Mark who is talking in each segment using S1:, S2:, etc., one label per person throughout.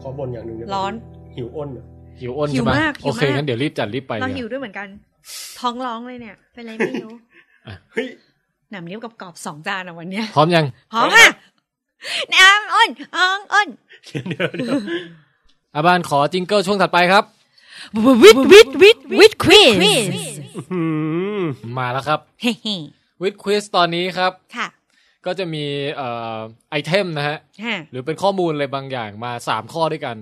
S1: ขอบ่นอย่างหนึ่งเดี๋ยว
S2: ร้อน
S1: หิวอ้นอะ
S3: หิวอ้น
S2: หิว
S3: ใช่ไหม
S2: มากหิวมาก
S3: โอเคงั้นเดี๋ยวรีบจัดรีบไป
S2: เรา
S3: เนี่ย
S2: หิวด้วยเหมือนกัน ท้องร้องเลยเนี่ย เป็นอะไรไม่รู้
S1: เฮ้ย
S2: หนำเลี้ยวกับกรอบสองจานอะวันเนี้ย
S3: พร้อมยัง
S2: พร้อมค่ะน้ำอ้นอ้องอ้น
S1: เดี๋ยวเดี๋ยว
S3: อาบานขอจิงเกิลช่วงถัดไปครับ
S2: วิดวิดวิดวิดควีน
S1: อืม
S3: มาแล้วครับ
S2: เฮ้เฮ้
S3: วิดควิสตอนนี้ครับ
S2: ค่ะ
S3: ก็จะมีเอ่อไอเทมนะฮะ
S2: ฮะ
S3: หรือเป็นข้อมูลอะไรบางอย่างมาสามข้อด้วยกัน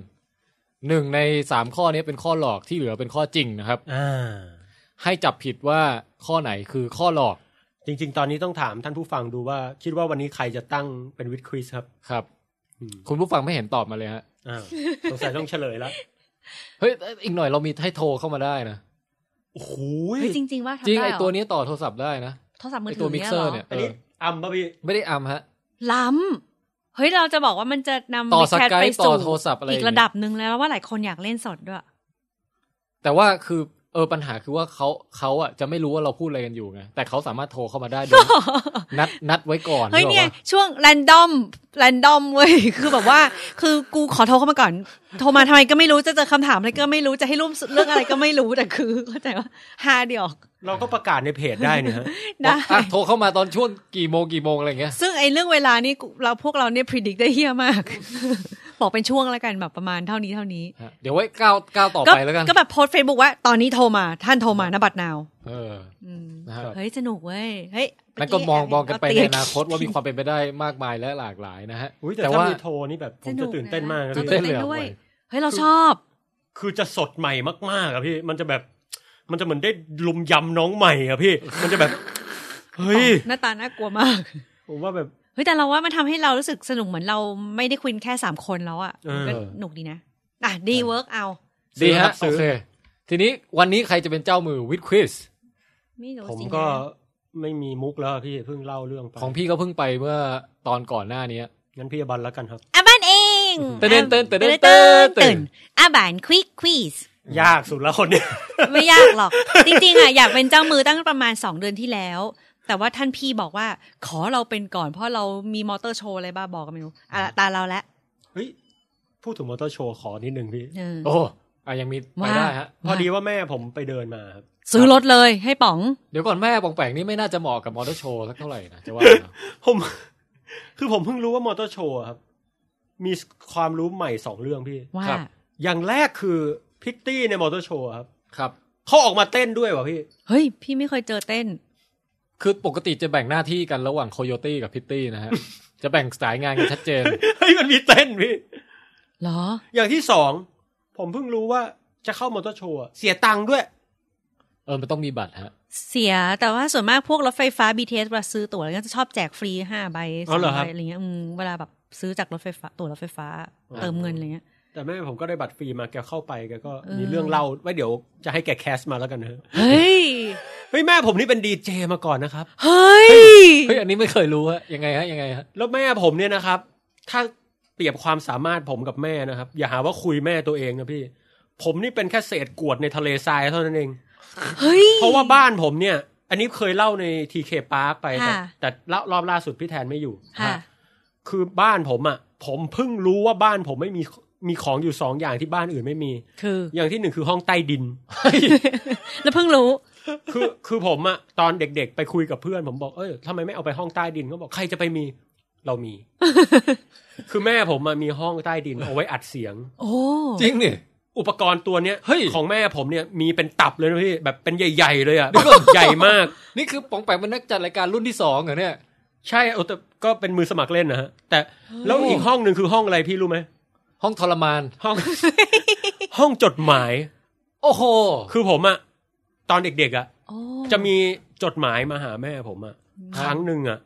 S3: หนึ่งในสามข้อนี้เป็นข้อหลอกที่เหลือเป็นข้อจริงนะครับ
S1: อ่า
S3: ให้จับผิดว่าข้อไหนคือข้อหลอก
S1: จริง ๆ ตอนนี้ต้องถามท่านผู้ฟังดูว่า คิดว่าวันนี้ใครจะตั้งเป็นวิดควิสครับ
S3: ครับ
S1: อืม
S3: คุณผู้ฟังไม่เห็นตอบมาเลยฮะ
S1: อ่าสงสัยต้องเฉลยแล้ว
S3: เฮ้ยอีกหน่อยเรามีให้โทรเข้ามาได้นะ
S1: โอ้โห
S2: เฮ้ยจริง ๆ ว่าทำ
S3: จริง
S2: ได้
S3: ไอ
S2: เหรอ
S3: ตัวนี้ต่อโทรศัพท์ได้นะ
S2: โทรศัพท์มือ
S3: ไอ
S2: ถื
S3: ตัว
S2: อ
S3: มิก
S2: เนี่ย
S3: เซ
S2: เหร
S3: อร์
S2: อ
S3: เนี่ย
S1: อันนี้
S3: เออ
S1: อัมป่ะพี่
S3: ไม่ได้อัมฮะ
S2: ล้ำเฮ้ยเราจะบอกว่ามันจะนำ
S3: ต่อ
S2: มิกแคท
S3: สกาย
S2: ไป
S3: ต่
S2: สู่
S3: อโทรศัพท์อะไรอ
S2: อี
S3: ย่าง
S2: ก
S3: เงี้ย
S2: ระดับหนึ่งแล้วว่าหลายคนอยากเล่นสดด้วย
S3: แต่ว่าคือเออปัญหาคือว่าเขาเขาอ่ะจะไม่รู้ว่าเราพูดอะไรกันอยู่ไงแต่เขาสามารถโทรเข้ามา ได้โดย นัดนัดไว้ก่อน
S2: เฮ้ย
S3: หรือ
S2: เนี่ย
S3: ปล่าวะ
S2: ช่วง r รนดอม r รนดอมเว้ย คือแบบว่า คือกูขอโทรเข้ามาก่อน โทรมาทำไมก็ไม่รู้จะเจอคำถามอะไรก็ไม่รู้จะให้รูปเรื่องอะไรก็ไม่รู้แต่คือเข้าใจว่า ฮา เดียว
S1: เราก็ประกาศในเพจได้เนี่ยฮะ
S2: ได้
S3: อ่ะโทรเข้ามาตอนช่วงกี่โมงกี่โมงอะไรอย่างเงี้ย
S2: ซึ่งไอ้เรื่องเวลานี่กูเราพวกเราเนี่ยพิจิตรได้เฮี้ยมาก บอกเป็นช่วงแล้วกันแบบประมาณเท่านี้เท่านี้
S3: ฮะเดี๋ยวไว้ก้าวก้าวต่อไปแล้วกัน
S2: ก็แบบโพสเฟซบุ๊กว่า ตอนนี้โทรมาท่านโทรมานะบัตรนาว
S3: เออ
S2: อืม
S3: นะฮะ
S2: เฮ้ยสนุกเว้ยเฮ้ย
S3: นั่นก็มองมองกันไปใน
S2: เตีย
S3: อนา คตว่ามีความเป็นไปได้มากมายและหลากหลายนะฮะ
S1: อุ้ยแต่
S3: แต่
S1: ถ้า
S3: ว่า
S1: มีโทรนี่แบบผมจะตื่นเต้นมากนะ
S2: ส
S3: ตื่
S2: กะ
S3: น
S1: พี่
S3: เต้นเลย
S2: ด้วย
S3: หรอ
S2: เฮ้ยเราชอบ
S1: คือจะสดใหม่มากๆอะพี่ มันจะแบบ มันจะเหมือนได้ลุมยำน้องใหม่อะ พี่ มันจะแบบ เฮ้ย
S2: หน้าตาน่ากลัวมาก
S1: ผมว่าแบบ
S2: เฮ้ยแต่เราว่ามันทำให้เรารู้สึกสนุกเหมือนเราไม่ได้คุยแค่สามคนแล้วอะ
S1: เออ
S2: มันก็หนุกดีนะ อ่ะดีเวิร์กเอา
S1: ซื้
S3: ดี
S1: อครั
S3: ฮะ
S1: บซื้
S3: โอ
S1: อ
S3: เค ทีนี้วันนี้ใครจะเป็นเจ้ามือวิดควิส
S2: ไม่รู้
S1: ผม
S2: สินะ
S1: ก็ไม่มีมุกแล้วอะพี่เพิ่งเล่าเรื่องไป
S3: ของพี่ก็เพิ่งไปเมื่อตอนก่อนหน้านี้
S1: งั้นพี่อบันแล้วกันครับ
S2: อ่ะบ้านเอง
S3: เต้นเต้นเต้นเต้นเต้นเต้น
S2: อ่ะบ้านควิกควีส
S1: ยากสุดแล้วคนเนี้ย
S2: ไม่ยากหรอก จริงๆอ่ะอยากเป็นเจ้ามือตั้งประมาณสองเดือนที่แล้ว แต่ว่าท่านพี่บอกว่า ขอเราเป็นก่อนเพราะเรามีมอเตอร์โชว์อะไรบ้าบอกกันไม่รู้อ่ะตาเราละ
S1: เฮ้ย พูดถึงมอเตอร์โชว์ขอนิดนึงพี่
S2: เออ
S3: โอ้อะยังมีไป
S2: ว้าว
S3: ได้ฮะ
S1: พอดีว่าแม่ผมไปเดินมาครับ
S2: ซื้อรถเลยให้ป๋อง
S3: เดี๋ยวก่อนแม่ปองแปงนี่ไม่น่าจะเหมาะกับมอเตอร์โชว์สักเท่าไหร่นะจะว่านะ
S1: ผม คือผมเพิ่งรู้ว่ามอเตอร์โชว์อะครับ มีความรู้ใหม่สองเรื่องพี่
S2: ว่า
S1: อย่างแรกคือพิตตี้ในมอเตอร์โชว์อะครับ
S3: ครับ
S1: เขาออกมาเต้นด้วยวะพี่
S2: เฮ้ยพี่ไม่เคยเจอเต้น
S3: คือปกติจะแบ่งหน้าที่กันระหว่างโคโยตี้กับพิตตี้นะฮะ จะแบ่งสายงานกันชัดเจน
S1: เฮ้ยมันมีเต้นพี่
S2: เหรอ
S1: อย่างที่สองผมเพิ่งรู้ว่าจะเข้ามอเตอร์โชว์อะเสียตังค์ด้วย
S3: เออมันต้องมีบัตรฮะ
S2: เสียแต่ว่าส่วนมากพวกรถไฟฟ้า BTS เวลาซื้อตั๋วแล้วก็จะชอบแจกฟรีห้าใบส
S1: อ๋อเหรอ
S2: อง
S1: ครั
S2: ใบบ อะไรเงี้ยอืมเวลาแบบซื้อจากรถไฟฟ้าตั๋วรถไฟฟ้า
S1: อ๋อ
S2: เติมเงินอะไรเงี้ย
S1: แต่แม่ผมก็ได้บัตรฟรีมาแกเข้าไปแกก็
S2: เออ
S1: มีเรื่องเล่าไว้เดี๋ยวจะให้แกแคสมาแล้วกันนะฮะ
S2: เฮ้ย
S1: เฮ้ยแม่ผมนี่เป็นดีเจมาก่อนนะครับ
S2: เฮ้ย
S3: เฮ้ยอันนี้ไม่เคยรู้ฮะยังไงฮะยังไงฮะ
S1: แล้วแม่ผมเนี่ยนะครับ ถ้าเปรียบความสามารถผมกับแม่นะครับ อย่าหาว่าคุยแม่ตัวเองนะพี่ ผมนี่เป็นแค่เศษกรวดในทะเลทรายเท่านั้นเอง
S2: เฮ้ย
S1: เพราะว่าบ้านผมเนี่ย อันนี้เคยเล่าในทีเคพาร์คไปแต่
S2: ค่ะ
S1: แต่รอบล่าสุดพี่แทนไม่อยู่
S2: ค่ะ
S1: คือบ้านผมอะ่ะ ผมเพิ่งรู้ว่าบ้านผมไม่มีมีของอยู่สองอย่างที่บ้านอื่นไม่มี
S2: คือ
S1: อย่างที่หนึ่งคือห้องใต้ดิน
S2: แล้วเพิ่งรู้
S1: คือคือผมอะ่ะตอนเด็กๆ ไปคุยกับเพื่อน ผมบอกเอ้ยทำไมไม่เอาไปห้องใต้ดินเขาบอกใครจะไปมีเรา มี คือแม่ผมอะมีห้องใต้ดินเอาไว้อัดเสียง
S2: โอ้
S3: จริงนี่
S1: อุปกรณ์ตัวเนี้ย
S3: เฮ้ย
S1: ของแม่ผมเนี่ยมีเป็นตับเลยนะพี่แบบเป็นใหญ่ๆเลยอะ่ะใหญ่มาก
S3: นี่คือป๋องแปงเป็นนักจัดรายการรุ่นที่สองเหรอเนี่ย
S1: ใช่เอาแต่ก็เป็นมือสมัครเล่นนะฮะแต่แล้วอีกห้องหนึ่งคือห้องอะไรพี่รู้ไหม
S3: ห้องทรมาน
S1: ห้อง ห้องจดหมาย
S3: โอ้โห
S1: คือผมอะตอนเด็กๆอะ
S2: โอ้
S1: จะมีจดหมายมาหาแม่ผมอะครั้งหนึ่งอะ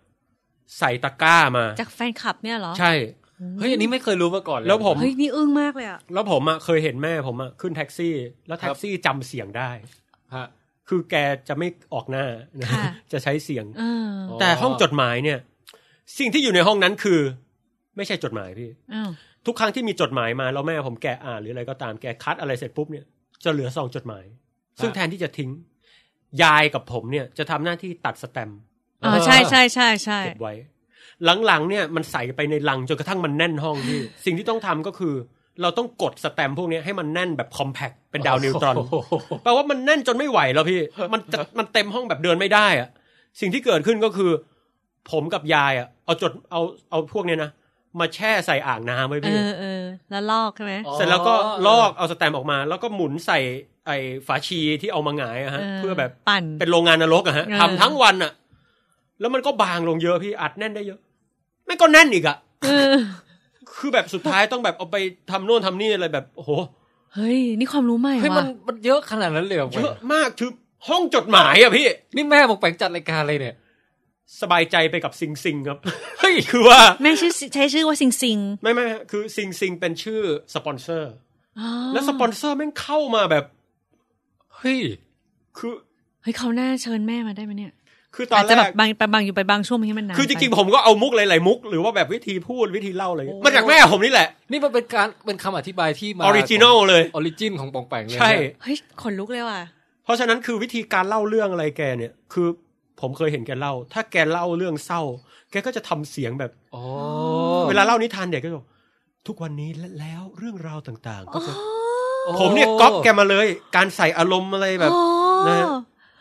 S1: ใส่ตะกร้ามา
S2: จากแฟนคลับเนี่ยเหรอ
S1: ใช่
S3: เฮ้ยอันนี้ไม่เคยรู้มาก่อนเลย
S1: แล้วผม
S2: เฮ้ยนี่อึ้งมากเลยอ่ะ
S1: แล้วผมอะเคยเห็นแม่ผมอะขึ้นแท็กซี่ แล้ว
S3: ครับ
S1: แท็กซี่จำเสียงได้
S3: ฮะ
S1: คือแกจะไม่ออกหน้านะ
S2: ค่ะ
S1: จะใช้เสียง
S2: เออ
S3: อ๋อ
S1: แต่ห้องจดหมายเนี่ย สิ่งที่อยู่ในห้องนั้นคือ ไม่ใช่จดหมายพี่
S2: อ้าว
S1: ทุกครั้งที่มีจดหมายมาแล้วแม่ผมแกะอ่านหรืออะไรก็ตามแกคัดอะไรเสร็จปุ๊บเนี่ยจะเหลือซองจดหมาย ซึ่งแทนที่จะทิ้ง ยายกับผมเนี่ยจะทำหน้าที่ตัดสแตมป์
S2: อ๋อใช่ใช่ใช่ใช่
S1: เก็บไว้ หลังๆเนี่ยมันใส่ไปในลังจนกระทั่งมันแน่นห้องพี่ สิ่งที่ต้องทำก็คือ เราต้องกดสแตมป์พวกเนี้ยให้มันแน่นแบบคอมแพคเป็นดาวนิวตรอน
S3: โโห
S1: แปลว่ามันแน่นจนไม่ไหวแล้ว พี่ มันจะมันเต็มห้องแบบเดินไม่ได้อะสิ่งที่เกิดขึ้นก็คือ ผมกับยายอะเอาจดเอาเอาพวกเนี้ยนะ มาแช่ใส่อ่างน้ำไว้
S2: เอ
S1: พี่
S2: อเออแล้วลอกใช่ไหม
S1: เสร็จแล้วก็ลอกเอาสแตมป์ออกมา แล้วก็หมุนใส่ไอ้ฝาชีที่เอามาหงายอะฮะ
S2: เออ
S1: เพื่อแบบ
S2: ปั่น
S1: เป็นโรงงานนรกอะฮะ
S2: เออ
S1: ทำทั้งวันอะแล้วมันก็บางลงเยอะพี่อัดแน่นได้เยอะแม่งก็แน่นอีกอะ
S2: เออ
S1: คือแบบสุดท้ายต้องแบบเอาไปทำโน่นทำนี่อะไรแบบโอ้โห
S2: เฮ้ย นี่ความรู้ใหม่
S3: เฮ้ยมั
S2: ว่ะ
S3: นมันเยอะขนาดนั้นเลยเหรอ
S1: เยอะมากคือห้องจดหมายอะพี่
S3: นี่แม่บอกแปลงจัดรายการเลยเนี่ย
S1: สบายใจไปกับซิงซิงครับ เฮ้ยคือว่า
S2: แม่ชื่อใช้ชื่อว่าซิงซิง
S1: ไม่ไม่ฮะคือซิงซิงเป็นชื่อสปอนเซอร์
S2: อ๋อ
S1: แล้วสปอนเซอร์แม่งเข้ามาแบบ
S3: เฮ้ย
S1: คือ
S2: เฮ้ยเขาวหน้าเชิญแม่มาได้ไหมเนี่ย
S1: คือตอ
S2: อาจ
S1: นแร
S2: จะแบบ
S1: ก
S2: บางไปบางอยู่ไปบางช่วงให้มันนาน
S1: คือจริง
S2: ไป
S1: ๆผมก็เอามุกหลายๆมุก หรือว่าแบบวิธีพูดวิธีเล่าอะไรอย่างเงี้ยมาจากแม่ผมนี่แหละ
S3: นี่มันเป็นการเป็นคำอธิบายที่
S1: อ
S3: มา
S1: อริจินอลเลย
S3: ออริจินของปองแปงเลย
S1: ใช่
S3: เนี่ย
S2: เฮ้ยขนลุกเลยว่ะ
S1: เพราะฉะนั้นคือวิธีการเล่าเรื่องอะไรแกเนี่ย คือผมเคยเห็นแกเล่า ถ้าแกเล่าเรื่องเศร้า แกก็จะทำเสียงแบบ
S3: อ๋อ
S1: เวลาเล่านิทานเด็กก็จะบอกทุกวันนี้และแล้วเรื่องราวต่างๆก็จะ
S3: โอ้
S1: ผมเนี่ยก๊อปแกมาเลย การใส่อารมณ์อะไรแบบ
S2: อ๋อ
S1: นะ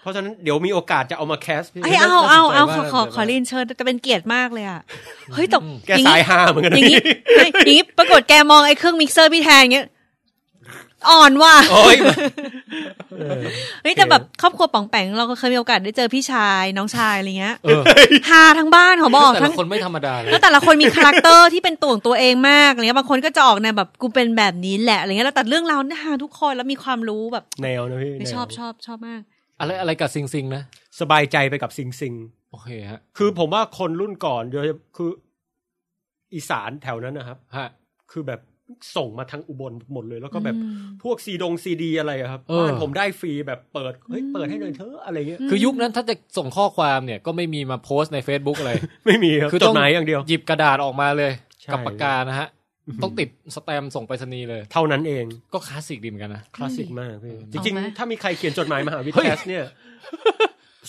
S1: เพราะฉะนั้นเดี๋ยวมีโอกาสจะเอามาแคสพี่
S2: เอ้ยเอาเอาเอาขอขอขอเรียนเชิญแต่เป็นเกียรติมากเลยอ่ะ เฮ้ยแตก
S1: แกสายฮาเหมือนกัน
S2: อ
S1: นะ
S2: ย่าง
S1: พี่
S2: นี้ไม่อย่างนี้ปรากฏแกมองไอ้เครื่องมิกเซอร์พี่แทนเงี้ย อ่อนว่ะ
S1: โอ้ย
S2: เฮ้ยแต่แบบครอบครัวป๋องแปงเราก็เคยมีโอกาสได้เจอพี่ชายน้องชายอะไรเงี้ย
S3: เออ
S2: ฮาทั้งบ้านเขาบอก
S3: แต่
S2: ทั้
S3: ละ
S2: ง
S3: คนไม่ธรรมดาเล ย
S2: แล้วแต่ละคนมีคาแรคเตอร์ที่เป็นตัวของตัวเองมากอะไรเงี้ยบางคนก็จะออกในวแบบกูเป็นแบบนี้แหละอะไรเงี้ยแล้วแต่เรื่องราวเนี่ยฮาทุกคนแล้วมีความรู้แบบ
S1: แนวนะพี่แนว
S2: ชอบชอบชอบมาก
S3: อะไรอะไรกับซิงซิงนะ
S1: สบายใจไปกับซิงซิง
S3: โอเคฮะ
S1: คือผมว่าคนรุ่นก่อนโดยคือ อีสานแถวนั้นนะครับ
S3: ฮะ
S1: คือแบบส่งมาทางอุบลหมดเลย แล้วก็แบบ
S2: อืม
S1: พวกซีดงซีดีอะไรอะครับ
S3: เออ
S1: บ้านผมได้ฟรีแบบเปิดเฮ้ยเปิดให้หน่อยเถอะอะไรเงี้ย
S3: คือยุคนั้นถ้าจะส่งข้อความเนี่ยก็ไม่มีมาโพสต์ใน Facebook เลย
S1: ไม่มีครับ
S3: คือ
S1: จ
S3: ต้
S1: ด
S3: อง
S1: หมายอย่างเดียว
S3: หยิบกระดาษออกมาเลย
S1: ใช่
S3: กับปากกานะฮะ ต้องติดสแตมป์ส่งไปรษณีย์เลย
S1: เท่านั้นเอง
S3: ก็คลาสสิกดีเหมือนกันนะ
S1: คลาสสิกมากพี่จริง
S2: เอาไหม
S1: ๆ ถ้ามีใครเขียนจดหมายมาหาวิท
S3: เฮ้ย
S1: แคสเนี่ย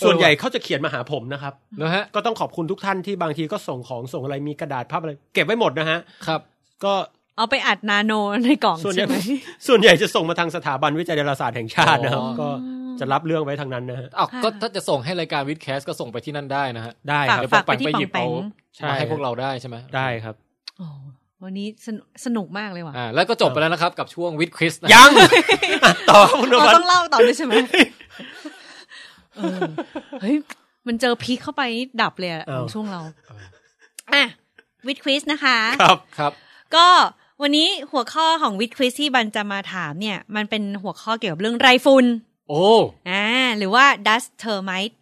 S1: ส่วนใหญ่เขาจะเขียนมาหาผมนะครับ
S3: นะฮะ
S1: ก็ต้องขอบคุณทุกท่านที่บางทีก็ส่งของส่งอะไรมีกระดาษพับอะไร เก็บไว้หมดนะฮะ
S3: ครับ
S1: ก็
S2: เอาไปอัดนาโนในกล่อง
S1: ส่วนใหญ่
S2: ใช่ไหม
S1: ส่วนใหญ่จะส่งมาทางสถาบันวิจัยดาราศาสตร์แห่งชาตินะครับ ก็จะรับเรื่องไว้ทางนั้นนะฮะ
S3: อ้าวก็ถ้าจะส่งให้รายการวิดแคสก็ส่งไปที่นั่นได้นะฮะ
S1: ได้
S2: ฝาก
S1: ครับ
S2: ฝากไปที่ป๋
S3: ไปห
S2: อ
S3: ยิ
S2: ง
S3: บ
S2: แป
S3: เอา
S2: ง
S1: ใช่
S3: มาให้พวกเราได้ใช่ไหม
S1: ได้ครับ
S2: โอ้วันนี้สนุกสนุกมากเลยว่ะ
S3: อ่า แล้วก็จบไปแล้วนะครับ กับช่วงวิดคริสนะ
S1: ยัง ต่อคุณน
S2: เรา
S1: วัฒ
S2: ต้อ
S1: น์
S2: งเล่าต่อด้วยใช่ไหมเออเฮ้ยมันเจอพีคเข้าไปนี่ดับเลยอะของช่วงเราอ่ะวิดควิสนะคะ
S1: ครับ
S3: ครับ
S2: ก็วันนี้หัวข้อของวิดควิสที่บันจะมาถามเนี่ย มันเป็นหัวข้อเกี่ยวกับเรื่องไรฝุ่น
S3: โอ้
S2: อ่าหรือว่า dust termite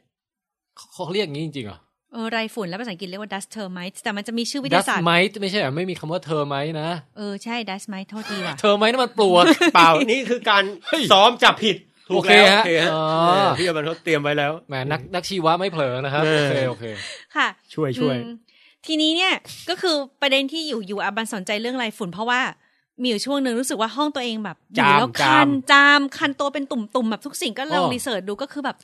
S3: เขาเรียกอย่างนี้จริงๆเหรอ
S2: เออไรฝุ่นแล้วภาษาอังกฤษเรียกว่า dust termite แต่มันจะมีชื่อวิท
S3: ดัส
S2: ยาศาสตร์
S3: ไมท์ไม่ใช่เหรอไม่มีคำว่าเธอไหม นะ
S2: เออใช่ dust mite โทษทีว่ะ
S3: เธอไหมนั่นมันปลวก
S1: เปล่านี่คือการซ้อมจับผิดถู
S3: โอก เค
S1: แล้ว
S3: ฮะ
S1: โอเคฮะ
S3: อ๋อ
S1: เออพี่อมันเขาเตรียมไว้แล้ว
S3: แหมนักนักชีวะไม่เผลอนะครับ
S1: เออ
S3: โอเคโอเค
S2: ค่ะ
S1: ช่วยช่วย
S2: อืมทีนี้เนี่ยก็คือประเด็นที่อยู่อยู่อาบันสนใจเรื่องไรฝุ่น เพราะว่ามีอยู่ช่วงหนึ่งรู้สึกว่าห้องตัวเองแบบอยู่
S1: จาม
S2: แล้วคัน
S1: จาม
S2: จามคันตัวเป็นตุ่มตุ่มๆแบบทุกสิ่งก็ลอง
S3: อ๋อ
S2: รีเสิร์ชดูก็คือแบบ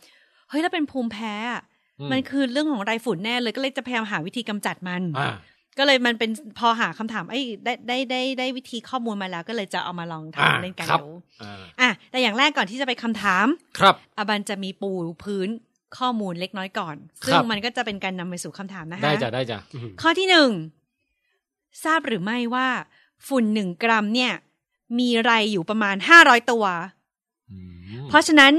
S2: เฮ้ยถ้าเป็นภูมิแพ้อะ
S3: อืม
S2: มันคือเรื่องของไรฝุ่นแน่เลยก็เลยจะพยายามหาวิธีกำจัดมัน
S3: อ่า
S2: ก็เลยมันเป็นพอหาคำถามไอ้ยได้ได้ได้ได้วิธีข้อมูลมาแล้ว ก็เลยจะเอามาลอง
S3: อ่า
S2: ทำเล่นกัน
S3: ครับ
S2: ดู
S3: อ่า
S2: อ่ะแต่อย่างแรกก่อนที่จะไปคำถาม
S3: ครับ
S2: อาบันจะมีปูพื้นข้อมูลเล็กน้อยก่อน
S3: ค
S2: ซึ่
S3: รั
S2: ง
S3: บ
S2: มันก็จะเป็นการนำไปสู่คำถามนะคะ
S3: ได้จ้ะได้จ้ะ
S2: ข้อที่หนึ่งทราบหรือไม่ว่า ฝุ่นหนึ่งกรัมเนี่ย มีไรอยู่ประมาณห้าร้อยตัว
S3: อืม
S2: เพราะฉะนั้น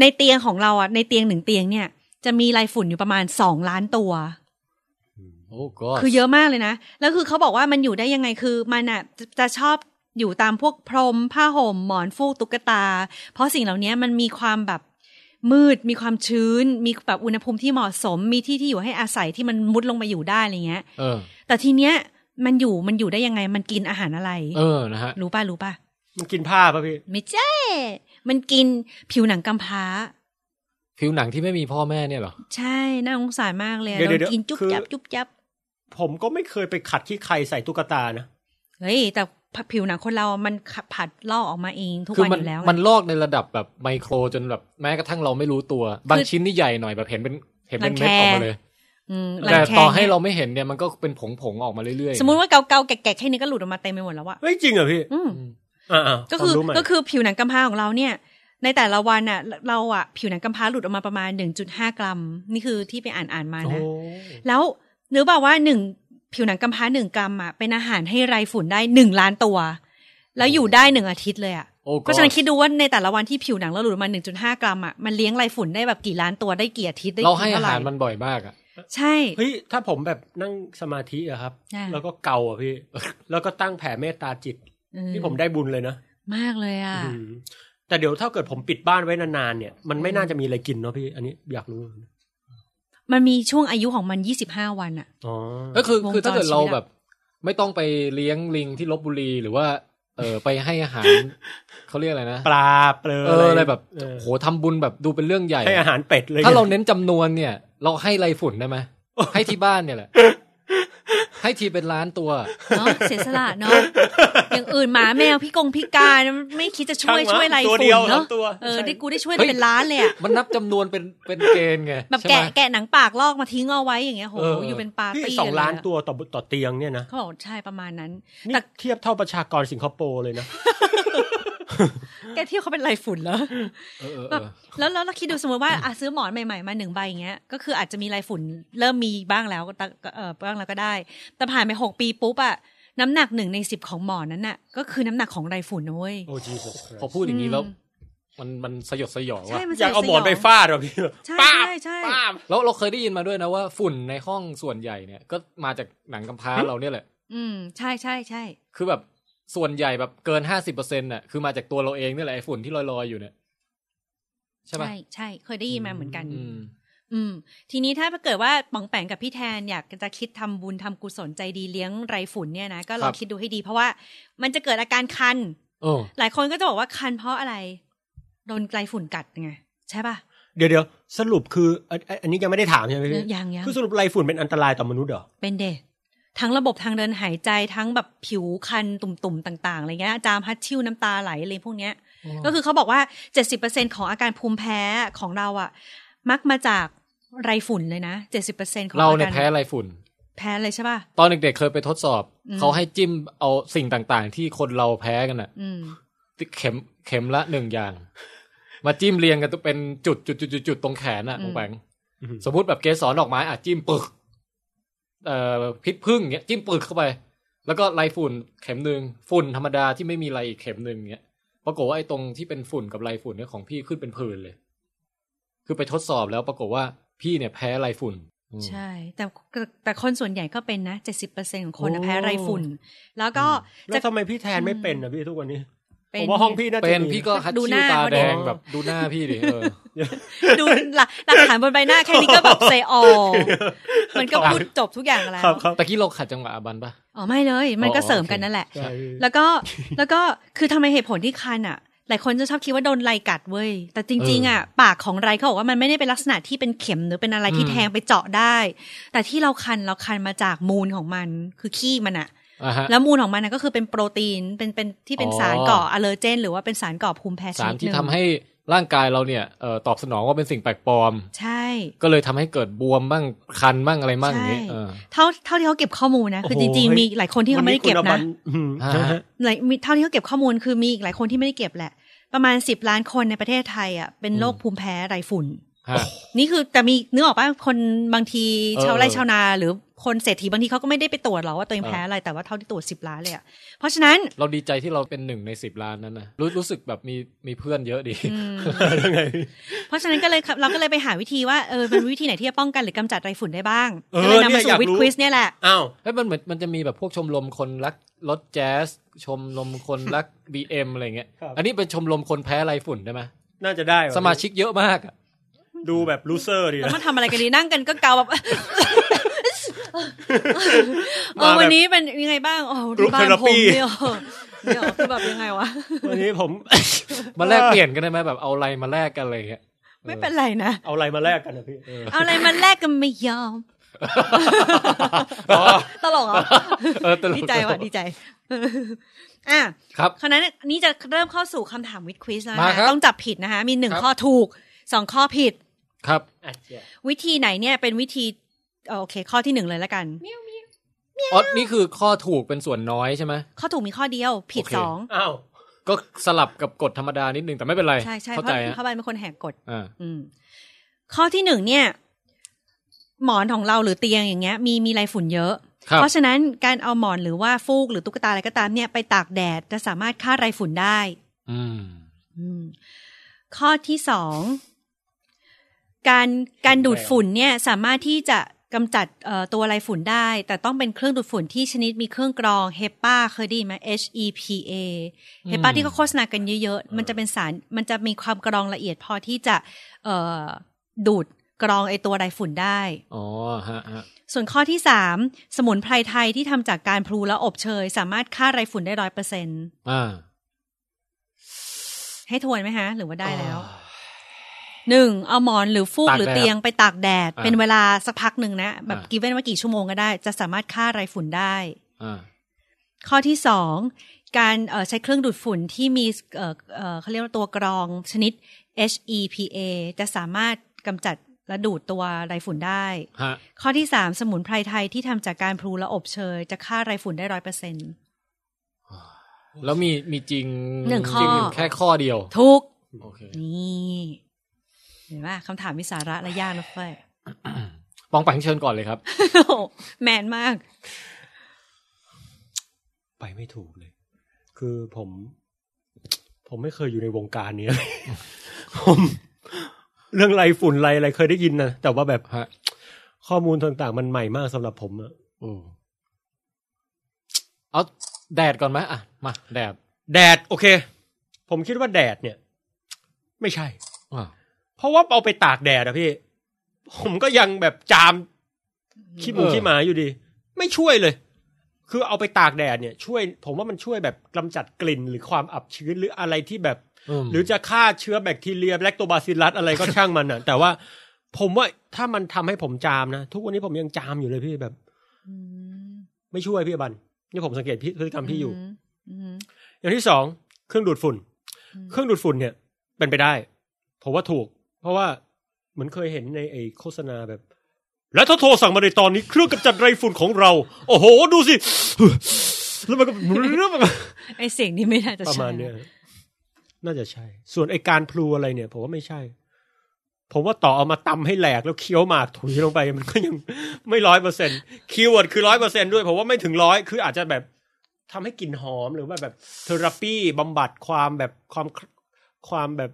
S2: ในเตียงของเราอ่ะในเตียงหนึ่งเตียงเนี่ย จะมีไรฝุ่นอยู่ประมาณสองล้านตัว
S3: โอ้ก็
S2: คือเยอะมากเลยนะแล้วคือเขาบอกว่ามันอยู่ได้ยังไงคือมันอ่ะจะจะชอบอยู่ตามพวกพรม ผ้าห่มหมอนฟูกตุ๊กตา เพราะสิ่งเหล่านี้มันมีความแบบมืดมีความชื้น มีแบบอุณหภูมิที่เหมาะสม มีที่ที่อยู่ให้อาศัยที่มันมุดลงมาอยู่ได้อะไรเงี้ย
S3: เออ
S2: แต่ทีเนี้ยมันอยู่มันอยู่ได้ยังไงมันกินอาหารอะไร
S3: เออนะฮะ
S2: รู้ป่ะ รู้ป่ะ
S1: มันกินผ้าป่ะพี่
S2: ไม่ใช่ มันกินผิวหนังกำพร้า
S3: ผิวหนังที่ไม่มีพ่อแม่เนี่ยเหรอ
S2: ใช่น่าสงสารมากเลยอะ
S1: เดี๋ยว
S2: โด
S1: เดี๋ยวน
S2: กินจุ๊บ
S1: คือ
S2: จับจุ๊บจับ
S1: ผมก็ไม่เคยไปขัดขี้ใครใส่ตุ๊กตานะ
S2: เฮ้ย แต่ผิวหนังคนเรามันขับผัดลอกออกมาเองทุก
S3: คื
S2: วัน
S3: มั
S2: อยู่แล้ว
S3: มันลอกในระดับแบบไมโครจนแบบแม้กระทั่งเราไม่รู้ตัว บางชิ้นนี่ใหญ่หน่อยแบบเห็นเป็นเห็นเป็นเม็ดออกมาเลย
S2: อืม
S3: แต่
S2: รังค
S3: ต่อให้เราไม่เห็นเนี่ยมันก็เป็นผงผงๆออกมาเรื่อยๆ
S2: สมมุติว่าเกาๆแกะๆแค่นี้ก็หลุดออกมาเต็มไปหมดแล้วอะ
S1: เฮ้ยจริงเหรอพี่
S2: อืม
S1: อ่าๆ
S2: ก็คือ
S1: วามรู้ใหม่
S2: ก็คือผิวหนังกำพร้าของเราเนี่ย ในแต่ละวันอ่ะ เราอ่ะผิวหนังกำพร้าหลุดออกมาประมาณ 1.5 กรัม นี่คือที่ไปอ่านอ่านมา
S1: โอ้
S2: นะ แล้วหรือเปล่าว่าหนึ่งผิวหนังกำพร้าหนึ่งกรัมอ่ะเป็นอาหารให้ไรฝุ่นได้หนึ่งล้านตัว แล้วอยู่ได้หนึ่งอาทิตย์เลยอ่ะ
S3: โอ้ God
S2: เพราะฉะนั้นคิดดูว่าในแต่ละวันที่ผิวหนังเราหลุดออกมา 1.5 กรัมอ่ะมันเลี้ยงไรฝุ่นได้แบบกี่ล้านตัวได้กี่อาทิตย์ได้
S3: เรา
S2: กี่
S3: ให้
S2: เท่า
S3: อา
S2: ไหร่
S3: หารมันบ่อยมากอะ
S2: ใช่
S1: เฮ้ยถ้าผมแบบนั่งสมาธิอะครับ
S2: อ่า
S1: แล้วก็เกาอะพี่ แล้วก็ตั้งแผ่เมตตาจิตที่ผมได้บุญเลยนะ
S2: มากเลยอ่ะ
S1: อืมแต่เดี๋ยวถ้าเกิดผมปิดบ้านไว้นานๆเนี่ยมันไม่น่าจะมีอะไรกินเนาะพี่ อันนี้อยากรู้
S2: มันมีช่วงอายุของมัน 25 วันอ่ะ
S1: อ๋อ
S3: ก็คือ
S2: วงจร
S3: คือถ้าเกิดเรา
S2: ชีวิตอะ
S3: แบบ ไม่ต้องไปเลี้ยงลิงที่ลบบุรีหรือว่า เออไปให้อาหาร เขาเรียกอะไรนะ
S1: ปลาเปลื
S3: เอออะไรแบบโหทำบุญแบบดูเป็นเรื่องใหญ่
S1: ให้อาหารเป็ดเลย
S3: ถ้าเราเน้นจำนวนเนี่ย เราให้ไรฝุ่นได้ไหมให้ที่บ้านเนี่ยแหละ ให้ทีเป็นล้านตัว
S2: เนาะ เสียสละเนาะ อย่างอื่นหมาแมวพี่กงพิการไม่คิดจะช่วย
S1: ช่างมัน
S2: ช่วยอะไร
S1: ตัว
S2: ฝุ่
S1: เดียวน
S2: เนาะ
S1: สองตัว
S2: เออ
S1: ใช่
S2: ได้กูได้ช่วย
S3: เฮ้ย
S2: เป็นล้านเลย อะ
S3: มันนับจำนวนเป็นเป็นเกณฑ์ไง
S2: แบบ
S3: ใช่
S2: แกะ
S3: ไหม
S2: แกะหนังปากลอกมาทิ้งเอาไว้อย่างเงี้ยโห
S3: เอออ
S2: อยู่เป็นปา
S1: พี่
S2: ปี้
S1: สองล้าน
S2: เยะ
S1: ตัวต่อต่อเตียงเนี่ยนะ
S2: เขาบอกใช่ประมาณนั้น
S1: นี่
S2: แต่
S1: เทียบเท่าประชากรสิงคโปร์เลยนะ
S2: แกเที่ยวเขาเป็นไรฝุ่นแล้ว
S3: เออเออ
S2: แบบ
S3: เออ
S2: แล้วแล้วเราคิดดูสมมติว่าอ่ะซื้อหมอนใหม่ๆมาหนึ่งใบอย่างเงี้ยก็คืออาจจะมีไรฝุ่นเริ่มมีบ้างแล้วก็ตะก็เออบ้างแล้วก็ได้ แต่ผ่านไปหกปีปุ๊บอะน้ำหนักหนึ่งในสิบของหมอนนั้นน่ะ ก็คือน้ำหนักของไรฝุ่นนะเว้ย
S1: โอ้จีส
S3: พอพูดอย่างนี้แล้ว
S2: อืม
S3: มันมันสยดสยอง
S2: ใช่
S3: ว่ะ
S2: มัน
S1: อยากเอาหมอนไปฟาดเหรอพี่
S2: ใช่
S1: ป้าบ
S2: ใช่ใช่
S1: ป้าบ
S3: แล้วเราเคยได้ยินมาด้วยนะว่าฝุ่นในห้องส่วนใหญ่เนี่ย ก็มาจากหนังกำพร้าเราเนี่ยแหละ
S2: อืมใช่ใช่ใช่
S3: คือแบบส่วนใหญ่แบบเกินห้าสิบเปอร์เซ็นต์่ะคือมาจากตัวเราเองนี่แหละไอ้ฝุ่นที่ลอยๆอยู่เนี่ยใช่ปะ
S2: ใช่ใช่เคยได้ยินมาเหมือนกัน
S3: อืม
S2: อืม ทีนี้ถ้าเกิดว่าป๋องแปงกับพี่แทนอยากจะคิดทำบุญทำกุศลใจดีเลี้ยงไรฝุ่นเนี่ยนะ ก็ลอง
S3: ครับ
S2: คิดดูให้ดี เพราะว่ามันจะเกิดอาการคัน
S3: เออ
S2: หลายคนก็จะบอกว่าคันเพราะอะไร โดนไรฝุ่นกัดไงใช่ป่ะ
S1: เดี๋ยวเดี๋ยวสรุปคืออันอันอันนี้ยังไม่ได้ถามใช่ไหม
S2: เอ
S1: พี่
S2: อยังยัง
S1: คือสรุปไรฝุ่นเป็นอันตรายต่อมนุษย์เหรอ
S2: เป็นเดะทั้งระบบทางเดินหายใจทั้งแบบผิวคันตุ่มๆต่างๆอะไรเงี้ยจามฮัดชิ่วน้ำตาไหลอะไรพวกเนี้ย ก็คือเขาบอกว่า 70%ของอาการภูมิแพ้ของเราอะมักมาจากไรฝุ่นเลยนะ 70%ของ
S3: เรา
S2: อ
S3: เนี่
S2: ก
S3: ยแพ้อะไรฝุ่น
S2: แพ้เลยใช่ป่ะ
S3: ตอนเด็กๆเคยไปทดสอบ
S2: อืม
S3: เขาให้จิ้มเอาสิ่งต่างๆ ที่คนเราแพ้กันอ่ะ
S2: อืม
S3: เข็มเข็มละหนึ่งอย่าง มาจิ้มเรียงกันเป็นจุดจุดจุดจุดจุดตรงแขนอ่ะ
S2: อืม
S3: ปงแปง
S1: อืม
S3: สมมติแบบเกสรดอกไม้อ่ะจิ้มปึก เอ่อพิษพึ่งเงี้ยจิ้มปึกเข้าไป แล้วก็ไรฝุ่นเข็มหนึ่งฝุ่นธรรมดาที่ไม่มีไรอีกเข็มหนึ่งเงี้ยปรากฏว่าไอ้ตรงที่เป็นฝุ่นกับไรฝุ่นเนี่ยของพี่ขึ้นเป็นผื่นเลย คือไปทดสอบแล้วปรากฏว่าพี่เนี่ยแพ้ไรฝุ่นอืม
S2: ใช่ แต่แต่คนส่วนใหญ่ก็เป็นนะ 70%ของคน
S3: โอ้
S2: นะแพ้ไรฝุ่น แล้วก็
S1: แล้
S2: จะ
S1: วทำไมพี่แทนไม่เป็นนะพี่ทุกวันนี้
S2: เป็น
S1: ผมว่าห้องพี่น่าจะ
S3: เป็น
S1: มี
S3: พี่ก็ฮัต
S2: ดู
S3: ชิ
S2: ห
S3: ว
S2: น้า
S3: ตา
S2: เขาดิ
S3: แดงแบบดูหน้าพี่ดิ เออ
S2: ดูหลักหลักฐานบนใบหน้าแค่นี้ก็แบบเซออมันก็พูดจบทุกอย่างแล้ว
S1: ครับครับ
S3: ตะกี้เราขัดจังหวะอาบันปะ
S2: อ๋อไม่เลย มันก็เสริมกันนั่นแหละ
S1: ใช่
S2: แล้วก็ แล้วก็คือทำไมเหตุผลที่คันอ่ะ หลายคนจะชอบคิดว่าโดนไรกัดเว้ย แต่จริงๆอ่ะปากของไรเขาบอกว่ามันไม่ได้เป็นลักษณะที่เป็นเข็มหรือเป็นอะไรที่
S3: อืม
S2: แทงไปเจาะได้ แต่ที่เราคันเราคันมาจากมูลของมันคือขี้มันอ่ะ
S3: อ่าฮะ
S2: แล้วมูลของมันนะก็คือเป็นโปรตีนเป็นเป็นที่เป็น
S3: อ๋อ
S2: สารก่ออะเลอร์เจน หรือว่าเป็นสารก่อภูมิแพ้ช
S3: สาร
S2: นิดห
S3: ที่
S2: นึ่ง
S3: ทำให้ร่างกายเราเนี่ยเอ่อตอบสนองว่าเป็นสิ่งแปลกปลอม
S2: ใช่
S3: ก็เลยทำให้เกิดบวมบ้างคันบ้างอะไรบ้างอย่างนี้
S2: ใช่
S3: เออ
S2: เท่าเท่าที่เขาเก็บข้อมูลนะคือ
S1: โโห
S2: จริงๆมีหลายคนที่เขาไม่ได้เก็บ
S1: วัคุ
S2: นะ
S1: ณอ
S3: อ่า
S1: บัน
S3: ฮะ
S2: หลายมีเท่าที่เขาเก็บข้อมูลคือมีอีกหลายคนที่ไม่ได้เก็บแหละ ประมาณสิบล้านคนในประเทศไทยอ่ะเป็นโรคภูมิแพ้ไรฝุ่น
S3: ฮะ
S2: นี่คือแต่มีนึกออกป่ะคนบางที
S3: เออ
S2: ชาวไร่
S3: เออ
S2: ชาวนา หรือคนเศรษฐีบางทีเขาก็ไม่ได้ไปตรวจหรอกว่าตัวเอง
S3: เออ
S2: แพ้อะไรแต่ว่าเท่าที่ตรวจสิบล้านเลยอะเพราะฉะนั้น
S3: เราดีใจที่เราเป็นหนึ่งในสิบล้านนั้นนะรู้รู้สึกแบบมีมีเพื่อนเยอะดี
S2: อืม
S1: ยังไง
S2: เพราะฉะนั้นก็เลยครับเราก็เลยไปหาวิธีว่าเออมันวิธีไหนที่จะป้องกันหรือกำจัดไรฝุ่นได้บ้างก็เลยนำมาสู่วิดควิสเนี่ยแหละ
S1: อ้าว
S3: เฮ้ยมันเหมือนมันจะมีแบบพวกชมรมคนรักรถแจ๊สชมรมคนรักบีเอ็มอะไรเงี้ย อันนี้เป็นชมรมคนแพ้ไรฝุ่นได้ไหม
S1: น่าจะได้ว่ะ
S3: สมาชิกเยอะมากอะ
S1: ดูแบบลูเซอร์ดี
S2: แล้ว
S1: นะ
S2: มาทำอะไรกันดีนั่งกันก็เกาแบบ เอ
S1: มา
S2: อ
S1: แบบ
S2: วันนี้เป็นยังไงบ้างโอ้โหที่บ้าน
S1: Group
S2: ผม
S1: therapy
S2: เนี่ยเดี๋ยวคือแบบยังไงวะ
S1: วันนี้ผม
S3: มาแลกเปลี่ยนกันได้ไหมแบบเอาอะไรมาแลกกันอะไร เงี้ย
S2: ไม่เป็นไรนะ
S1: เอาอะไรมาแลกกันนะพี่
S2: เอาอะไรมาแลกกันไม่ยอม ตลกเหรอ
S3: เออตลก
S2: ดีใจว่ะดี ใจ อ่ะ
S3: ครับ
S2: คราวนั้นนี่จะเริ่มเข้าสู่คำถามวิดควิสแล้ว
S3: มา
S2: นะครับ ต้องจับผิดนะคะ มีหนึ่ง
S3: ครับ
S2: ข้อถูกสองข้อผิด
S3: ครับ
S2: วิธีไหนเนี่ยเป็นวิธี เอ่อโอเค ข้อที่หนึ่งเลยละกัน
S3: อ๋อนี่คือข้อถูกเป็นส่วนน้อยใช่ไหม
S2: ข้อถูกมีข้อเดียวผิด
S3: โอเค
S2: สอง
S1: อ้าว
S3: ก็สลับกับกฎธรรมดานิดนึงแต่ไม่เป็นไร
S2: ใช่ใช่เพ
S3: เข้า
S2: ราะ
S3: ใจฮะ
S2: เข้าไปเป็นคนแหกกฎ
S3: อ่า
S2: อืม ข้อที่หนึ่งเนี่ย หมอนของเราหรือเตียงอย่างเงี้ย มีมีไรฝุ่นเยอะ
S3: ครับ
S2: เพราะฉะนั้นการเอาหมอนหรือว่าฟูกหรือตุ๊กตาอะไรก็ตามเนี่ยไปตากแดดจะสามารถฆ่าไรฝุ่นได้
S3: อืม
S2: อืม ข้อที่สอง การการดูดฝุ่นเนี่ยสามารถที่จะกำจัดเอ่อตัวไรฝุ่นได้ แต่ต้องเป็นเครื่องดูดฝุ่นที่ชนิดมีเครื่องกรองเฮปาเคยได้ยินไหม HEPA
S3: อืม
S2: เฮปาที่เขาโฆษณากันเยอะๆ มันจะเป็นสารมันจะมีความกรองละเอียดพอที่จะเอ่อดูดกรองไอตัวไรฝุ่นได้
S3: อ๋อฮะฮะ
S2: ส่วนข้อที่สามสมุนไพรไทยที่ทำจากการพลูและอบเชย สามารถฆ่าไรฝุ่นได้ร้อยเปอร์เซ็น
S3: อ่า
S2: ให้ทวนไหมฮะ หรือว่าได้แล้ว
S3: อ๋อ
S2: หนึ่งเอาหมอนหรือฟูก
S3: ตาก
S2: หรือ
S3: แดด
S2: เตียงไปตากแดด
S3: อ่า
S2: เป็นเวลาสักพักหนึ่งนะ แบบ
S3: อ่า
S2: กิเว้นว่ากี่ชั่วโมงก็ได้ จะสามารถฆ่าไรฝุ่นได้
S3: อ่า
S2: ข้อที่สองการเอ่อใช้เครื่องดูดฝุ่นที่มีเอ่อเอ่อเขาเรียกว่าตัวกรองชนิด HEPA จะสามารถกำจัดและดูดตัวไรฝุ่นได้
S3: ฮะ
S2: ข้อที่สามสมุนไพรไทยที่ทำจากการพลูและอบเชย จะฆ่าไรฝุ่นได้ร้อยเปอร์เซ็นต์
S3: แล้วมีมีจริง
S2: หนึ่งข้อ
S3: จริแค่ข้อเดียว
S2: ทุก
S3: โอเค
S2: นี่เห็นว่าคำถามมีสาระและยากนะเฟ้ย
S3: ปองปังเชิญก่อนเลยครับ
S2: แมนมาก
S1: ไปไม่ถูกเลย คือผม ผมไม่เคยอยู่ในวงการเนี้ย ผมเรื่องไรฝุ่นไรอะไรเคยได้ยินนะแต่ว่าแบบ
S3: ฮะ
S1: ข้อมูลต่างๆ มันใหม่มากสำหรับผมอะ
S3: โอ้เอาแดดก่อนไหมอ่ะ มาแดด
S1: แดดโอเค ผมคิดว่าแดดเนี่ย ไม่ใช่
S3: อ่ะ
S1: เพราะว่าเอาไปตากแดดอะพี่ ผมก็ยังแบบจามขี้หมูขี้หมาอยู่ดี ไม่ช่วยเลย คือเอาไปตากแดดเนี่ย ช่วย ผมว่ามันช่วยแบบกำจัดกลิ่นหรือความอับชื้นหรืออะไรที่แบบ
S3: ม
S1: หรือจะฆ่าเชื้อแบคทีเรียแลคโตบาซิลลัสอะไรก็ช่างมันอะแต่ว่า ผมว่าถ้ามันทำให้ผมจามนะ ทุกวันนี้ผมยังจามอยู่เลยพี่แบบ
S2: อืม
S1: ไม่ช่วยพี่อบันนี่ผมสังเกตพฤติกรรมพี่อยู่
S2: อืม
S1: อย่างที่สองเครื่องดูดฝุ่น
S2: อืม
S1: เครื่องดูดฝุ่นเนี่ย เป็นไปได้ผมว่าถูก เพราะว่าเหมือนเคยเห็นในไอ้โฆษณาแบบ และถ้าโทรสั่งมาในตอนนี้เครื่องกำจัดไรฝุ่นของเรา โอ้โห ดูสิ แล้วมันก็
S2: ไอเสียงนี้ไม่น่าจะ
S1: ประ
S2: ใช่
S1: มาณเนี้ยน่าจะใช่ ส่วนไอ้การพลูอะไรเนี่ย ผมว่าไม่ใช่ ผมว่าต่อเอามาตำให้แหลกแล้วเคี้ยวหมากถุยลงไป มันก็ยัง ไม่ร้อยเปอร์เซ็นคีย์เวิร์ดคือร้อยเปอร์เซ็นด้วยผมว่าไม่ถึงร้อยคืออาจจะแบบทำให้กลิ่นหอมหรือว่าแบบเทอราปีบำบัดความแบบความความแบบ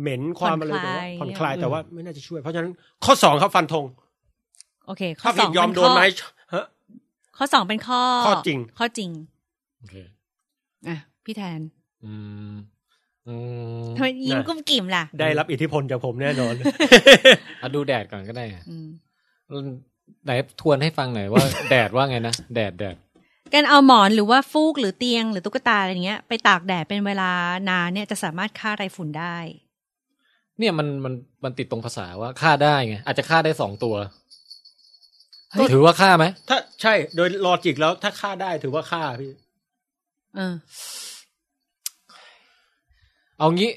S1: เหม็นความอะไรแบบว่าผ่อนคลายแต่ว่าไม่น่าจะช่วย เพราะฉะนั้นข้อสองครับฟันธง
S2: โอเค ข้อ
S1: ถ้า
S2: ส
S1: ผิด
S2: อง
S1: ยอม
S2: เป็
S1: โดนไหมฮะ
S2: ข้อสองเป็นข้อ
S1: ข้อจริง
S2: ข้อจริง
S3: โอเค
S2: อ่ะพี่แทน
S3: อืม อืม
S2: ทำไมยิ้มกุ้มกิ่มล่ะ
S1: ได้รับอิทธิพลจากผมแน่ นอน
S3: อ่ะดูแดดก่อนก็ได้อ่ะ
S2: อืม
S3: ไหนทวนให้ฟังหน่อยว่า แดดว่าไงนะ แดดแดด
S2: การเอาหมอนหรือว่าฟูกหรือเตียงหรือตุ๊กตาอะไรเงี้ยไปตากแดดเป็นเวลานานเนี่ยจะสามารถฆ่าไรฝุ่นได้
S3: เนี่ยมันมันมันติดตรงภาษาว่าฆ่าได้ไง อาจจะฆ่าได้สองตัว
S2: เฮ้ย
S3: ถือว่าฆ่าไหม
S1: ถ้าใช่ โดยลอจิกแล้วถ้าฆ่าได้ถือว่าฆ่าพี่
S2: เออ
S3: เอางี้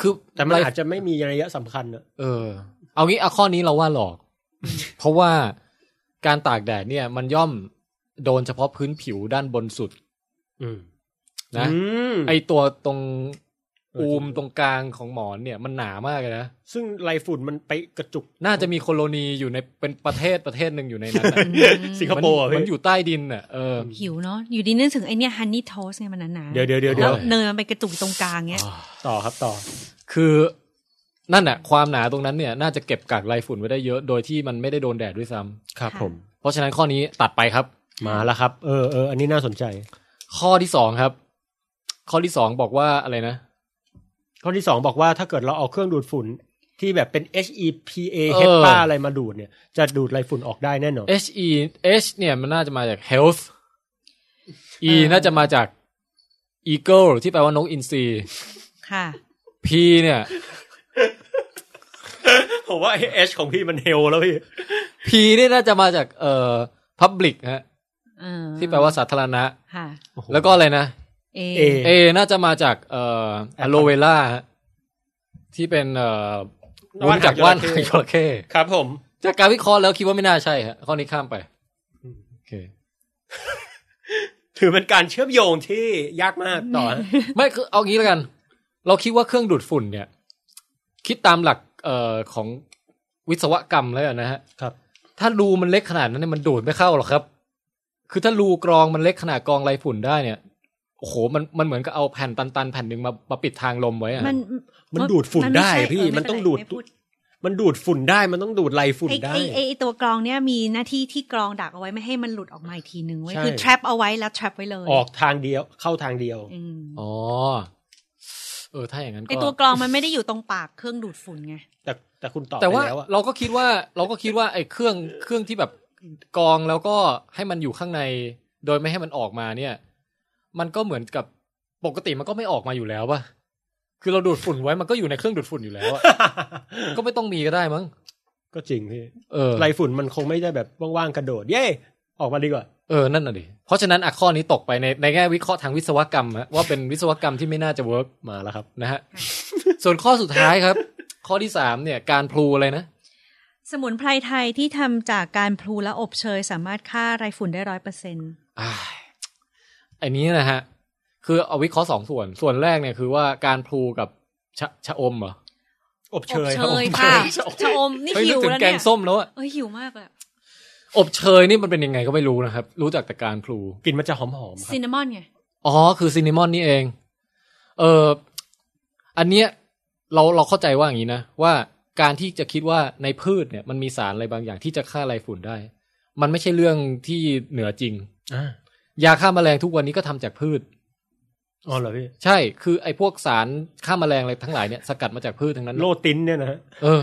S3: คือ
S1: แต่มัน
S3: ไร
S1: อาจจะไม่มีนัยยะสำคัญอะ
S3: เออ เอางี้เอาข้อนี้เราว่าหล อก เพราะว่าการตากแดดเนี่ย มันย่อมโดนเฉพาะพื้นผิวด้านบนสุดนะ
S1: อืม
S3: ไอตัวตรงอูมตรงกลางของหมอนเนี่ย มันหนามากเลยนะ
S1: ซึ่งไรฝุ่นมันไปกระจุก
S3: น่าจะมีโคโลนีอยู่ในเป็นประเทศประเทศหนึ่งอยู่ในนั้น น่ะ
S2: ม
S1: สิงคโปร์อะ
S3: มัน
S1: พี่
S3: อยู่ใต้ดินอ่ะเออ
S2: หิวเนาะอยู่ดีนึกถึงไอเนี่ยฮันนี่โทสไงมันหนาๆ
S1: เดี๋ยวเดี๋ยวเดี๋ยว
S3: ดี๋
S1: เดี๋ยว
S2: แล้เนยมันไปกระจุกอยู่ตรงกลางเงี้ย
S1: ต่อครับต่อ
S3: คือนั่นน่ะ ความหนาตรงนั้นเนี่ย น่าจะเก็บกักไรฝุ่นไว้ได้เยอะโดยที่มันไม่ได้โดนแดดด้วยซ้ำ
S1: ครับ
S2: ค่ะ
S1: ผม
S3: เพราะฉะนั้นข้อนี้ตัดไปครับ
S1: มาแล้วครับ เออเอออันนี้น่าสนใจ
S3: ข้อที่สองครับ ข้อที่สองบอกว่าอะไรนะ
S1: ข้อที่สองบอกว่าถ้าเกิดเราเอาเครื่องดูดฝุ่นที่แบบเป็น HEPA
S3: เออ
S1: HEPA อะไรมาดูดเนี่ย จะดูดไรฝุ่นออกได้แน่นอน
S3: H E H เนี่ยมันน่าจะมาจาก health E
S2: เออ
S3: น่าจะมาจาก eagle ที่แปลว่านกอินทรี
S2: ค่ะ
S3: P เนี่ย
S1: ผมว่า H ของพี่มันเฮลแล้วพี่
S3: P เนี่ยน่าจะมาจากเอ่อ public ฮะ
S2: เออ
S3: ที่แปลว่าสาธารณะ
S2: ค่ะ
S3: แล้วก็อะไรนะ
S2: เอ
S1: A
S3: A น่าจะมาจากเอ่อ aloe vera ฮะที่เป็นเอ่อวุ้นจากว่านจระเข้
S1: ครับผม
S3: จากการวิเคราะห์แล้วคิดว่าไม่น่าใช่ฮะข้อนี้ข้ามไป
S1: อืม
S3: โอเค
S1: ถือเป็นการเชื่อมโยงที่ยากมากต่อฮะ
S3: ไม่คือเอางี้แล้วกัน เราคิดว่าเครื่องดูดฝุ่นเนี่ย คิดตามหลักเอ่อของวิศวกรรมแล้วกันนะฮะ
S1: ครับ
S3: ถ้ารูมันเล็กขนาดนั้นเนี่ยมันดูดไม่เข้าหรอกครับ คือถ้ารูกรองมันเล็กขนาดกรองไรฝุ่นได้เนี่ย โอ้โห มันมันเหมือนกับเอาแผ่นตันๆแผ่นหนึ่งมามาปิดทางลมไว้อะ
S2: มัน
S1: มันดูดฝุ่น
S2: ม่
S1: ได้
S2: ใช่
S1: พี่
S2: เไ
S1: มันต้องดูด
S2: ไม่พู
S1: มันดูดฝุ่นได้มันต้องดูดไรฝุ่น
S2: ไอ้
S1: ได้
S2: ไอ้ไอ้ไอ้ตัวกรองเนี่ยมีหน้าที่ที่กรองดักเอาไว้ไม่ให้มันหลุดออกมาอีกทีนึงไว้ย
S1: ใช่
S2: คือ trap เอาไว้แล้ว trap ไว้เลย
S1: ออกทางเดียวเข้าทางเดียว
S2: อืม
S3: อ๋อ เออ ถ้าอย่างนั้น
S2: ไอ้
S3: ก็
S2: ตัวกรองมันไม่ได้อยู่ตรงปากเครื่องดูดฝุ่นไง
S1: แต่แต่คุณตอบ
S3: แต่
S1: ไป
S3: ว่า
S1: แล้วอะ
S3: เราก็คิดว่า เราก็คิดว่าไอ้เครื่องเครื่องที่แบบกรองแล้วก็ให้มันอยู่ข้างใน โดยไม่ให้มันออกมาเนี่ย มันก็เหมือนกับปกติมันก็ไม่ออกมาอยู่แล้วป่ะคือเราดูดฝุ่นไว้มันก็อยู่ในเครื่องดูดฝุ่นอยู่แล้วอะ ก็ไม่ต้องมีก็ได้มั้ง
S1: ก็จริงพี่
S3: เออ
S1: ไรฝุ่นมันคงไม่ได้แบบว่างๆกระโดด เย้ออกมาดีกว่า
S3: เออนั่นน่ะดิเพราะฉะนั้นอ่ะข้อนี้ตกไปในในแง่วิเคราะห์ทางวิศวกรรมฮะว่าเป็นวิศวกรรมที่ไม่น่าจะเวิร์ก
S1: มาแล้วครับ
S3: นะฮะ ส่วนข้อสุดท้ายครับ ข้อที่สามเนี่ย การพลูอะไรนะ
S2: สมุนไพรไทยที่ทำจากการพลูและอบเชย สามารถฆ่าไรฝุ่นได้ร้อยเปอร์เซ็นต์
S3: อ้ายอันนี้นะฮะ คือเอาวิเคราะห์สองส่วน ส่วนแรกเนี่ยคือว่าการพลูกับชะชะอมเหรอ
S1: อบเช
S2: อบ
S1: ย
S2: เช
S1: ครับ
S2: ย
S1: อบ
S2: ค่ะ
S1: เชย
S2: ชะอมนี่
S3: เฮ้ย
S2: หิ
S3: นึก
S2: ว
S3: ถึง
S2: แล้ว
S3: แก
S2: เนี่
S3: ง
S2: ย
S3: ส้มแล้วอะ
S2: เอ้ยหิวมากอะ
S3: อบเชยนี่มันเป็นยังไงก็ไม่รู้นะครับ รู้จักแต่การพลู
S1: กลิ่นมันจะหอมๆครั
S2: ซิน
S1: บ
S2: นามอนไง
S3: อ๋อ คือซินนามอนนี่เอง เอออันเนี้ยเราเราเข้าใจว่าอย่างนี้นะ ว่าการที่จะคิดว่าในพืชเนี่ย มันมีสารอะไรบางอย่างที่จะฆ่าไรฝุ่นได้ มันไม่ใช่เรื่องที่เหนือจริง
S1: อ่าย
S3: าฆ่าแมลงทุกวันนี้ก็ทำจากพืช
S1: อ๋อเหรอพี่
S3: ใช่ คือไอ้พวกสารฆ่าแมลงอะไรทั้งหลายเนี่ยสกัดมาจากพืชทั้งนั้นนะ
S1: โลตินเนี่ยนะฮะ
S3: เออ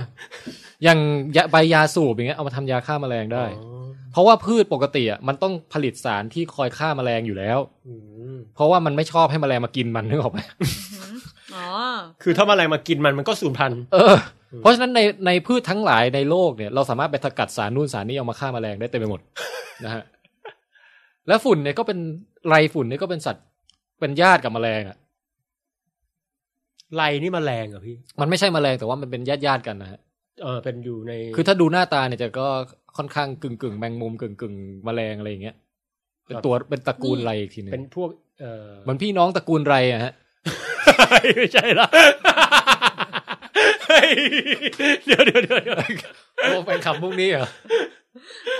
S3: อย่างยาใบยาสูบอย่างเงี้ยเอามาทำยาฆ่าแมลงได้
S1: อ๋อ
S3: เพราะว่าพืชปกติอ่ะมันต้องผลิตสารที่คอยฆ่าแมลงอยู่แล้ว
S1: อืม
S3: เพราะว่ามันไม่ชอบให้แมลงมากินมันนึกออกไหม
S2: อื้อหืออ๋อ
S1: คือถ้าแมลงมากินมันมันก็สูญพันธุ์
S3: เออ เพราะฉะนั้นในในพืชทั้งหลายในโลกเนี่ยเราสามารถไปสกัดสารนู่นสารนี้เอามาฆ่าแมลงได้เต็มไปหม ด นะฮะ และฝุ่นเนี่ยก็เป็นไรฝุ่นเนี่ยก็เป็นสัตว์เป็นญาติกับแมลงอ่ะ
S1: ไรนี่แมลงเหรอพี่
S3: มันไม่ใช่แมลงแต่ว่ามันเป็นญาติญาติๆกันนะฮะ
S1: เออเป็นอยู่ใน
S3: คือถ้าดูหน้าตาเนี่ยจะก็ค่อนข้างกึ่งกึ่งๆแมงมุมกึ่งกึ่งๆแมลงอะไรอย่างเงี้ย เป็นตัวเป็นตระกูลไรอีกทีหนึง
S1: เป็นพวก เออ
S3: เหมือนพี่น้องตระกูลไรอะฮะ
S1: ไม่ใช่ละเฮ้ยเดี๋ยวเดี๋ยวเดี๋ยวเดี๋ยว
S3: โอ้แฟนขับมุกนี้เหรอ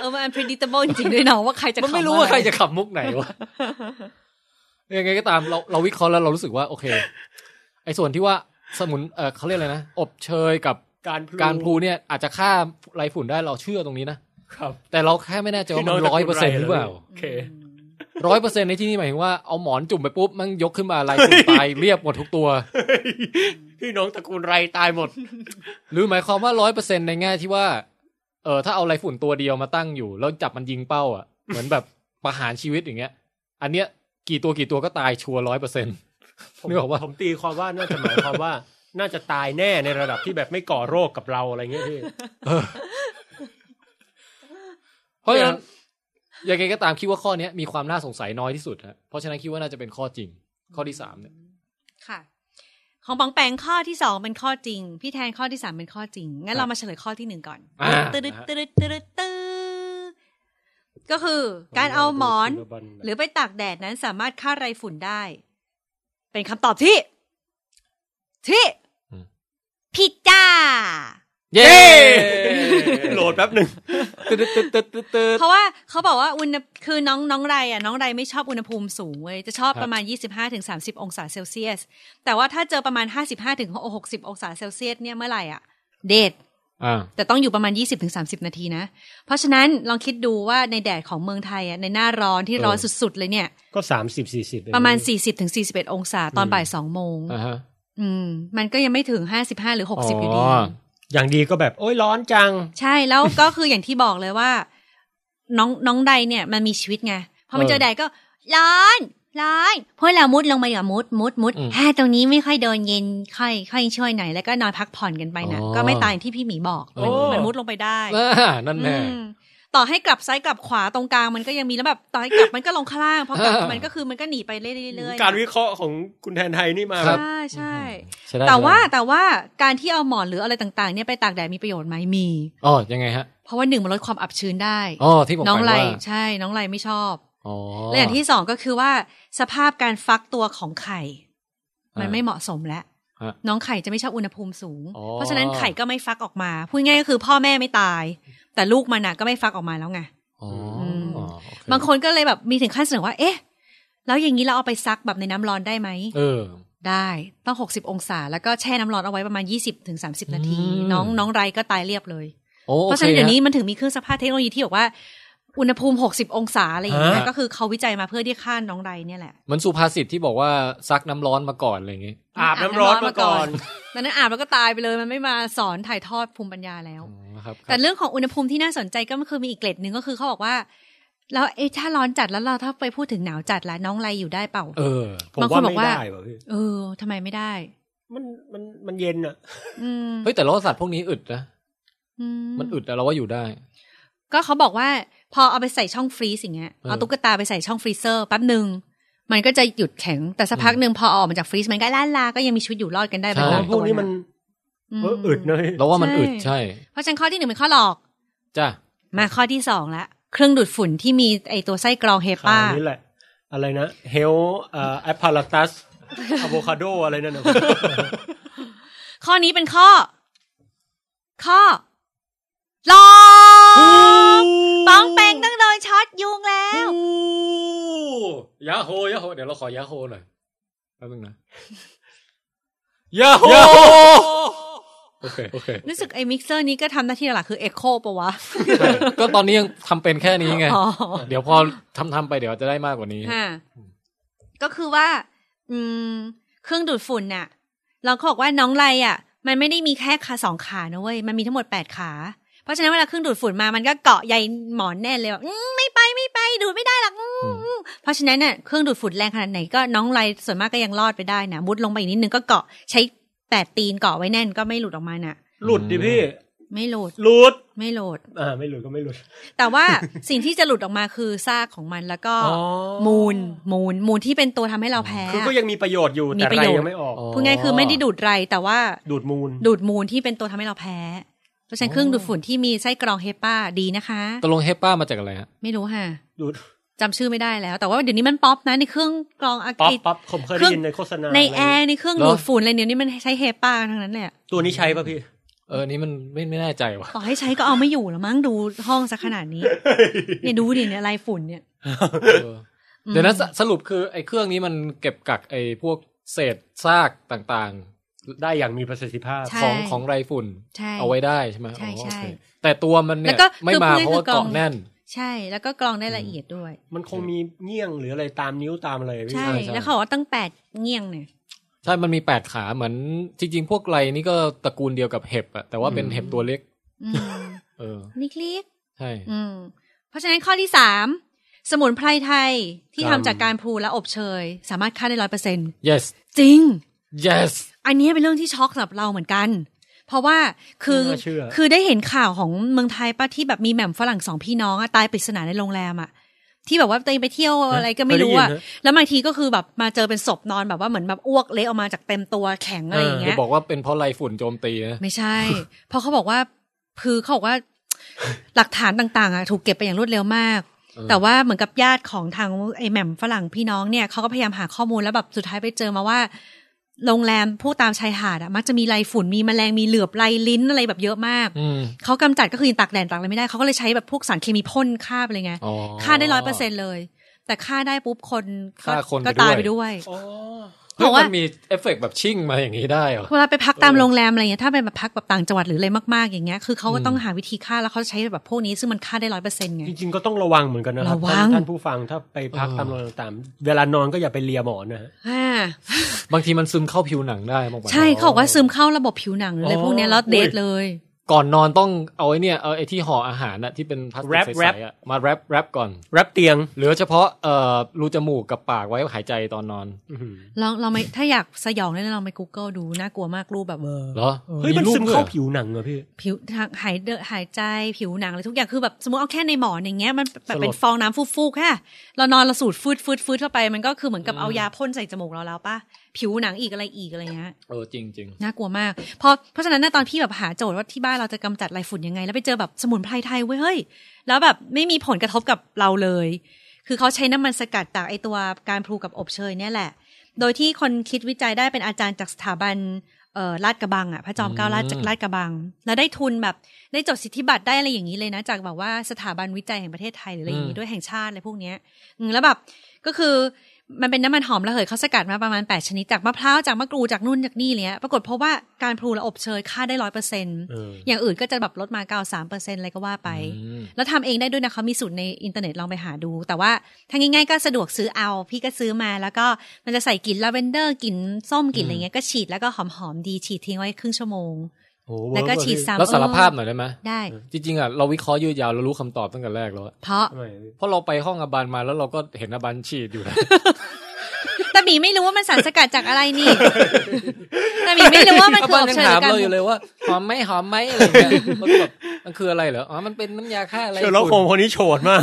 S2: เออมัน unpredictable จริงๆด้วยเนาะว่าใครจะ
S3: มันไม่
S2: ขำ
S3: รู้ว่าใคร
S2: อไ
S3: จะขับมุกไหนวะ ยังไงก็ตามเราเราวิเคราะห์แล้วเรารู้สึกว่า โอเค ไอ้ส่วนที่ว่าสมุนเออเขาเรียกอะไรนะ อบเชยกับ
S1: การพลู
S3: การพลูเนี่ย อาจจะฆ่าไรฝุ่นได้เราเชื่อตรงนี้นะ
S1: ครับ
S3: แต่เราแค่ไม่แน่ใจว่ามันร้อยเปอร์เซ็นต์หรือเปล่า
S1: โอ
S2: อืม
S1: เค
S3: ร้อยเปอร์เซ็นต์ในที่นี่หมายถึงว่าเอาหมอนจุ่มไปปุ๊บมันยกขึ้นมาไรฝุ่นตายเรียบหมดทุกตัว
S1: พี่น้องตระกูลไรตายหมด
S3: หรือหมายความว่าร้อยเปอร์เซ็นในแง่ที่ว่า เออถ้าเอาไรฝุ่นตัวเดียวมาตั้งอยู่ แล้วจับมันยิงเป้าอ่ะ เหมือนแบบประหารชีวิตอย่างเงี้ย อันเนี้ยกี่ตัวกี่ตัวก็ตายชัวร้อยเปอร์เซ็นต์
S1: ผม
S3: นึกออกปะ
S1: ผมตีความว่าน่าจะหมายความว่า น่าจะตายแน่ในระดับที่แบบไม่ก่อโรคกับเราอะไรเงี้ยพี่
S3: เพราะฉะนั้นยังไงก็ตามคิดว่าข้อเนี้ยมีความน่าสงสัยน้อยที่สุดฮะเพราะฉะนั้นคิดว่าน่าจะเป็นข้อจริง ข้อที่สามเนี่ย
S2: ค่ะ ของปองแปงข้อที่สองเป็นข้อจริง พี่แทนข้อที่สามเป็นข้อจริง งั้นเรามาเฉลยข้อที่หนึ่งก่อน
S3: อ่า
S2: ตืด
S3: นะฮะ
S2: ตืดตืดตืดก็คือการเอาหมอน หรือไปตากแดดนั้นสามารถฆ่าไรฝุ่นได้ เป็นคำตอบที่ ที่ผิดจ้า
S3: เย้
S1: โหลดแป๊บหนึ่ง
S3: ตึ๊ดตึ๊ดตึ๊ดตึ๊ดตึ๊ด
S2: เพราะว่าเขาบอกว่าอุณหคือน้องน้องไรอ่ะน้องไรไม่ชอบอุณหภูมิสูงเว้ยจะชอบ
S3: ครับ
S2: ประมาณ 25-30 องศาเซลเซียส แต่ว่าถ้าเจอประมาณ 55-60 องศาเซลเซียสเนี่ยเมื่อไหร่อ่ะ เดท
S3: อ่า
S2: แต่ต้องอยู่ประมาณ 20-30 นาทีนะ เพราะฉะนั้นลองคิดดูว่าในแดดของเมืองไทยอ่ะในหน้าร้อนที่ร้อนสุดๆเลยเนี่ย
S1: ก็สามสิบสี่สิบ
S2: ประมาณ 40-41 องศาตอนบ่าย2โมง
S3: อ่าฮะ
S2: อืม มันก็ยังไม่ถึง 55 หรือ 60 อยู่ดี
S1: อย่างดีก็แบบ โอ้ยร้อนจัง
S2: ใช่แล้ว ก็คืออย่างที่บอกเลยว่า น้องน้องใดเนี่ยมันมีชีวิตไงพอมันเจอใดก็ ร้อนร้อนพวกเรามุดลงไปอย่ามุดมุดมุดแฮ่ตรงนี้ไม่ค่อยโดนเย็นค่อยค่อยช่วยหน่อยแล้วก็นอนพักผ่อนกันไปนะ
S3: อ๋อ
S2: ก็ไม่ตายอย่างที่พี่หมีบอก
S1: โอ้
S2: มันมันมุดลงไปได้
S3: อ่านั่นแน่
S2: อืมต่อให้กลับซ้ายกลับขวาตรงกลางมันก็ยังมีแล้วแบบต่อให้กลับมันก็ลงข้างล่างพอกลับ
S3: อ่ามั
S2: มันก็คือมันก็หนีไปเรื่อยๆเรื่อยๆ
S1: การวิเคราะห์ของคุณแทนไทยนี่มา
S3: ค
S1: แบ
S3: รับ
S1: บ
S2: ใช่ใช่
S3: ใช่ได้
S2: แต่ว่า
S3: ใช่ได้
S2: แต่ว่าการที่เอาหมอนหรืออะไรต่างๆ เนี่ยไปตากแดดมีประโยชน์ไหมมี
S3: อ๋อยังไงฮะ
S2: เพราะว่าหนึ่งมันลดความอับชื้นได้
S3: อ๋อที่ผม
S2: น้อง
S3: ฝัน
S2: ไร
S3: ว่า
S2: ใช่ น้องไรไม่ชอบ
S3: อ๋อ
S2: และอย่างที่สองก็คือว่าสภาพการฟักตัวของไข่ มัน
S3: อ่า
S2: ไม่เหมาะสมแล้ว
S3: ฮะ
S2: น้องไข่จะไม่ชอบอุณหภูมิสูง
S3: อ๋อ
S2: เพราะฉะนั้นไข่ก็ไม่ฟักออกมาพูดง่ายก็คือพ่อแม่ไม่ตาย แต่ลูกมันน่ะก็ไม่ฟักออกมาแล้วไง
S3: อ๋อ
S2: ม
S3: อ๋อโอเ
S2: บางคนก็เลยแบบมีถึงขั้นเสนอว่า เอ๊ะ แล้วอย่างนี้เราเอาไปซักแบบในน้ำร้อนได้ไหม
S3: เออ
S2: ได้ต้อง 60 องศา แล้วก็แช่น้ำร้อนเอาไว้ประมาณ 20-30ถึง30 นาที
S3: อืม
S2: น้องน้องไรก็ตายเรียบเลย
S3: โอ้
S2: เพ
S3: โอ
S2: ราะ
S3: ค
S2: ฉะนั้นเดี๋ยวนี้
S3: ฮ
S2: มันถึงมีเครื่องซักผ้าเทคโนโลยีที่บอกว่า อุณหภูมิ 60 องศาอะไรอย่างเงี้ย
S3: ฮะ
S2: ก็คือเขาวิจัยมาเพื่อที่ฆ่าน้องไรเนี่ยแหละ
S3: เหมือนสุภาษิตที่บอกว่าซักน้ำร้อนมาก่อนอะไรอย่างงี้
S1: อาบน้ำร้อนมาก่อน
S2: ดังนั้นอาบแล้วก็ตายไปเลยมันไม่มาสอนถ่ายทอดภูมิปัญญาแล้ว
S3: อ๋อครับครับ
S2: แต่เรื่องของอุณหภูมิที่น่าสนใจก็คือมีอีกเกล็ดหนึ่งก็คือเขาบอกว่าแล้วเอ๊ะถ้าร้อนจัดแล้วเราถ้าไปพูดถึงหนาวจัดแล้วน้องไรอยู่ได้เปล่า
S3: เออ
S1: ผม
S2: บางค
S1: ว่าน
S2: บอ
S1: ไม่
S2: กว่า
S1: ได้ว่ะพี่
S2: เออทำไมไม่ได้
S1: มันมันมันเย็นอ่ะ
S2: อืม
S3: เฮ้ยแต่เราว่าสัตว์พวกนี้อึดนะ
S2: อื
S3: มันอึดแต่เราว่าอยู่ได้
S2: ก็เขาบอกว่าพอเอาไปใส่ช่องฟรีซอย่างเงี้ย
S3: เออ
S2: เอาตุ๊กตาไปใส่ช่องฟรีเซอร์แป๊บหนึ่งมันก็จะหยุดแข็งแต่สักพักหนึ่งพอเอาออกมาจากฟรีซมันก็ล่าลาก็ยังมีชีวิตอยู่รอดกันได้
S3: ใช่
S2: บาง
S1: พวกนี้
S2: ตัวะ
S1: มัน
S2: อืม
S1: เอออึดนะพี่
S3: เราว่ามัน
S2: ใช่
S3: อึดใช่
S2: เพราะฉะนันข้อที่หนึ่งเป็นข้อหลอก
S3: จ้ะ
S2: มาข้อที่สองละเครื่องดูดฝุ่นที่มีไอตัวไส้กรองเฮ
S1: ข่า
S2: ป้าว
S1: นี้แหละ อะไรนะเฮลแอปพาราตัสอะโวคาโดอะไรนั่นนะ
S2: ข้อนี้เป็นข้อ ข้อหลอก ป้องแปงต้องโดนช็อตยุงแล้ว
S3: ยาโฮยาโฮเดี๋ยวเราขอยาโฮหน่อยแป๊บนึงนะยาโฮโอเคโอเค
S2: รู้สึกไอมิกเซอร์นี้ก็ทำหน้าที่หลักคือเอ็กโคปะวะ
S3: ใช่ก็ตอนนี้ยังทำเป็นแค่นี้ไง
S2: อ๋อ
S3: เดี๋ยวพอทำทำไปเดี๋ยวจะได้มากกว่านี้
S2: ฮะก็คือว่า อืม เครื่องดูดฝุ่นน่ะ เราก็บอกว่าน้องไรอ่ะ มันไม่ได้มีแค่ขาสองขานะเว้ย มันมีทั้งหมดแปดขา เพราะฉะนั้นเวลาเครื่องดูดฝุ่นมามันก็เกาะใยหมอนแน่นเลยแบบอืมไม่ไปไม่ไปดูดไม่ได้หรอกอืมอืมเพราะฉะนั้นน่ะเครื่องดูดฝุ่นแรงขนาดไหนก็น้องไรส่วนมากก็ยังรอดไปได้นะมุดลงไปอีกนิดนึงก็เกาะใช้แปดตีนเกาะไว้แน่นก็ไม่หลุดออกมาน่ะ
S1: หลุดดิพี่
S2: ไม่หลุด
S1: หลุด
S2: ไม่หลุด
S1: อ่าไม่หลุดก็ไม่หลุด
S2: แต่ว่า สิ่งที่จะหลุดออกมาคือซากของมันแล้วก็
S1: อ๋อ
S2: มูลมูลมูลที่เป็นตัวทำให้เราแพ้
S1: คือก็ยังมีประโยชน์อยู่
S2: มี
S1: แต่
S2: ประ
S1: ไร
S2: โยชน์
S1: ยังไม่ออก
S3: อ๋อ
S2: พูดง่ายคือไม่ได้ดูดไรแต่ว่า
S1: ดูดมูล
S2: ดูดมูลที่เป็นตัวทำให้เราแพ้ เพราะฉะนั้นเครื่องดูดฝุ่นที่มีไส้กรองเฮปาดีนะคะ
S3: ตกลงเฮป้ามาจากอะไรฮะ
S2: ไม่รู้ค่ะ
S1: ดูด
S2: จำชื่อไม่ได้แล้ว แต่ว่าเดี๋ยวนี้มันป๊อปนะในเครื่องกรองอา
S1: ป๊อป
S2: กาศ
S1: ป๊อปผมเคย
S2: เครื่
S1: ได้
S2: อง
S1: ยินในโฆษ
S2: ใน
S1: ณาะไร
S2: แอร์ในเครื่อง
S3: เหรอ
S2: ดูดฝุ่นอะไรเดี๋ยวนี้มันใช้เฮปาทั้งนั้นแหละ
S1: ตัวนี้ใช้ป่ะพี่
S3: เออนี่มันไม่ไม่แน่ใจว่ะ
S2: ต่อให้ใช้ก็เอาไม่อยู่แล้วมั้งดูห้องซะขนาดนี้ เนี่ยดูดิเนี่ยลายฝุ่นเนี่ย
S3: เออ เดี๋ยวนะสสรุปคือไอ้เครื่องนี้มันเก็บกักไอ้พวกเศษซากต่าง
S1: ได้อย่างมีประสิทธิภาพ
S2: ใช่
S3: ๆ ของของไรฝุ่น
S2: ใช่
S3: เอาไว้ได้ใช่ไหม
S2: ใช่
S3: อ๋อโอ
S2: ใช่
S3: เคแต่ตัวมันเนี่
S2: แล้
S3: ยว
S2: ก็
S3: ไม่มา
S2: คือ
S3: เพราะว่า
S2: คือกล่อง
S3: เกาะแน่น
S2: ใช่แล้วก็กรองได้ละเอียดด้วย
S1: มันคงมีเงี้ยงหรืออะไรตามนิ้วตามอะไรพี่
S2: ใช่
S3: ใช่ใช่
S2: แล้วเขาบอกว่าตั้งแปดเงี่ยงเนี่ย
S3: ใช่มันมีแปดขาเหมือน จริง ๆ พวกไรนี่ก็ตระกูลเดียวกับเห็บอะแต่ว่าเป็น
S2: อืม
S3: เห็บตัวเล็ก
S2: อืม
S3: เออ
S2: นี่คลิก
S3: ใช่
S2: อืมเพราะฉะนั้นข้อที่สามสมุนไพรไทยที่
S3: ครั
S2: ทำ
S3: บ
S2: จากการพลูและอบเชย สามารถฆ่าได้ร้อยเปอร์เซ็น
S3: yes
S2: จริง
S3: yes
S2: อันนี้เป็นเรื่องที่ช็อกสำหรับเราเหมือนกัน เพราะว่าคือ
S1: ไม่น่าเชื่อ
S2: คือได้เห็นข่าวของเมืองไทยป้าที่แบบมีแหม่มฝรั่งสองพี่น้องอะตายปริศนาในโรงแรมอะที่แบบว่าตัวเองไปเที่ยวอะไรก็ไม่รู้อะ
S1: เคยได้ยินนะ
S2: แล้วบางทีก็คือแบบมาเจอเป็นศพนอนแบบว่าเหมือนแบบอ้วกเละออกมาจากเต็มตัวแข็งอะไรอย่าง
S3: เดี๋ย
S2: เงี้
S3: วย บอกว่าเป็นเพราะไรฝุ่นโจมตีนะ
S2: ไม่ใช่ เพราะเขาบอกว่าคือเขาบอกว่า หลักฐานต่างๆอะถูกเก็บไปอย่างรวดเร็วมาก
S3: เออ
S2: แต่ว่าเหมือนกับญาติของทางไอแหม่มฝรั่งพี่น้องเนี่ยเขาก็พยายามหาข้อมูลแล้วแบบสุดท้ายไปเจอมาว่า โรงแรมผู้ตามชายหาดอะมักจะมีไรฝุ่นมีแมลงมีเหลือบไรลิ้นอะไรแบบเยอะมาก
S3: อืม
S2: เขากำจัดก็คือยังตากแดดตากอะไรไม่ได้เขาก็เลยใช้แบบพวกสารเคมีพ่นฆ่าไปเลยไง
S3: อ๋อ
S2: ฆ่าได้ร้อยเปอร์เซ็นเลย แต่ฆ่าได้ปุ๊บคนก็
S3: ฆ่าคนไป
S2: ก็ตาย
S3: ด้วย
S2: ไปด้วย
S1: อ๋อ
S3: เฮ้ย
S2: เพราะว่ามั
S3: นมีเอฟเฟกต์แบบชิ่งมาอย่างนี้ได้เหรอ
S2: เวลาไปพักตามโรงแรมอะไรเงี้ยถ้าไปแบบพักแบบต่างจังหวัดหรืออะไรมากๆอย่างเงี้ยคือเขาก็ต้องหาวิธีฆ่าแล้วเขาใช้แบบพวกนี้ซึ่งมันฆ่าได้ร้อยเปอร์เซ็นต์ไง
S1: จริงๆก็ต้องระวังเหมือนกันนะครับ
S2: ระวั
S1: ท่าน
S2: ง
S1: ท่านผู้ฟังถ้าไปพัก
S3: เออ
S1: ตามโรงแรมต่างๆเวลานอนก็อย่าไปเลียหมอนนะฮะ
S2: อ่า
S3: บางทีมันซึมเข้าผิวหนังได้บอกไป
S2: ใช่เขาบอกว่าซึมเข้าระบบผิวหนังหรืออะไรพวกเนี้ยแล้ว
S1: อ๋อ
S2: เดทเลย
S3: ก่อนนอนต้องเอาไอ้เนี่ยเอาไอ้ที่ห่ออาหารน่ะที่เป็นพลาสติก
S1: Wrap
S3: ใส
S1: wrap
S3: ๆอะมาแรปแรปก่อน
S1: รับเตียง
S3: เหลือเฉพาะเอ่อรูจมูกกับปากไว้หายใจตอนนอน
S1: อื้อหือ
S2: ลองเราไม่ถ้าอยากสยองเนี่ยลองไป Google ดูน่ากลัวมากรูปแบบ
S3: เหรอ
S1: เฮ้ยมัน
S3: รูป
S1: ซึมเข้า
S3: ด้วยหรอ
S1: ผิวหนังเหรอพี่
S2: ผิวทางหายเดนหายใจผิวหนังอะไรทุกอย่างคือแบบสมมติเอาแค่ในหมอนอย่างเงี้ยมันแบบเป็น
S1: สลบ
S2: ฟองน้ำฟูๆแค่เรานอนเราสูดฟืดฟืดฟืดเข้าไปมันก็คือเหมือนกับเอายาพ่นใส่จมูกเราแล้วป่ะผิวหนังอีกอะไรอีกอะไรเงี้ย
S3: เออจริงจริง
S2: น่ากลัวมาก เพอเพราะฉะนั้นนะตอนพี่แบบหาโจทย์ว่าที่บ้าน เราจะกำจัดไรฝุ่นยังไง แล้วไปเจอแบบสมุนไพรไทยเว้ยเฮ้ยแล้วแบบไม่มีผลกระทบกับเราเลย คือเขาใช้น้ำมันสกัดจากไอตัวการพลูกับอบเชยเนี่ยแหละ โดยที่คนคิดวิจัยได้เป็นอาจารย์จากสถาบันเอ่อลาดกระบังอ่ะพระจอมเกล้าลาดจากลาดกระบัง แล้วได้ทุนแบบได้จดสิทธิบัตรได้อะไรอย่างนี้เลยนะ จากแบบว่าสถาบันวิจัยแห่งประเทศไทยหรืออะไรอย่างนี้ด้วยแห่งชาติอะไรพวกเนี้ยอืมแล้วแบบก็คือมันเป็นน้ำมันหอมระเหยเขาสกัดมาประมาณ 8 ชนิดจากมะพร้าวจากมะกรูดจากนู่นจากนี่อะไรเนี้ยปรากฏเพราะว่าการพลูและอบเชยค่าได้ร้อยเปอร์เซ็นต์
S1: เออ
S2: อย่างอื่นก็จะแบบลดมาเก้าสามเปอร์เซ็นต์อะไรก็ว่าไป
S3: อืม
S2: แล้วทำเองได้ด้วยนะเขามีสูตรในอินเทอร์เน็ตลองไปหาดู แต่ว่าทางง่ายๆก็สะดวกซื้อเอา พี่ก็ซื้อมาแล้วก็มันจะใส่กลิ่นลาเวนเดอร์กลิ่นส้มกลิ่นอะไรเงี้ยก็ฉีดแล้วก็หอมๆดีฉีดทิ้งไว้ครึ่งชั่วโมง
S1: โอ้โห
S2: แล้วก็ฉีด
S1: เร์
S2: ซ้ำ
S3: แล้วสาร
S2: เออ
S3: ภาพหน่อยได้ไหม
S2: ได้
S3: จริงๆอ่ะเราวิเคราะห์ยืดยาวเรารู้คำตอบตั้งแต่แรกแล้วอะ
S2: เพราะ
S1: ทำไมอะ
S3: เพราะเราไปห้องอาบันมาแล้วเราก็เห็นอาบันฉีดอยู่นะ
S2: แต่หมีไม่รู้ว่ามันสารสกัดจากอะไรนี่ แต่หมีไม่รู้ว่ามันคืออบ
S3: ยัง
S2: เชยห
S3: ถา
S2: รือ
S3: ม
S2: กัน
S3: เราอยู่เลยว่าหอมไหมหอมไหมอะไรอย่างเงี้ยมันก็แบบมันคืออะไรเหรออ๋อมันเป็นน้ำยาฆ่าอะไร
S1: เชื่อแล้วคงคนนี้โฉดมาก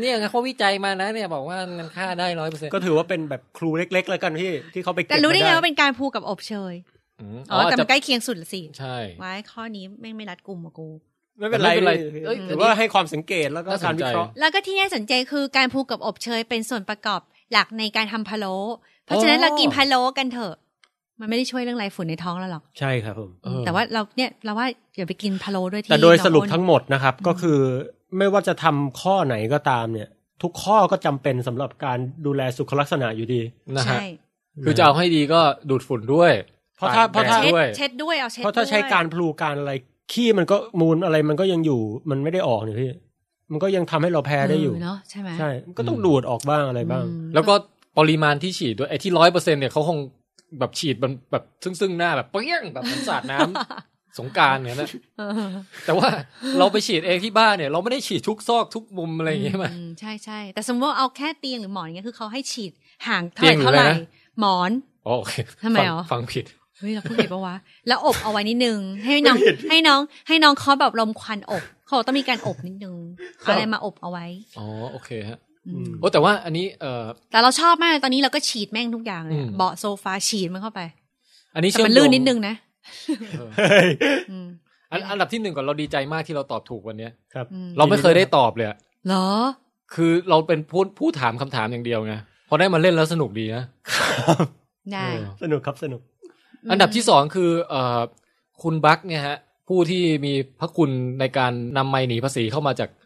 S3: เนี่ยเขาวิจัยมานะเนี่ยบอกว่ามันฆ่าได้ร้อยเปอร์เซ็นต์
S1: ก็ถือว่าเป็นแบบครูเล็ก ๆ แล้วกันที่ที่เขาไปเก็บ
S2: แต่รู้ได้ไง
S1: ม่
S2: ว่าเป็นการพูกับอบเชยอ๋
S3: อ๋
S2: อ
S3: อ
S2: แต่
S3: แต่
S2: มันใกล้เคียงสุดละสิ
S3: ใช่
S2: ว้ายข้อนี้แม่งไม่รัดกลุ่มอะกู
S1: ไม่เป็นไร
S3: แต่ไม่เป็นไรเอ้ย
S1: ถือว่าให้ความสังเกตแล้วก็
S3: น่าส
S1: การ
S3: น
S1: วิ
S3: ใจ
S1: เคราะห์
S2: แล้วก็ที่น่าสนใจคือการพูกับอบเชยเป็นส่วนประกอบหลักในการทำพะโล้เพราะฉะนั้นเรากินพะโล้กันเถอะ มันไม่ได้ช่วยเรื่องไรฝุ่นในท้องเราหรอก
S1: ใช่ครับผม
S3: เออ
S2: แต่ว่าเราเนี่ยเราว่าอย่าไปกินพะโล้ด้วยที่
S1: แต่โดยสรุป
S2: เราอ้น
S1: ทั้งหมดนะครับ ก็คือไม่ว่าจะทำข้อไหนก็ตามเนี่ย ทุกข้อก็จำเป็นสำหรับการดูแลสุขลักษณะอยู่ดี
S3: นะฮะ
S2: ใช่
S3: คือจะเอาให้ดีก็ดูดฝุ่นด้วย
S1: เพราะถ้า
S3: ตก
S1: เพราะ
S3: แดด
S1: ถ้า
S2: เช็ด
S3: ด้วย
S2: เช็ดด้วยเอาเช็ด
S1: เพราะถ้าใช้
S2: ด้วย
S1: การพลูการอะไรขี้มันก็มูลอะไรมันก็ยังอยู่มันไม่ได้ออกนี่พี่มันก็ยังทำให้เราแพ้ได้อยู่
S2: เเนาะใช่ไหม
S1: ใช่มันก็ต้องดูดออกบ้างอะไรบ้าง
S2: อืม
S3: แล้วก็ปริมาณที่ฉีดด้วยไอ้ที่ร้อยเปอร์เซ็นต์เนี่ยเขาคงแบบฉีดมันแบบซึ่งซึ่งๆหน้าแบบเปรี้ยงแบบเหมันสาดน้ำ สงกรารเนี่ยนะ
S2: เออ
S3: แต่ว่าเราไปฉีดเองที่บ้านเนี่ย เราไม่ได้ฉีดทุกซอกทุกมุมอะไรอย่างเงี้ยมา
S2: อืมใช่ใช่แต่สมมติว่าเอาแค่เตียงหรือหมอนเงี้ยคือเขาให้ฉีดห่างเท่าไหร่
S3: เตียงหรือ
S2: เท่า
S3: อะไร
S2: ไหร่
S3: นะ
S2: หมอน
S3: อ๋อโอเค
S2: ทำไม
S3: ฟัง
S2: อ๋อ
S3: ฟังผิด
S2: เฮ้ยเราพูดผิดปะวะ แล้วอบเอาไว้นิดนึง ให้น้องให้น้อง ให้น้องเขาแบบลมควันอบเขาบอกต้องมีการอบนิดนึง
S1: ครับ
S2: อะไรมาอบเอาไว้
S3: อ๋อโอเคฮะ
S2: อืม
S3: โอ้แต่ว่าอันนี้เอ่อ
S2: แต่เราชอบมากตอนนี้เราก็ฉีดแม่งทุกอย่างเลย
S3: อืม
S2: เบาะโซฟาฉีดมันเข้าไป
S3: อันนี้
S2: แต่
S3: เชื่อ
S2: มัน
S3: มโย
S2: ลื่นนิดนึงนะ
S3: เออ
S1: เฮ้ย
S2: อืม
S3: อันอันดับที่หนึ่งก่อนเราดีใจมากที่เราตอบถูกวันเนี้ย
S1: ครับ
S2: อืม
S3: เราไม่เคยได้ตอบเลยอะ
S2: เหรอ
S3: คือเราเป็นผู้ผู้ถามคำถามอย่างเดียวไงพอได้มาเล่นแล้วสนุกดีนะ
S2: ได้
S3: เออ
S1: สนุกครับสนุก
S2: ม
S3: อันดับที่สองคือเอ่อคุณบักเนี่ยฮะ ผู้ที่มีพระคุณในการนำไมหนีภาษีเข้ามาจาก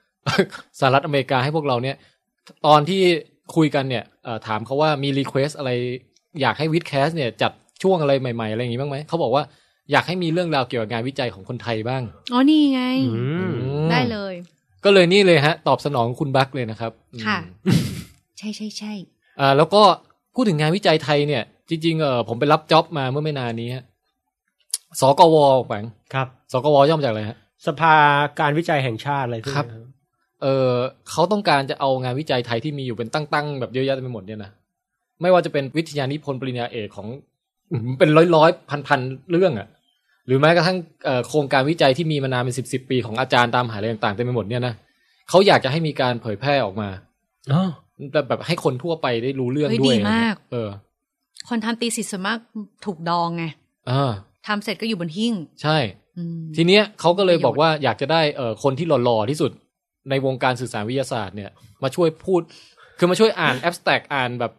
S3: สหรัฐอเมริกาให้พวกเราเนี่ย ตอนที่คุยกันเนี่ยเอ่อถามเขาว่ามีรีเควสอะไร อยากให้วิดแคสเนี่ยจัดช่วงอะไรใหม่ๆอะไรอย่างงี้บ้างไหมเขาบอกว่าอยากให้มีเรื่องราวเกี่ยวกับงานวิจัยของคนไทยบ้าง
S2: อ๋อนี่ไง
S1: อืม
S3: อืม
S2: ได้เลย
S3: ก็เลยนี่เลยฮะ ตอบสนองคุณบักเลยนะครับอืม
S2: ค่ะ ใช่ใช่ใช่
S3: อ่าแล้วก็พูดถึงงานวิจัยไทยเนี่ย จริงๆเออผมไปรับจ็อบมาเมื่อไม่นานนี้ฮะสกวแปง
S1: ครับ
S3: สกวย่อมาจากอะไรฮะ
S1: สภาการวิจัยแห่งชาติอะไรพวกนี้
S3: ครับ เออเขาต้องการจะเอางานวิจัยไทยที่มีอยู่เป็นตั้งๆแบบเยอะแยะไปหมดเนี่ยนะไม่ว่าจะเป็นวิทยานิพนธ์ปริญญาเอกของ อืมเป็นร้อยร้อยพันพันๆเรื่องอะหรือแม้กระทั่งเอ่อโครงการวิจัยที่มีมานานเป็นสิบสิบปีของอาจารย์ตามหาอะไรต่างๆเต็มไปหมดเนี่ยนะเขาอยากจะให้มีการเผยแพร่ออกมา
S1: อ๋อ
S3: แต่แบบให้คนทั่วไปได้รู้เรื่อง
S2: เฮ้ย
S3: ด้ว
S2: ดี
S3: ย
S2: มาก
S3: เออ
S2: คนทำตีสิทธิ์ส่วนมากถูกดองไง
S3: อ่า
S2: ทำเสร็จก็อยู่บนหิ้ง
S3: ใช่
S2: อืม
S3: ทีเนี้ยเขาก็เลยบอก
S2: ประโยชน์
S3: ว่าอยากจะได้เอ่อคนที่หล่อๆที่สุดในวงการสื่อสารวิทยาศาสตร์เนี่ย มาช่วยพูด คือมาช่วย อ่านแอ s สแต็กอ่านแบบ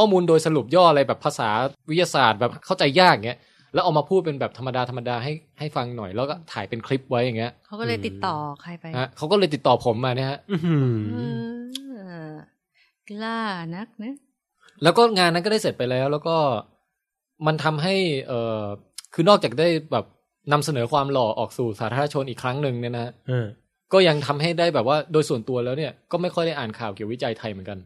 S3: ข้อมูลโดยสรุปย่ออะไรแบบภาษาวิทยาศาสตร์แบบเข้าใจยากเงี้ยแล้วเอามาพูดเป็นแบบธรรมดาธรรมดาให้ให้ฟังหน่อยแล้วก็ถ่ายเป็นคลิปไว้อย่างเงี้ย
S2: เขาก็เลยติดต่อใครไป
S3: ฮะเขาก็เลยติดต่อผมมาเนี่ยฮะ
S1: อื้อหือ
S2: เออกล้านักนะ
S3: แล้วก็งานนั้นก็ได้เสร็จไปแล้ว แล้วก็มันทำให้ เออคือนอกจากได้แบบนำเสนอความหล่อออกสู่สาธารณชนอีกครั้งหนึ่งเนี่ยนะฮะ
S1: เออ
S3: ก็ยังทำให้ได้แบบว่าโดยส่วนตัวแล้วเนี่ยก็ไม่ค่อยได้อ่านข่าวเกี่ยววิจัยไทยเหมือนกัน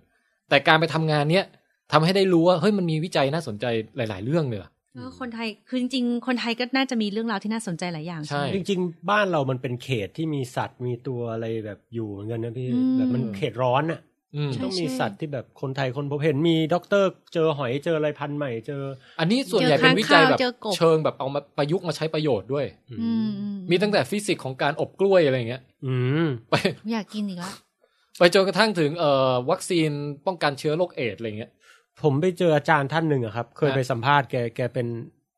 S3: แต่การไปทำงานเนี้ยทำให้ได้รู้ว่าเฮ้ยมันมีวิจัยน่าสนใจหลาย ๆ เรื่องเลยอะ
S2: เออคนไทยคือจริงๆคนไทยก็น่าจะมีเรื่องราวที่น่าสนใจหลายอย่าง
S3: ใช่
S2: ใช่ไหม
S1: จริงๆ บ้านเรามันเป็นเขตที่มีสัตว์มีตัวอะไรแบบอยู่เหมือนกันนะพี่
S2: อืม
S1: แบบมันเขตร้อนอ่ะ
S3: อืม
S2: ใช่
S1: ต้องมีสัตว์ที่แบบคนไทยคนพบเห็นมีด็อกเตอร์เจอหอยเจออะไรพันธุ์ใหม่เจอ
S3: อันนี้ส่วนใหญ่เป็นวิจัยแบบ
S2: เจอค้างคาวเจอกบ
S3: เชิงแบบเอามาประยุกต์มาใช้ประโยชน์ด้วย
S2: อืมอื
S3: มีตั้งแต่ฟิสิกส์ของการอบกล้วยอะไรอย่างเงี้ ย
S1: อืม
S3: ไป
S2: อยากกินอีกแล้ว
S3: ไปจนกระทั่งถึงเอ่อวัคซีนป้องกันเชื้อโรคเอดส์อะไรอย่างเงี้ย
S1: ผมไปเจออาจารย์ท่านหนึ่งอะครับ เคย
S3: ฮะ
S1: ไปสัมภาษณ์แกแกเป็น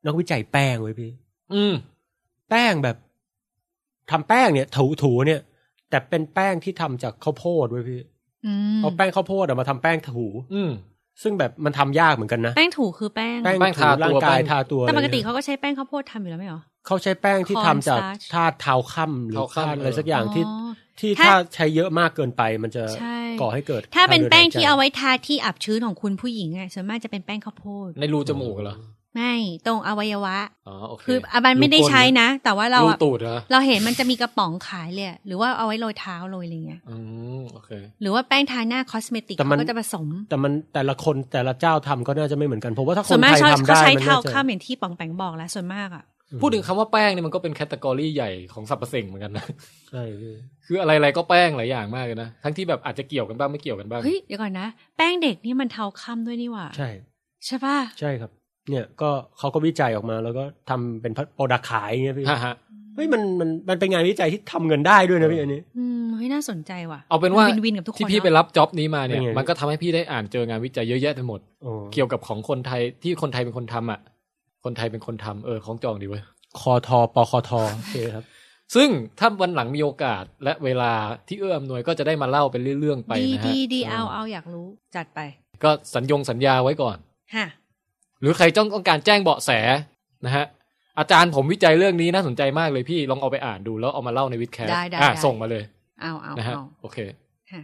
S1: นักวิจัยแป้งเว้ยพี่
S3: อืม
S1: แป้งแบบ ทำแป้งเนี่ย ถูถูเนี่ย แต่เป็นแป้งที่ทำจากข้าวโพดเว้ยพี่
S2: อืม
S1: เอาแป้งข้าวโพดอะมาทำแป้งถู
S3: อืม
S1: ซึ่งแบบมันทำยากเหมือนกันนะ
S2: แป้งถูคือแป้ง
S1: แป้ง
S3: แป้ง
S1: ถู
S3: ทา
S1: ร่า
S3: ตั
S1: ง
S3: ว
S1: กาย
S3: แป้ง
S1: ทาตัว
S2: แต่ปก
S1: อะไร
S2: ติ
S1: เนี่ย
S2: เขาก็ใช้แป้งข้าวโพดทำอยู่แล้วไม่เหรอ
S1: เขาใช้แป้งที่ทำจาก
S2: cornstarch
S1: ธาตุเทาวค่ำหรือ
S3: เทาค่ำ
S1: ธาตุอะไร
S3: เออ
S1: สักอย่างที่
S2: อ๋อ
S1: ที่
S2: ถ้า
S1: ถ้าใช้เยอะมากเกินไป มันจะ
S2: ใช่
S1: ก่อให้เกิด
S2: ถ้าเป็น
S1: ทงดิ
S2: แป้ง
S1: หยใจ
S2: ที่เอาไว้ทาที่อับชื้นของคุณผู้หญิงอะส่วนมากจะเป็นแป้งข้าวโพด
S3: ในรูจมูกเหรอ
S2: ไม่ตรงอวัยวะ
S3: อ๋อโอเค
S2: คืออาบันไม่ได้ใช้นะ แต่ว่าเรา
S3: รู
S2: อะ
S3: ตูดเหรอ
S2: เราเห็นมันจะมีกระป๋องขายเลยอะหรือว่าเอาไว้โรยเท้าโรยอะไรเงี้ย
S3: อืมโอเค
S2: หรือว่าแป้งทาหน้าคอสเมติก
S1: แต่มัน
S2: เขาก็จะผสม
S1: แต่มันแต่ละคนแต่ละเจ้าทำก็น่าจะไม่เหมือนกันเพราะว่าถ้าค
S2: ส่วน
S1: น
S2: มาก
S1: ไทย
S2: เขา
S1: ทำ
S2: เขา
S1: ได้
S2: ใช้
S1: มัน
S2: เท้า
S1: น่าจะ
S2: ข้ามอย่างที่ปองแปงบอกแล้วส่วนมากอ่ะ
S3: พูดถึงคำว่าแป้งเนี่ยมันก็เป็นแคตตากรีใหญ่ของสรรพสิ่งเหมือนกันนะ
S1: ใช่พี่
S3: คืออะไร ๆ ก็แป้งหลายอย่างมากเลยนะ ทั้งที่แบบอาจจะเกี่ยวกันบ้างไม่เกี่ยวกันบ้าง
S2: เฮ้ยเดี๋ยวก่อนนะ แป้งเด็กนี่มันเท้าข้ามด้วยนี่หว่า
S1: ใช่
S2: ใช่ป่ะ
S1: ใช่ครับ เนี่ยก็เขาก็วิจัยออกมาแล้วก็ทำเป็นโปรดักขายอย่างเงี้ยพี่
S3: ฮะฮะ
S1: เฮ้ยมันมันมันเป็นงานวิจัยที่ทำเงินได้ด้วยนะพี่อันนี้
S2: อืมเฮ้ยน่าสนใจว่ะ
S3: เอาเป็นว่า
S2: วินวินกับทุกคน
S3: ที่
S2: เน
S3: พี่
S2: อะ
S3: ไปรับจ็อบนี้มาเนี่ย
S1: เป็นไง
S3: มันก็ทำให้พี่ได้อ่านเจองานวิจัยเยอะแยะไปหมด
S1: โอ้
S3: เกี่ยวกับของคนไทยที่คนไทยเป็นคนทำอ่ะ คนไทยเป็นคนทำเออของจองดีเว้ย
S1: คอทอปคอทอโอเคครับ
S3: ซึ่งถ้าวันหลังมีโอกาสและเวลาที่เอื้ออำนวยก็จะได้มาเล่าเป็นเรื่องๆไป
S2: ดี
S3: นะฮะ
S2: ดีดีเอาเอาอยากรู้จัดไป
S3: ก็สัญญงสัญญาไว้ก่อน
S2: ฮะ
S3: หรือใครจ้องต้องการแจ้งเบาะแสนะฮะ อาจารย์ผมวิจัยเรื่องนี้น่าสนใจมากเลยพี่ลองเอาไปอ่านดูแล้วเอามาเล่าในวิดแคส
S2: ได้ได้
S3: อ่ะ
S2: ได้
S3: ส่งมาเลย
S2: เอาเอา
S3: นะฮะ
S2: เอา
S3: โอเค
S2: ฮะ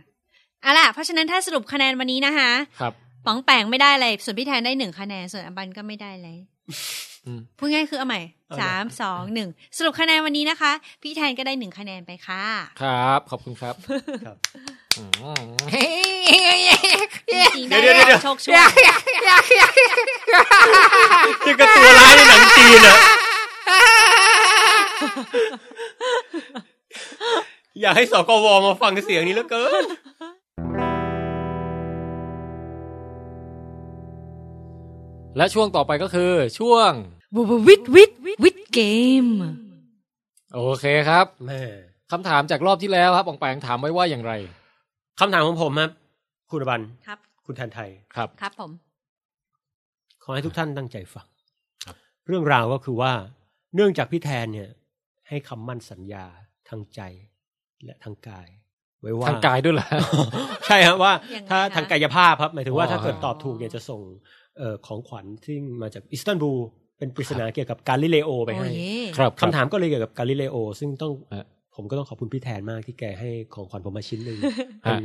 S2: เอาล่ะเพราะฉะนั้นถ้าสรุปคะแนนวันนี้นะคะ
S3: ครับ
S2: ป๋องแปงไม่ได้เลยส่วนพี่แทนได้หนึ่งคะแนนส่วนอบันก็ไม่ได้เลย
S3: อืม
S2: พูดง่ายคือเอาใหม่
S1: เอา
S2: สาม
S1: เลย
S2: สองหนึ่งสรุปคะแนนวันนี้นะคะ พี่แทนก็ได้หนึ่งคะแนนไปค่ะ
S3: ครับ ขอบคุณครับ
S1: ครับ
S3: อืม
S2: จริงๆได้รับโชคช่วย
S1: นี่ก็ตัวร้ายในหนังจีนอะอยากให้สกวมาฟังเสียงนี้แล้วเกิน
S3: และช่วงต่อไปก็คือช่วง
S2: วิดวิดวิดเกม
S3: โอเคครับ
S1: แม่
S3: คำถามจากรอบที่แล้วครับปองแปงถามไว้ว่าอย่างไร
S1: คำถามของผมครับ คุณอบัน
S2: ครับ
S1: คุณแทนไทย
S3: ครับ
S2: ครับผม
S1: ขอให้ทุกท่านตั้งใจฟัง เรื่องราวก็คือว่า เนื่องจากพี่แทนเนี่ย ให้คำมั่นสัญญาทางใจและทางกาย ไว้ว่า
S3: ทางกายด้วยเหรอ
S1: ใช่ครับว่า
S2: ยังไง
S1: ถ้า
S2: คะ
S1: ทางกายภาพครับ หมายถึงว่า
S3: อ๋อ
S1: ถ้าเกิดตอบ
S2: อ๋อ
S1: ถูกเนี่ยจะส่งเอ่อของขวัญที่มาจากอิสตันบูลเป็นปริศนาเกี่ยวกับกาลิเลโอไป
S2: โอ้
S1: ให้
S2: เย
S3: ครับ
S1: คำถามก็เลยเกี่ยวกับกาลิเลโอ ซึ่งต้อง
S3: ฮะ
S1: ผมก็ต้องขอบคุณพี่แทนมากที่แกให้ของขวัญผมมาชิ้นหนึ่ง
S3: ฮะ
S1: เป็น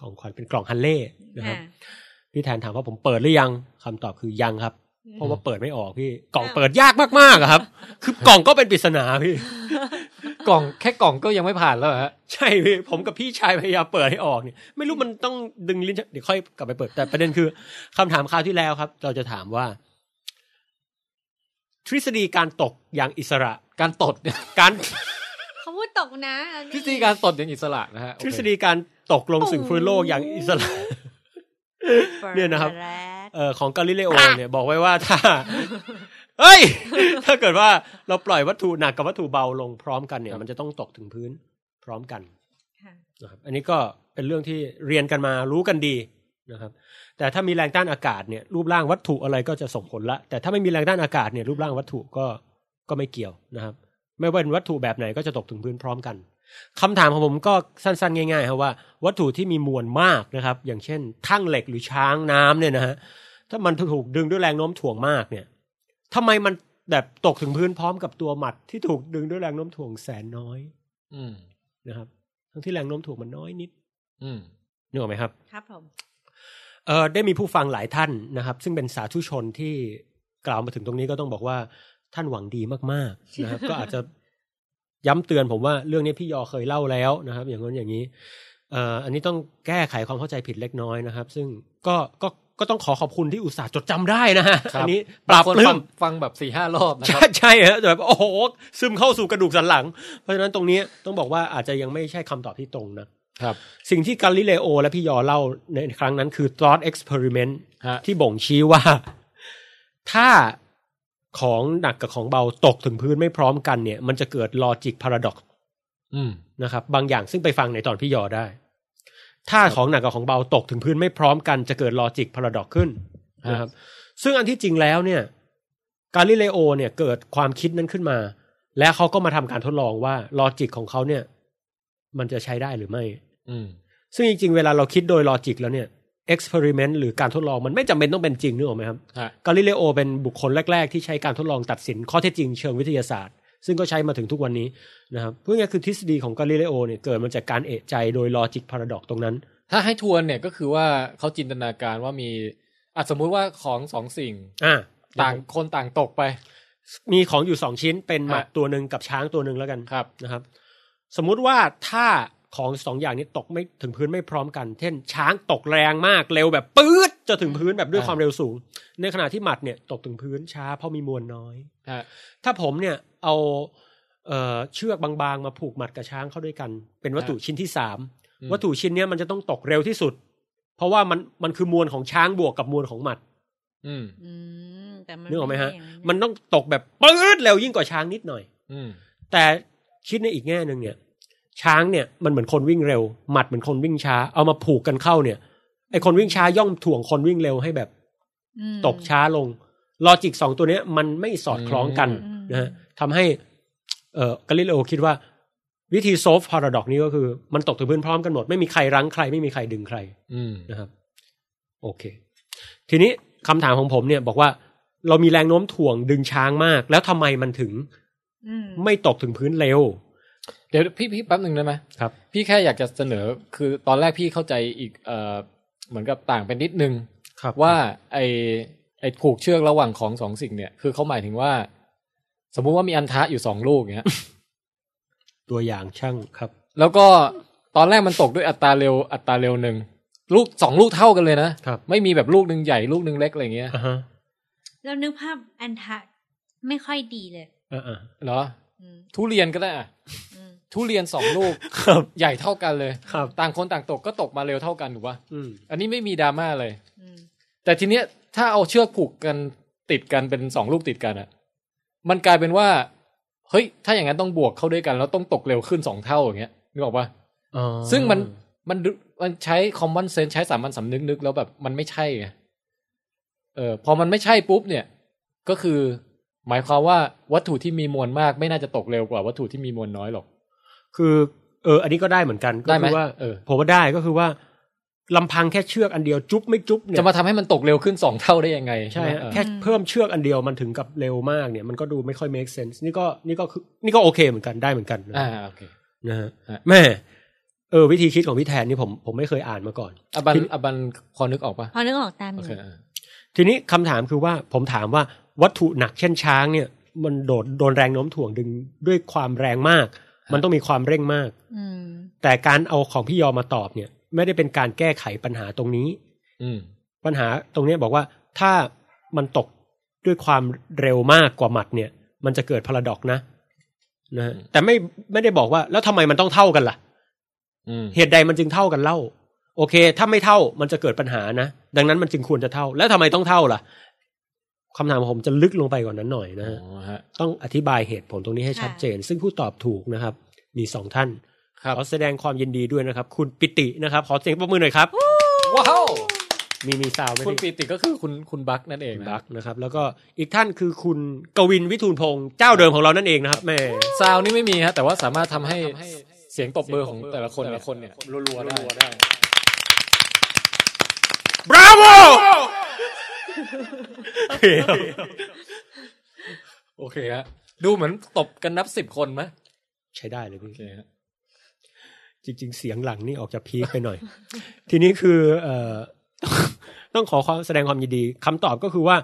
S1: ของขวัญเป็นกล่องฮันเล่นะครับ
S2: อ่ะ
S1: พี่แทนถามว่าผมเปิดหรือยังคำตอบคือยังครับ
S2: อืม
S1: เพราะว่าเปิดไม่ออกพี่กล่องเปิดยากมากๆอะครับ คือกล่องก็เป็นปริศนาพี่
S3: กล่องแค่กล่องก็ยังไม่ผ่านแล้วเหรอฮะ
S1: ใช่พี่ผมกับพี่ชายพยายามเปิดให้ออกเนี่ยไม่รู้มันต้องดึงลิ้นชักเดี๋ยวค่อยกลับไปเปิดแต่ประเด็นคือคำถามคราวที่แล้วครับ เราจะถามว่า ทฤษฎีการตกอย่างอิสระ
S3: การตดเนี่ย
S1: การ
S2: เขาพูดตกนะอัน
S3: ทฤ
S2: นี้
S3: ษฎีการตดอย่างอิสระนะฮะ
S1: ท
S3: โอเค
S1: ฤษฎีการตกลงสู่พื้นโลกอย่างอิสระ เนี่ยนะครับ
S2: ปิดแล้ว
S1: เอ่อของกาลิเลโอเนี่ยบอกไว้ว่าถ้า เอ้ย ถ้าเกิดว่าเราปล่อยวัตถุหนักกับวัตถุเบาลงพร้อมกันเนี่ย มันจะต้องตกถึงพื้นพร้อมกัน
S2: ค่ะ
S1: นะครับอันนี้ก็เป็นเรื่องที่เรียนกันมารู้กันดีนะครับ แต่ถ้ามีแรงต้านอากาศเนี่ยรูปร่างวัตถุอะไรก็จะส่งผลละ แต่ถ้าไม่มีแรงต้านอากาศเนี่ยรูปร่างวัตถุก็ก็ไม่เกี่ยวนะครับ ไม่ว่าเป็นวัตถุแบบไหนก็จะตกถึงพื้นพร้อมกันคำถามของผมก็สั้นๆ ง่ายๆครับว่า วัตถุที่มีมวลมากนะครับ อย่างเช่นทั่งเหล็กหรือช้างน้ำเนี่ยนะฮะถ้ามันถูกดึงด้วยแรงโน้มถ่วงมากเนี่ยทำไมมันแบบตกถึงพื้นพร้อมกับตัวหมัดที่ถูกดึงด้วยแรงโน้มถ่วงแสนน้อย
S3: อืม
S1: นะครับ ทั้งที่แรงโน้มถ่วงมันน้อยนิด
S3: อืม
S1: นึกออกไหมครับ
S2: ครับผม
S1: เออได้มีผู้ฟังหลายท่านนะครับ ซึ่งเป็นสาธุชนที่กล่าวมาถึงตรงนี้ก็ต้องบอกว่าท่านหวังดีมากๆ นะครับ ก็อาจจะย้ำเตือนผมว่าเรื่องนี้พี่ยอเคยเล่าแล้วนะครับ อย่างนั้นอย่างนี้เอ่ออันนี้ต้องแก้ไขความเข้าใจผิดเล็กน้อยนะครับ ซึ่งก็ก็ก็ต้องขอขอบคุณที่อุตส่าห์จดจำได้นะฮะอันนี้ปราบ
S3: คน
S1: ปลื้
S3: ฟั
S1: ม
S3: งฟังแบบสี่ห้ารอบนะค
S1: ใช่ใช่
S3: รับ
S1: ฮะแต่แบบโอ้โหซึมเข้าสู่กระดูกสันหลัง เพราะฉะนั้นตรงนี้ต้องบอกว่าอาจจะยังไม่ใช่คำตอบที่ตรงนะครับ สิ่งที่กาลิเลโอและพี่ยอเล่าในครั้งนั้นคือ thought experiment
S3: ฮะ
S1: ที่บ่งชี้ว่า ถ้าของหนักกับของเบาตกถึงพื้นไม่พร้อมกันเนี่ย มันจะเกิด logic paradox
S3: อืม
S1: นะครับ บางอย่างซึ่งไปฟังในตอนพี่ยอได้ ถ้าของหนักกับของเบาตกถึงพื้นไม่พร้อมกันจะเกิด logic paradox ขึ้น
S3: ฮะ
S1: นะครับ ซึ่งอันที่จริงแล้วเนี่ย กาลิเลโอเนี่ยเกิดความคิดนั้นขึ้นมา และเขาก็มาทำการทดลองว่าลอจิกของเขาเนี่ย มันจะใช้ได้หรือไม่
S3: อืม
S1: ซึ่งจริงๆ เวลาเราคิดโดยลอจิกแล้วเนี่ยเอ็กซ์เพร์เมนต์หรือการทดลองมันไม่จำเป็นต้องเป็นจริงนึกออกไหมครับ
S3: ฮะ
S1: กาลิเลโอเป็นบุคคลแรก ๆ ที่ใช้การทดลองตัดสินข้อเท็จจริงเชิงวิทยาศาสตร์ ซึ่งก็ใช้มาถึงทุกวันนี้นะครับเพื่อไงายๆคือทฤษฎีของกาลิเลโอเนี่ยเกิดมาจากการเอะใจโดยลอจิกพาราดอกตรงนั้น
S3: ถ้าให้ทวนเนี่ยก็คือว่าเขาจินตนาการว่ามีอะสมมุติว่าของสองสิ่ง
S1: อ่า
S3: ต่างคนต่างตกไป
S1: มีของอยู่สองชิ้นเป็นหมัด
S3: ฮะ
S1: ตัวหนึ่งกับช้างตัวหนึ่งแล้วกัน
S3: ครับ
S1: นะครับสมมุติว่าถ้าของสองอย่างนี้ตกไม่ถึงพื้นไม่พร้อมกัน เช่น ช้างตกแรงมากเร็วแบบปื๊ดจะถึงพื้นแบบด้วย
S3: อ่า
S1: ความเร็วสูง ในขณะที่หมัดเนี่ยตกถึงพื้นช้าเพราะมีมวลน้อย
S3: ฮะ
S1: ถ้าผมเนี่ยเอาเอ่อเชือกบางๆ มาผูกหมัดกับช้างเข้าด้วยกัน เป็นวัตถุชิ้นที่สาม
S3: อืม
S1: วัตถุชิ้นเนี้ยมันจะต้องตกเร็วที่สุด เพราะว่ามันมันคือมวลของช้างบวกกับมวลของหมัด
S3: อืม
S2: อืมแต่มัน
S1: นึกออกไหมฮะ
S2: ด้ย่าง
S1: มันต้องตกแบบปื๊ดเร็วยิ่งกว่าช้างนิดหน่อย
S3: อืม
S1: แต่คิดในอีกแง่หนึ่งเนี่ย ช้างเนี่ยมันเหมือนคนวิ่งเร็ว หมัดเหมือนคนวิ่งช้า เอามาผูกกันเข้าเนี่ยไอคนวิ่งช้าย่อมถ่วงคนวิ่งเร็วให้แบบ
S2: อืม
S1: ตกช้าลงลอจิกสองตัวเนี้ยมันไม่สอดคล้องกัน
S2: อืม
S1: นะฮะทำให้ เอ่อกาลิเลโอคิดว่า วิธีโซฟพาราดอกนี้ก็คือ มันตกถึงพื้นพร้อมกันหมด ไม่มีใครรั้งใครไม่มีใครดึงใคร
S3: อืม
S1: นะครับโอเค ทีนี้คำถามของผมเนี่ยบอกว่า เรามีแรงโน้มถ่วงดึงช้างมาก แล้วทำไมมันถึง
S2: อืม
S1: ไม่ตกถึงพื้นเร็ว
S3: เดี๋ยวพี่พี่แป๊บหนึ่งได้ไหม
S1: ครับ
S3: พี่แค่อยากจะเสนอคือตอนแรกพี่เข้าใจอีกเอ่อเหมือนกับต่างไปนิดนึง
S1: ครับ
S3: ว่าไอไอผูกเชือกระหว่างของสองสิ่งเนี่ย คือเขาหมายถึงว่า สมมุติว่ามีอันทะอยู่สองลูก เนี้ย
S1: ตัวอย่างช่างครับ
S3: แล้วก็ตอนแรกมันตกด้วยอัตราเร็วอัตราเร็วหนึ่งลูกสองลูกเท่ากันเลยนะครับ ไม่มีแบบลูกหนึ่งใหญ่ลูกหนึ่งเล็กอะไรเงี้ ย
S1: อ่าฮะ
S2: แล้วนึกภาพอันทะไม่ค่อยดีเลย
S1: อ่าอ่า
S3: เหรอ
S2: อืม
S3: ทุเรียนก็ได้อะ
S2: อืม
S3: ทุเรียนสองลูก
S1: ครับ
S3: ใหญ่เท่ากันเลย
S1: ครับ
S3: ต่างคนต่างตกก็ตกมาเร็วเท่ากันถูกปะ
S1: อืม
S3: อันนี้ไม่มีดราม่าเลย
S2: อืม
S3: แต่ทีเนี้ยถ้าเอาเชือกผูกกันติดกันเป็นสองลูกติดกันอะมันกลายเป็นว่า เฮ้ย ถ้าอย่างนั้นต้องบวกเข้าด้วยกัน แล้วต้องตกเร็วขึ้นสองเท่าอย่างเงี้ยนึกออกปะ
S1: อ๋อ
S3: ซึ่งมันมันดูมันใช้คอมมอนเซนส์ใช้สามัญสำนึกนึกแล้วแบบมันไม่ใช่ไงเออพอมันไม่ใช่ปุ๊บเนี่ย ก็คือ หมายความว่าวัตถุที่มีมวลมาก ไม่น่าจะตกเร็วกว่าวัตถุที่มีมวลน้อยหรอก
S1: คือเออ อันนี้ก็ได้เหมือนกัน
S3: ได้ไหม
S1: ก็คืว่า
S3: เออ
S1: ผมว่าได้ก็คือว่าลำพังแค่เชือกอันเดียวจุ๊บไม่จุ๊บเนี่ย
S3: จะมาทำให้มันตกเร็วขึ้นสองเท่าได้ยังไง
S1: ใช่
S3: ไหม
S1: ฮะ
S3: เออ
S1: แค่เพิ่มเชือกอันเดียวมันถึงกับเร็วมากเนี่ยมันก็ดูไม่ค่อย make sense นี่ก็นี่ก็คือนี่ก็โอเคเหมือนกันได้เหมือนกันนะ
S3: อ่าโอเค
S1: นะฮะ
S3: ฮะ
S1: แม่เออวิธีคิดของพี่แทนนี่ผมผมไม่เคยอ่านมาก่อน
S3: อบันอบันพอนึกออกปะ
S2: พอนึกออกตามอ
S3: โอยู่ เคอ่า
S1: ทีนี้คำถามคือว่าผมถามว่าวัตถุหนักเช่นช้างเนี่ย มันโดดโดนแรงโน้มถ่วงดึงด้วยความแรงมาก มันต้องมีความเร่งมาก
S2: อืม
S1: แต่การเอาของพี่ยอมมาตอบเนี่ย ไม่ได้เป็นการแก้ไขปัญหาตรงนี้
S3: อืม
S1: ปัญหาตรงเนี้ยบอกว่าถ้ามันตกด้วยความเร็วมากกว่าหมัดเนี่ย มันจะเกิดพาราดอกซ์นะนะฮะ
S3: อืม
S1: แต่ไม่ไม่ได้บอกว่า แล้วทำไมมันต้องเท่ากันล่ะ
S3: อืม
S1: เหตุใดมันจึงเท่ากันเล่า โอเค ถ้าไม่เท่ามันจะเกิดปัญหานะ ดังนั้นมันจึงควรจะเท่า แล้วทำไมต้องเท่าล่ะคำถามของผมจะลึกลงไปกว่านั้นหน่อยนะฮะ
S3: อ๋อฮะ
S1: ต้องอธิบายเหตุผลตรงนี้ให้ชัดเจน ซึ่งผู้ตอบถูกนะครับ มีสองท่าน
S3: ครับ
S1: ขอแสดงความยินดีด้วยนะครับ คุณปิตินะครับ ขอเสียงปรบมือหน่อยครับ
S3: ว้าว
S1: มีมีซาวด์ไหม
S3: คุณ
S1: พี่
S3: ปีติก็คือคุณคุณบักนั่นเอง
S1: คุณ
S3: นะ
S1: บักนะครับ แล้วก็อีกท่านคือคุณกวินวิทูลพงศ์เจ้าเดิมของเรานั่นเองนะครับแม่
S3: ซาวนี่ไม่มีฮะ แต่ว่าสามารถทำให้เสียงตบมือของแต่ละคนเนี่ยรัวๆได้
S1: บรา โว
S3: โอเคฮะ ดูเหมือนตบกันนับสิบคนไหม
S1: ใช้ได้เลยพี่
S3: โอเคฮะ
S1: จริงๆ เสียงหลังนี่ออกจะพีคไปหน่อย ทีนี้คือเอ่ อ ต้องขอความแสดงความยินดีคำตอบก็คือว่า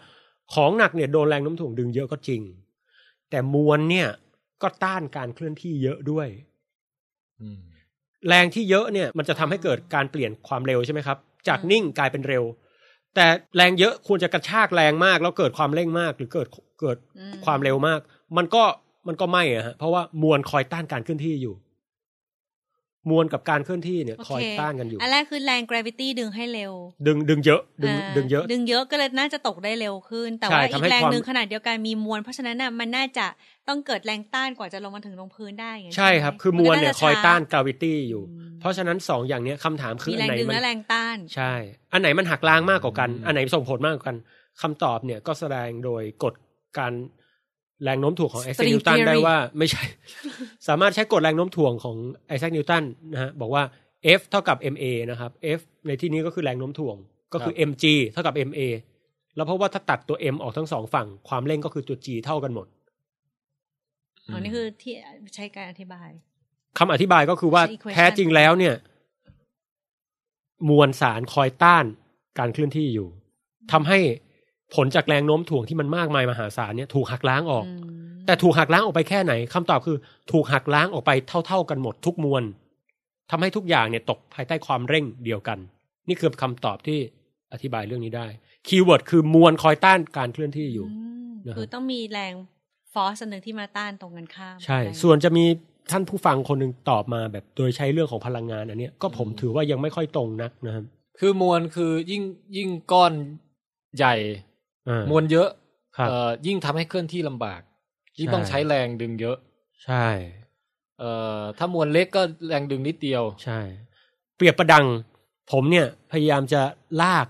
S1: ของหนักเนี่ยโดนแรงโน้มถ่วงดึงเยอะก็จริง แต่มวลเนี่ยก็ต้านการเคลื่อนที่เยอะด้วย
S3: อืม
S1: แรงที่เยอะเนี่ยมันจะทำให้เกิดการเปลี่ยนความเร็วใช่ไหมครับ จากนิ่งกลายเป็นเร็ว แต่แรงเยอะควรจะกระชากแรงมาก แล้วเกิดความเร่งมาก หรือเกิดเกิด
S2: อืม
S1: ความเร็วมาก มันก็มันก็ไม่อะฮะเพราะว่ามวลคอยต้านการเคลื่อนที่อยู่ มวลกับการเคลื่อนที่เนี่ย
S2: โเค
S1: อยต้านกันอยู่
S2: อันแรกคือแรงกราวิตี้ดึงให้เร็ว
S1: ดึงดึงเยอะ ดึง
S2: อ่า
S1: ดึงเยอะ
S2: ดึงเยอะก็เลยน่าจะตกได้เร็วขึ้น แต่
S1: ใช่
S2: ว่าอี
S1: ทำ
S2: ก
S1: ให้
S2: แรง
S1: ความ
S2: หนึ่งขนาดเดียวกันมีมวล เพราะฉะนั้นน่ะมันน่าจะต้องเกิดแรงต้านกว่าจะลงมาถึงลงพื้นได้อย่างนั้น
S1: ใช่ครับ
S2: ไห
S1: คือมวลเนี่ย
S2: ก็
S1: คอย
S2: จะช้
S1: ต้านกราวิตี้อยู่
S2: อืม
S1: เพราะฉะนั้นสองอย่างเนี้ยคำถามคือ
S2: มี
S1: อั
S2: แร
S1: น
S2: ง
S1: ไหน
S2: ดึง
S1: มั
S2: และ
S1: น
S2: แรงต้าน
S1: ใช่ อันไหนมันหักล้างมากกว่ากัน
S3: อืม
S1: อันไหนส่งผลมากกว่ากันคำตอบเนี่ยก็แสดงโดยกฎการ แรงโน้มถ่วงของไอแซค
S2: String
S1: นิวตัน
S2: theory
S1: ได้ว่าไม่ใช่ สามารถใช้กฎแรงโน้มถ่วงของไอแซคนิวตันนะฮะบอกว่า F เท่ากับ ma นะครับ F ในที่นี้ก็คือแรงโน้มถ่วงก็คือ mg เท่ากับ ma แล้วเพราะว่าถ้าตัดตัว m ออกทั้งสองฝั่ง ความเร่งก็คือตัว g เท่ากันหมด
S2: อ๋อนี่คือที่ใช้การอธิบาย
S1: คำอธิบายก็คือว่า
S2: ใช่ equation
S1: แท้จริงแล้วเนี่ย มวลสารคอยต้านการเคลื่อนที่อยู่ทำให้ผลจากแรงโน้มถ่วงที่มันมากมายมหาศาลเนี่ยถูกหักล้างออก
S2: อืม
S1: แต่ถูกหักล้างออกไปแค่ไหนคำตอบคือ ถูกหักล้างออกไปเท่า ๆกันหมดทุกมวลทำให้ทุกอย่างเนี่ยตกภายใต้ความเร่งเดียวกัน นี่คือคำตอบที่อธิบายเรื่องนี้ได้ คีย์เวิร์ดคือมวลคอยต้านการเคลื่อนที่อยู่
S2: ม
S1: นะฮะ
S2: คือต้องมีแรงฟอสอันหนึ่งที่มาต้านตรงกันข้าม
S1: ใช่
S2: อะไรอย่างเงี้ย
S1: ส่วนจะมีท่านผู้ฟังคนหนึ่งตอบมาแบบโดยใช้เรื่องของพลังงานอันเนี้ยก็ผมถือว่ายังไม่ค่อยตรงนักนะครับ
S3: คือมวลคือยิ่งยิ่งก้อนใหญ่
S1: อ่าม
S3: วลเยอะ
S1: ครับ
S3: เอ่อยิ่งทำให้เคลื่อนที่ลำบาก ยิ่ง
S1: ใช่
S3: ต้องใช้แรงดึงเยอะ
S1: ใช่
S3: เอ่อถ้ามวลเล็กก็แรงดึงนิดเดียว
S1: ใช่ เปรียบประดัง ผมเนี่ยพยายามจะลาก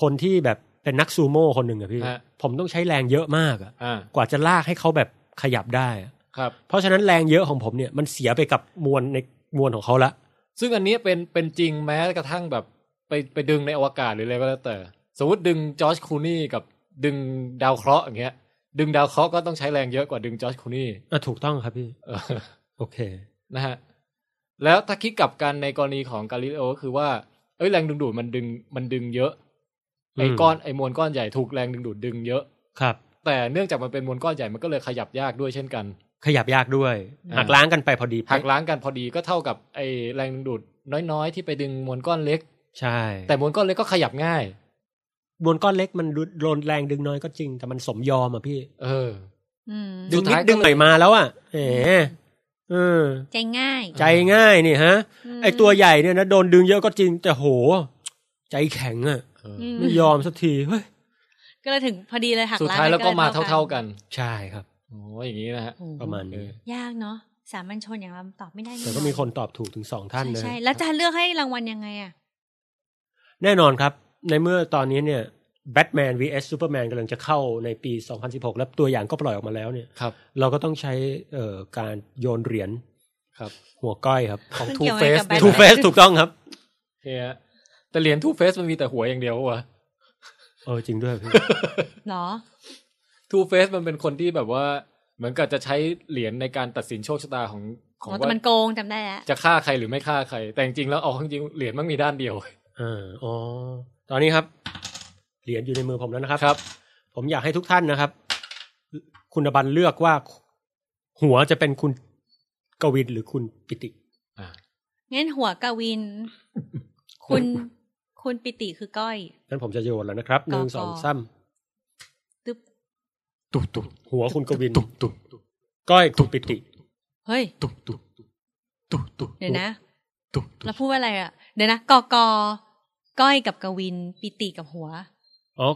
S1: คนที่แบบเป็นนักซูโม่คนหนึ่งอะพี่
S3: ฮะ
S1: ผมต้องใช้แรงเยอะมากอะ
S3: อ่าก
S1: ว่าจะลากให้เขาแบบขยับได้อะ
S3: ครับ
S1: เพราะฉะนั้นแรงเยอะของผมเนี่ยมันเสียไปกับมวลในมวลของเขาละ
S3: ซึ่งอันเนี้ยเป็นเป็นจริงแม้กระทั่งแบบไปไปดึงในอวกาศหรืออะไรก็แล้วแต่ สมมติดึงจอร์จคลูนี่กับดึงดาวเคราะห์อย่างเงี้ย ดึงดาวเคราะห์ก็ต้องใช้แรงเยอะกว่าดึงจอร์จคลูนี่
S1: อ่ะถูกต้องครับพี่
S3: เออ
S1: โอเค
S3: นะฮะแล้วถ้าคิดกลับกันในกรณีของกาลิเลโอก็คือว่าเอ้ยแรงดึงดูดมันดึงมันดึงเยอะไอ้
S1: อืม
S3: ก้อนไอ้มวลก้อนใหญ่ถูกแรงดึงดูดดึงเยอะ
S1: ครับ
S3: แต่เนื่องจากมันเป็นมวลก้อนใหญ่มันก็เลยขยับยากด้วยเช่นกัน
S1: ขยับยากด้วย
S3: อ่า
S1: หักล้างกันไปพอดี
S3: หัก
S1: เป๊ะ
S3: ล้างกันพอดีก็เท่ากับไอ้แรงดึงดูดน้อยๆ ที่ไปดึงมวลก้อนเล็ก
S1: ใช่
S3: แต่มวลก้อนเล็กก็ขยับง่าย
S1: มวลก้อนเล็กมันโดนแรงดึงน้อยก็จริง แต่มันสมยอมอ่ะพี่
S3: เออ
S2: อืม
S1: ดึ
S3: สุ
S1: ง
S3: ด
S1: นิ
S3: ท้า
S1: ด
S3: ยก็เลย
S1: ดึงหน่อยมาแล้วอ่ะเออเออ
S2: ใจง่าย
S1: ใจง่ายนี่ฮะ
S2: ม
S1: ไอตัวใหญ่เนี่ยนะโดนดึงเยอะก็จริง แต่โห ใจแข็งอ่ะ
S3: เอออ
S2: อืม
S1: ไม่ยอมสักทีเฮ้ย
S2: ก็เลยถึงพอดีเลยหัก
S3: สุด
S2: ล้าง
S3: ท้ายแล้วก็มา
S2: เลย
S3: เท่าๆกัน
S1: ใช่ครับ
S3: โอ้ยอย่างนี้นะฮะ
S2: โอ้โห
S1: ประมาณนี้
S3: เออ
S2: ยากเนาะสามัญชนอย่างเราตอบไม่ได้
S1: แต่ก็มีคนตอบถูกถึงสองท่าน
S2: ใช่
S1: นะ
S2: ใช่แล้วจะเลือกให้รางวัลยังไงอ่ะ
S1: แน่นอนครับ ในเมื่อตอนนี้เนี่ยแบทแมน vs ซูเปอร์แมนกำลังจะเข้าในปี 2016 แล้วตัวอย่างก็ปล่อยออกมาแล้วเนี่ย
S3: ครับ
S1: เราก็ต้องใช้เอ่อการโยนเหรียญ
S3: ครับ
S1: หัวก้อยครับ
S3: ของ
S2: มัน
S3: ทู
S2: เกี่ยวอะไร
S3: เฟส
S2: กับ Batman?
S1: ทูเฟสถูกต้องครับ
S3: เนี่ยแต่เหรียญทูเฟสมันมีแต่หัวอย่างเดียววะ
S1: เออจริงด้วยพี่
S2: หรอ
S3: ทูเฟสมันเป็นคนที่แบบว่า เหมือนกับจะใช้เหรียญในการตัดสินโชคชะตาของข
S2: อ๋
S3: อ
S2: อ
S3: ง
S2: แต่
S3: ว่า
S2: มันโกงจำได้แล้ว
S3: จะฆ่าใครหรือไม่ฆ่าใคร แต่จริงๆแล้วเอาจริงๆเหรียญมันมีด้านเดียว
S1: เอออ๋อตอนนี้ครับ เหรียญอยู่ในมือผมแล้วนะครับ
S3: ครับ
S1: ผมอยากให้ทุกท่านนะครับ คุณบันเลือกว่า หัวจะเป็นคุณกวินหรือคุณปิติ
S2: งั้นหัวกวิน คุณคุณปิติคือก้อย
S1: งั้นผมจะโยนแล้วนะครับหนึ่งสองสาม
S2: ตึ๊บ
S3: ตุบตุบ
S1: หัวคุณกวิน
S3: ตุบตุบตุบ
S1: ก้อยคุณปิติ
S2: เฮ้ย
S3: ตุบตุบตุบตุบ
S2: เดี๋ยวนะ
S3: ตุบตุ
S2: เรา
S3: บ
S2: พูดว่าอะไรอ่ะ เดี๋ยวนะกอกอก้อยกับกวิน ปิติกับหัว
S1: อ๋อ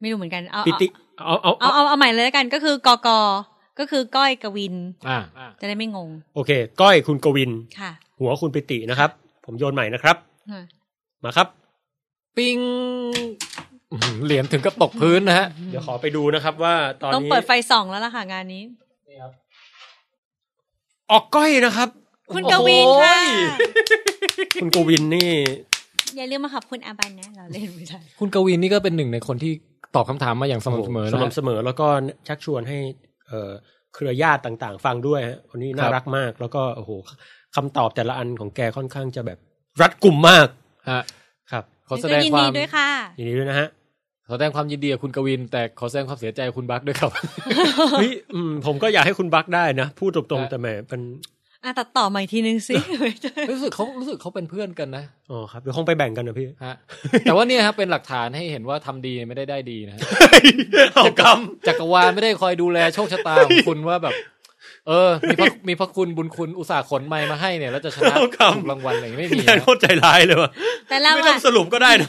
S2: ไม่รู้เหมือนกัน เอา
S1: ปิติ เอาเอา
S2: เอาเอาเอาเอาใหม่เลยแล้วกันก็คือกอกอก็คือก้อยกวิน
S3: อ่า
S2: จะได้ไม่งง
S1: โอเค ก้อยคุณกวิน
S2: ค่ะ
S1: หัวคุณปิตินะครับ ผมโยนใหม่นะครับ
S2: อ่ะ
S1: มาครับ
S3: ปิงอื้อหือเหรียญถึงกับตกพื้นนะฮะ
S1: เดี๋ยวขอไปดูนะครับว่าตอน
S2: ต้อง
S1: นี้
S2: เปิดไฟส่องแล้วล่ะค่ะงานนี้
S1: ออกก้อยนะครับ
S2: คุณกวินค่ะ
S3: โอ้ย
S1: คุณกวินนี่
S2: อย่าลืมมาขอบคุณอาบันนะ เราเล่นไม่ได้
S3: คุณกวินนี่ก็เป็นหนึ่งในคนที่ตอบคำถามมาอย่างสม่ำเสมอ
S1: ส
S3: นะฮะ
S1: ม่ำเสมอแล้วก็ชักชวนให้เอ่อเครือญาติต่างๆ ฟังด้วยฮะคนนี้
S3: ค
S1: น่า
S3: รับ
S1: รักมาก แล้วก็โอ้โหคำตอบแต่ละอันของแกค่อนข้างจะแบบรัดกลุ่มมาก
S3: ฮะ
S1: ครับ
S3: ขอแสดง
S2: ยิ
S3: ควา
S2: ดี
S3: ม
S2: ด้วยค่ะ
S1: อย่างนี้ด้วย นะฮะ
S3: ขอแสดงความยินดีกับคุณกวิน แต่ขอแสดงความเสียใจกับคุณบัค ด้วยครับ
S1: เฮ้ยอืมผมก็อยากให้คุณบักได้นะ พูดตรง
S3: ฮะ
S1: ๆแต่แหมเป็น
S2: อ่ะตัดต่อใหม่ทีนึงสิ
S3: รู้สึกเขารู้สึกเขาเป็นเพื่อนกันนะ
S1: อ๋อครับเดี๋ยวคงไปแบ่งกันนะพี่
S3: ฮะ แต่ว่าเนี่ยครับเป็นหลักฐานให้เห็นว่าทำดีไม่ได้ได้ดีนะฮะ
S1: เอาก
S3: จักรวาลไม่ได้คอยดูแลโชคชะตาของคุณว่าแบบ เออ มีพระมีพระคุณบุญคุณอุตส่าห์ขนไม้มาให้เนี่ย แล้วจะชนะถูกรางวัลอะไรอย่างงี้ไม่มี
S1: ำแนน
S3: นะ
S1: โคตรใจร้ายเลยว่ะ
S2: แต่เรา
S1: ไม่ต้อ
S2: อะ
S1: งสรุปก็ได้นะ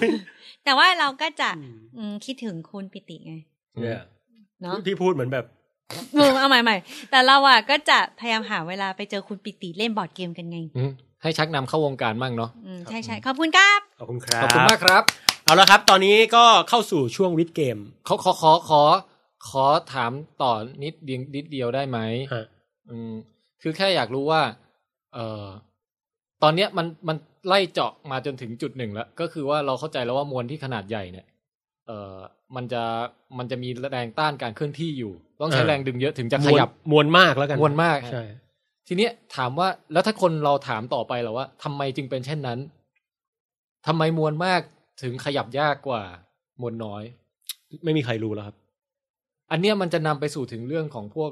S2: แต่ว่าเราก็จะอืมคิดถึงคุณปิติไง
S1: เนี่ย
S2: เนาะ
S1: พี่พูดเหมือนแบบ
S2: เออเอาใหม่ใหม่แต่เราอะก็จะพยายามหาเวลาไปเจอคุณปิติเล่นบอร์ดเกมกันไง
S3: อืมให้ชักนำเข้าวงการมั่งเนาะ
S2: อืมใช่ใช่ขอบคุณครับ
S1: ขอบคุณครับ
S3: ขอบคุณมากครับ
S1: เอาละครับ ตอนนี้ก็เข้าสู่ช่วงวิดเกม
S3: เขาขอขอขอ ขอถามต่อนิดเดียวนิดเดียวได้ไหม
S1: ฮะ
S3: อืมคือแค่อยากรู้ว่า เอ่อ ตอนเนี้ยมันมันไล่เจาะมาจนถึงจุดหนึ่งแล้ว ก็คือว่าเราเข้าใจแล้วว่ามวลที่ขนาดใหญ่เนี่ย เอ่อ มันจะมันจะมีแรงต้านการเคลื่อนที่อยู่ ต้องใช้
S1: อ่า
S3: แรงดึงเยอะถึงจะขยับ
S1: มวลมวลมากแล้วกัน
S3: มวลมากฮะ
S1: ใช่
S3: ทีเนี้ยถามว่าแล้วถ้าคนเราถามต่อไปเหรอว่าทำไมจึงเป็นเช่นนั้นทำไมมวลมากถึงขยับยากกว่ามวลน้อย
S1: ไม่มีใครรู้แล้วครับ
S3: อันเนี้ยมันจะนำไปสู่ถึงเรื่องของพวก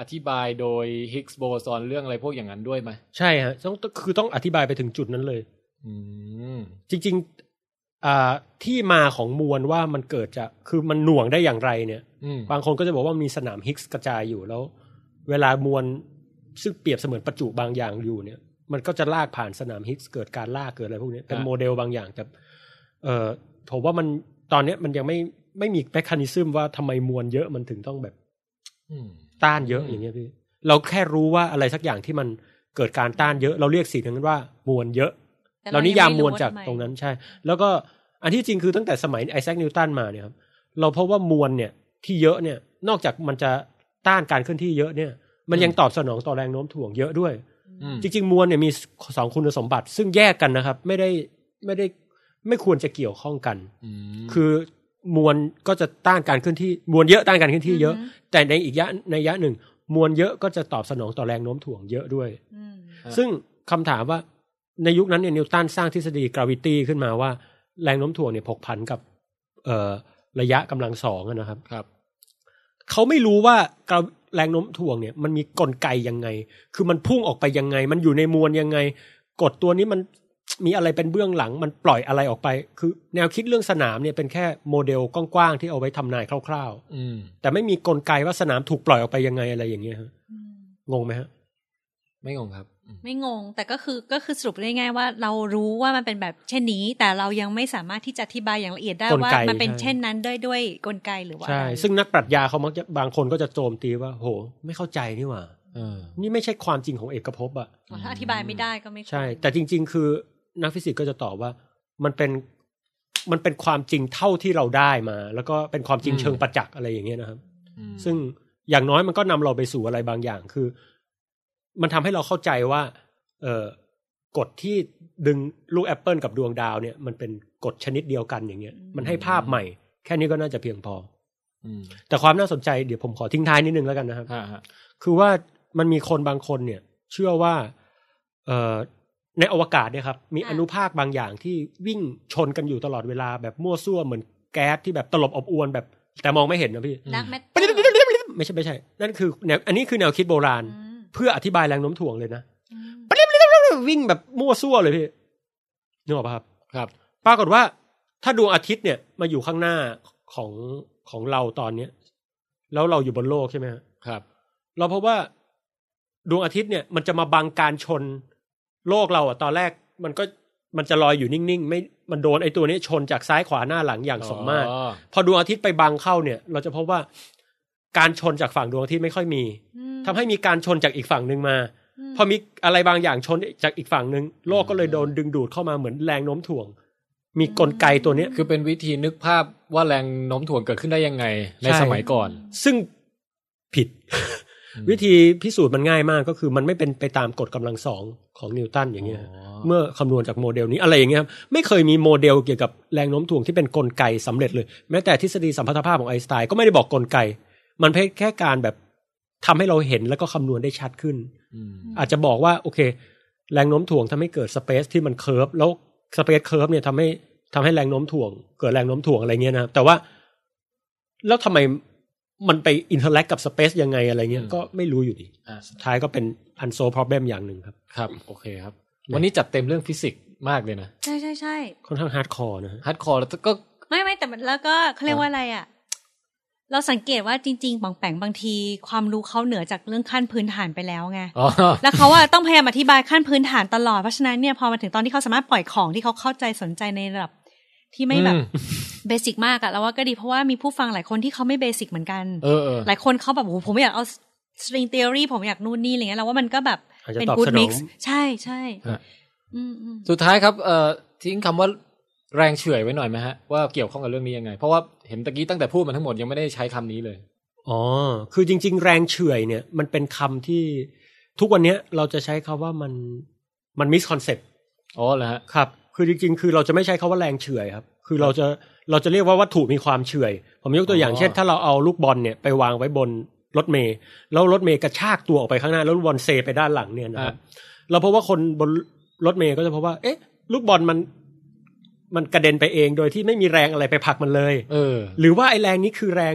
S3: อธิบายโดยฮิกส์โบซอนเรื่องอะไรพวกอย่างนั้นด้วยไหม
S1: ใช่ฮะต้องคือต้องอธิบายไปถึงจุดนั้นเลย
S3: อืม
S1: จริงๆอ่าที่มาของมวลว่ามันเกิดจากคือมันหน่วงได้อย่างไรเนี่ย
S3: อืม
S1: บางคนก็จะบอกว่ามีสนามฮิกส์กระจายอยู่แล้ว เวลามวลซึ่งเปรียบเสมือนประจุบางอย่างอยู่เนี่ย มันก็จะลากผ่านสนามฮิกส์เกิดการลากเกิดอะไรพวกนี้เป็นโมเดลบางอย่างแต่เออผมว่ามันตอนเนี้ยมันยังไม่ไม่มีแมคคานิซึมว่าทำไมมวลเยอะมันถึงต้องแบบ
S3: อืม
S1: ต้านเยอะ
S3: อืม
S1: อย่างเงี้ยพี่เราแค่รู้ว่าอะไรสักอย่างที่มันเกิดการต้านเยอะ เราเรียกสิ่งนั้นว่ามวลเยอะ
S2: แต่
S1: เรานิยามมวลจาก
S2: ยัไ
S1: ตรงนั้นใช่ แล้วก็อันที่จริงคือตั้งแต่สมัยไอแซคนิวตันมาเนี่ยครับเราพบว่ามวลเนี่ยที่เยอะเนี่ยนอกจากมันจะต้านการเคลื่อนที่เยอะเนี่ย มันยังตอบสนองต่อแรงโน้มถ่วงเยอะด้วย
S3: อืม
S1: จริง ๆ มวลเนี่ยมีสองคุณสมบัติ ซึ่งแยกกันนะครับ ไม่ได้ไม่ได้ไม่ควรจะเกี่ยวข้องกัน
S3: ม
S1: คือมวลก็จะต้านการเคลื่อนที่มวลเยอะต้านการเคลื่อนที่เยอะ
S2: อือฮึ
S1: แต่ในอีกยะในยะหนึ่ง มวลเยอะก็จะตอบสนองต่อแรงโน้มถ่วงเยอะด้วย
S2: อืม
S1: ซึ่งคำถามว่าในยุคนั้นเนี่ยนิวตันสร้างทฤษฎีกราวิตี้ขึ้นมาว่า แรงโน้มถ่วงเนี่ยผกผันกับเอ่อระยะกำลังสองอะนะครับ
S3: ครับ
S1: เขาไม่รู้ว่ากระแรงโน้มถ่วงเนี่ยมันมีกลไกยังไง คือมันพุ่งออกไปยังไง มันอยู่ในมวลยังไง กฎตัวนี้มันมีอะไรเป็นเบื้องหลัง มันปล่อยอะไรออกไป คือแนวคิดเรื่องสนามเนี่ยเป็นแค่โมเดลกว้างๆที่เอาไว้ทำนายคร่าว
S3: อืม
S1: ๆ แต่ไม่มีกลไกว่าสนามถูกปล่อยออกไปยังไงอะไรอย่างเงี้ยฮะ
S2: อืม
S1: งงไหมฮะ
S3: ไม่งงครับอืม
S2: ไม่งง แต่ก็คือก็คือสรุปได้ง่ายๆว่า เรารู้ว่ามันเป็นแบบเช่นนี้ แต่เรายังไม่สามารถที่จะอธิบายอย่างละเอียดได้
S1: กลไก
S2: ว่ามันเป็น
S1: ใช่
S2: เช่นนั้นด้วยด้วยกลไกหรือว่า
S1: ใช่
S2: อะไร
S1: ซึ่งนักปรัชญาเขามักจะบางคนก็จะโจมตีว่า โห ไม่เข้าใจนี่หว่า
S3: เออ
S1: นี่ไม่ใช่ความจริงของเอกภพอะ
S2: อ๋อถ้าอธิบายไม่ได้ก็ไม่ควร
S1: ใช่ แต่จริง ๆ คือนักฟิสิกส์ก็จะตอบว่า มันเป็น มันเป็นความจริงเท่าที่เราได้มา แล้วก็เป็นความจริง
S3: อืม
S1: เชิงประจักษ์อะไรอย่างเงี้ยนะครับ
S3: อืม
S1: ซึ่งอย่างน้อยมันก็นำเราไปสู่อะไรบางอย่าง คือ มันทำให้เราเข้าใจว่า เออกฎที่ดึงลูกแอปเปิลกับดวงดาวเนี่ย มันเป็นกฎชนิดเดียวกันอย่างเงี้ย มันให้ภาพใหม่ แค่นี้ก็น่าจะเพียงพอ
S3: อืม
S1: แต่ความน่าสนใจเดี๋ยวผมขอทิ้งท้ายนิดนึงแล้วกันนะครับ
S3: ฮะฮะ
S1: คือว่ามันมีคนบางคนเนี่ย เชื่อว่าเอ่อในอวกาศเนี่ยครับ มีอนุภาคบางอย่างที่วิ่งชนกันอยู่ตลอดเวลาแบบมั่วซั่วเหมือนแก๊สที่แบบตลบอบอวนแบบ แต่มองไม่เห็นนะพี่
S2: ดักแมท
S1: ไม่ใช่ไม่ใช่ นั่นคือแนวอันนี้คือแนวคิดโบราณ เพื่ออธิบายแรงโน้มถ่วงเลยนะ วิ่งแบบมั่วซั่วเลยพี่นึกออกปะครับ
S3: ครับ
S1: ปรากฏว่าถ้าดวงอาทิตย์เนี่ยมาอยู่ข้างหน้าของของเราตอนเนี้ย แล้วเราอยู่บนโลกใช่ไหมฮะ
S3: ครับ
S1: เราพบว่าดวงอาทิตย์เนี่ยมันจะมาบังการชนโลกเราอะตอนแรกมันก็มันจะลอยอยู่นิ่งๆ ไม่มันโดนไอ้ตัวนี้ชนจากซ้ายขวาหน้าหลังอย่างสมมาตร
S3: อ๋อ
S1: พอดวงอาทิตย์ไปบังเข้าเนี่ย เราจะพบว่าการชนจากฝั่งดวงอาทิตย์ไม่ค่อยมีทำให้มีการชนจากอีกฝั่งหนึ่งมา พอมีอะไรบางอย่างชนจากอีกฝั่งหนึ่งโลกก็เลยโดนดึงดูดเข้ามาเหมือนแรงโน้มถ่วง มีกลไกตัวเนี้ย
S3: คือเป็นวิธีนึกภาพว่าแรงโน้มถ่วงเกิดขึ้นได้ยังไง ใน
S1: ใช่
S3: สมัยก่อน
S1: ซึ่งผิด วิธีพิสูจน์มันง่ายมากก็คือมันไม่เป็นไปตามกฎกำลังสองของนิวตันอย่างเงี้ย
S3: เมื่
S1: เมื่
S3: อ
S1: อคำนวณจากโมเดลนี้อะไรอย่างเงี้ยครับไม่เคยมีโมเดลเกี่ยวกับแรงโน้มถ่วงที่เป็นกลไกสำเร็จเลย แม้แต่ทฤษฎีสัมพัทธภาพของไอน์สไตน์ก็ไม่ได้บอกกลไก มันเพียงแค่การแบบทำให้เราเห็นแล้วก็คำนวณได้ชัดขึ้น
S3: ม
S1: อาจจะบอกว่า โอเค แรงโน้มถ่วงทำให้เกิดสเปซที่มันเคิร์ฟแล้วสเปซเคิร์ฟเนี่ยทำให้ทำให้แรงโน้มถ่วง เกิดแรงโน้มถ่วงอะไรเงี้ยนะครับแต่ว่า แล้วทำไมมันไปอินเทอร์แลกกับสเปซยังไงอะไรเงี้ยก็ไม่รู้อยู่ดี
S3: อ่ะ
S1: สุดท้ายก็เป็นอันโซพรบเบมอย่างหนึ่งครับ
S3: ครับ โอเคครับ วันนี้จัดเต็มเรื่องฟิสิกส์มากเลยนะ
S2: ใช่ใช่ใช่
S1: ค่อนข้างฮาร์ดคอร์นะฮะ
S3: ฮาร์ดคอร์แล้วก็
S2: ไม่ไม่แต่มันแล้วก็เขาเรียก
S3: อ่า
S2: ว่าอะไรอ่ะ เราสังเกตว่าจริง ๆบางแปงบางที ความรู้เขาเหนือจากเรื่องขั้นพื้นฐานไปแล้วไง
S3: อ๋อ
S2: แล้วเขาอ่ะต้องพยายามอธิบายขั้นพื้นฐานตลอดเพราะฉะนั้นเนี่ยพอมาถึงตอนที่เขาสามารถปล่อยของที่เขาเข้าใจสนใจในระดับที่ไม่แบบ
S3: อื
S2: เบสิกมากอะแล้วว่าก็ดีเพราะว่ามีผู้ฟังหลายคนที่เขาไม่เบสิกเหมือนกัน
S3: เออเออ
S2: หลายคนเขาแบบโอ้โหผมอยากเอาสตริงเทอรี่ผมอยากนู่นนี่อะไรเงี้ยเราว่ามันก็แบบ
S1: อาจจะ
S2: เป็น
S1: ตอบ
S2: กูด
S1: สนอง
S2: มิกซ์ใช่ใช่
S3: ฮะ
S2: อืมอืม
S3: สุดท้ายครับเอ่อทิ้งคำว่าแรงเฉื่อยไว้หน่อยไหมฮะว่าเกี่ยวข้องกับเรื่องนี้ยังไง เพราะว่าเห็นตะกี้ตั้งแต่พูดมาทั้งหมดยังไม่ได้ใช้คำนี้เลย
S1: อ๋อ คือจริง ๆ แรงเฉื่อยเนี่ย มันเป็นคำที่ทุกวันเนี้ยเราจะใช้คำว่ามันมันมิสคอนเซปต์
S3: อ๋อเหรอฮะ
S1: ครับ คือจริง ๆ คือเราจะไม่ใช้คำว่าแรงเฉื่อยครับ คือเราจะเราจะเรียกว่าวัตถุมีความเฉื่อย ผมยกตัวอย่างเช่น ถ้าเราเอาลูกบอลเนี่ยไปวางไว้บนรถเมล์แล้วรถเมล์กระชากตัวออกไปข้างหน้าแล้วลูกบอลเซไปด้านหลังเนี่ยนะ
S3: อ่ะ
S1: ครับ เราพบว่าคนบนรถเมย์ก็จะพบว่า เอ๊ะ ลูกบอลมัน มันกระเด็นไปเองโดยที่ไม่มีแรงอะไรไปผลักมันเลย
S3: เออ
S1: หรือว่าไอแรงนี้คือแรง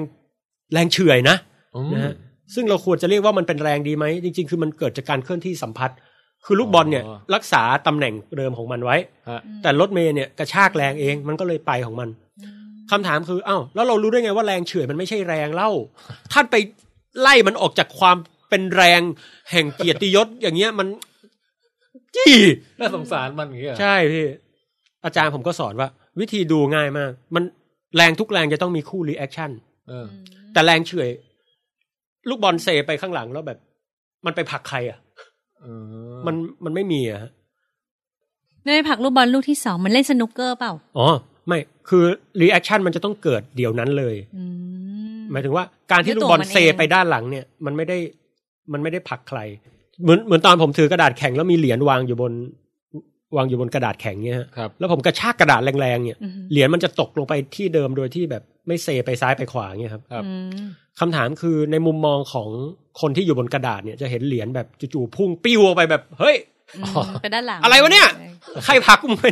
S1: แรงเฉื่อยนะนะฮะซึ่งเราควรจะเรียกว่ามันเป็นแรงดีไหมจริง ๆ คือมันเกิดจากการเคลื่อนที่สัมผัส คือลูกบอลเนี่ย รักษาตำแหน่งเดิมของมันไว้
S3: ฮะ
S1: แต่รถเมย์เนี่ยกระชากแรงเองมันก็เลยไปของมันคำถามคืออ้าวแล้วเรารู้ได้ไงว่าแรงเฉื่อยมันไม่ใช่แรงเล่า ท่านไปไล่มันออกจากความเป็นแรงแห่งเกียรติยศอย่างเงี้ยมันจี้
S3: น่าสงสารมันอย่างเงี้ย
S1: ใช่พี่ อาจารย์ผมก็สอนว่า วิธีดูง่ายมาก มันแรงทุกแรงจะต้องมีคู่รีแอคชั่น
S3: เออ
S1: แต่แรงเฉื่อย ลูกบอลเซไปข้างหลังแล้วแบบ มันไปผลักใครอ่ะ
S3: เออ
S1: มันมันไม่มีอ่ะฮะ
S2: ไม่ได้ผลักลูกบอลลูกที่สองมันเล่นสนุกเกอร์เปล่า
S1: อ๋อ ไม่คือรีแอคชั่นมันจะต้องเกิดเดี๋ยวนั้นเลย
S2: อืม
S1: หมายถึงว่าการที่
S2: ด้
S1: ลูก
S2: วยตัว
S1: บอล
S2: มัน
S1: เซ
S2: เอง
S1: ไปด้านหลังเนี่ย มันไม่ได้มันไม่ได้ผลักใคร เหมือนเหมือนตอนผมถือกระดาษแข็งแล้วมีเหรียญวางอยู่บน วางอยู่บนกระดาษแข็งเนี่ยฮะ
S3: ครับ
S1: แล้วผมกระชากกระดาษแรงๆเนี่ย
S2: อืม
S1: เหรียญมันจะตกลงไปที่เดิมโดยที่แบบไม่เซไปซ้ายไปขวาเงี้ยครับ
S3: ครับ
S2: อืม
S1: คำถามคือในมุมมองของคนที่อยู่บนกระดาษเนี่ยจะเห็นเหรียญแบบจู่ๆพุ่งปิ้วออกไปแบบ เฮ้ย
S2: อืมไปด้านหลัง
S1: อะไรวะเนี่ย ใครผลักกูไป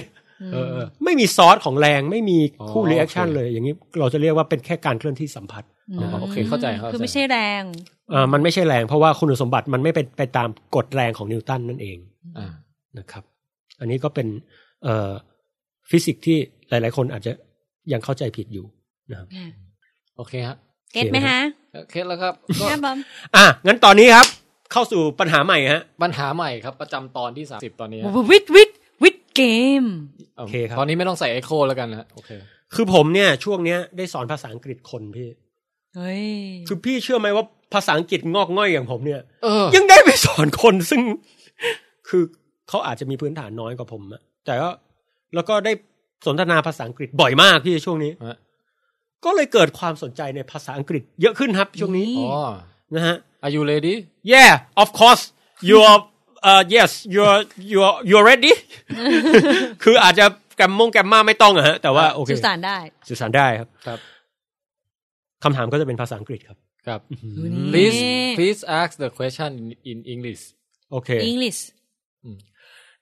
S3: เออเออ
S1: ไม่มีซอสของแรงไม่มีคู่
S3: อ๋อ
S1: รีแอคชั่น
S3: โอเค
S1: เลย อย่างนี้เราจะเรียกว่าเป็นแค่การเคลื่อนที่สัมผัส
S2: ม
S3: โอเคเข้าใจเข้าใจ
S2: คือไม่ใช่แรง
S1: เอ่อมันไม่ใช่แรงเพราะว่าคุณสมบัติมันไม่เป็นไปตามกฎแรงของนิวตันนั่นเอง
S3: อ่า
S1: นะครับ อันนี้ก็เป็นเอ่อฟิสิกส์ที่หลาย ๆ คนอาจจะยังเข้าใจผิดอยู่นะครับ
S3: โอเคฮะ
S2: เก็ตไหมฮะ
S3: เคสแล้วครับก็
S2: แม่บอม
S1: อ่ะงั้นตอนนี้ครับ เข้าสู่ปัญหาใหม่ฮะ
S3: ปัญหาใหม่ครับ ประจำตอนที่สามสิบตอนนี้ฮะ
S2: วิดวิดวิดเกม
S1: โอเคครับ
S3: ตอนนี้ไม่ต้องใส่เอ็โคแล้วกันนะโอเค
S1: คือผมเนี่ย ช่วงเนี้ยได้สอนภาษาอังกฤษคนพี่
S2: เฮ้ย
S1: คือพี่เชื่อไหมว่าภาษาอังกฤษงอกง่อยอย่างผมเนี่ย
S3: เออ
S1: ยังได้ไปสอนคนซึ่ง คือเขาอาจจะมีพื้นฐานน้อยกว่าผมอะแต่ก็แล้วก็ได้สนทนาภาษาอังกฤษบ่อยมากพี่ช่วงนี้
S3: ฮะ
S1: ก็เลยเกิดความสนใจในภาษาอังกฤษเยอะขึ้นครับ ช่วงนี้
S2: นี่
S3: อ๋อ
S1: นะฮะ
S3: Are you ready
S1: yeah of course you're uh yes you're you're you're ready คืออาจจะแกรมมงแกรมมาไม่ต้องอะฮะแต่ว่าโอเค
S2: สื่อสารได้
S1: สื่อสารได้ครับ
S3: ครับ
S1: คำถามก็จะเป็นภาษาอังกฤษครับ
S3: ครับ
S2: นี่
S3: please please ask the question in English
S1: โอเค
S2: English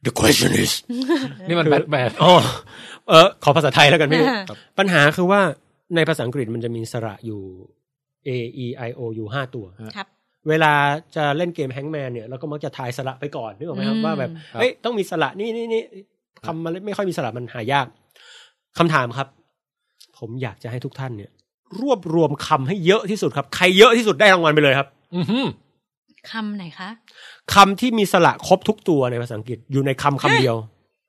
S1: The question is
S3: นี่มันแบดแบด
S1: อ๋อเออขอภาษาไทยแล้วกันพี่
S2: อ่า
S1: ปัญหาคือว่าในภาษาอังกฤษมันจะมีสระอยู่ A E I O U ห้าตัว
S3: ฮะ
S2: ครับ
S1: เวลาจะเล่นเกมแฮงแมนเนี่ยเราก็มักจะทายสระไปก่อนนึกออกไหมครับ
S2: อืม
S1: ว่าแบบ
S3: ครับ
S1: เอ้ยต้องมีสระนี่นี่นี่คำมันไม่ค่อยมีสระมันหายากคำถามครับ ผมอยากจะให้ทุกท่านเนี่ย รวบรวมคำให้เยอะที่สุดครับ ใครเยอะที่สุดได้รางวัลไปเลยครับ
S3: อือหือ
S2: คำไหนคะ
S1: คำที่มีสระครบทุกตัวในภาษาอังกฤษอยู่ในคำคำเดียว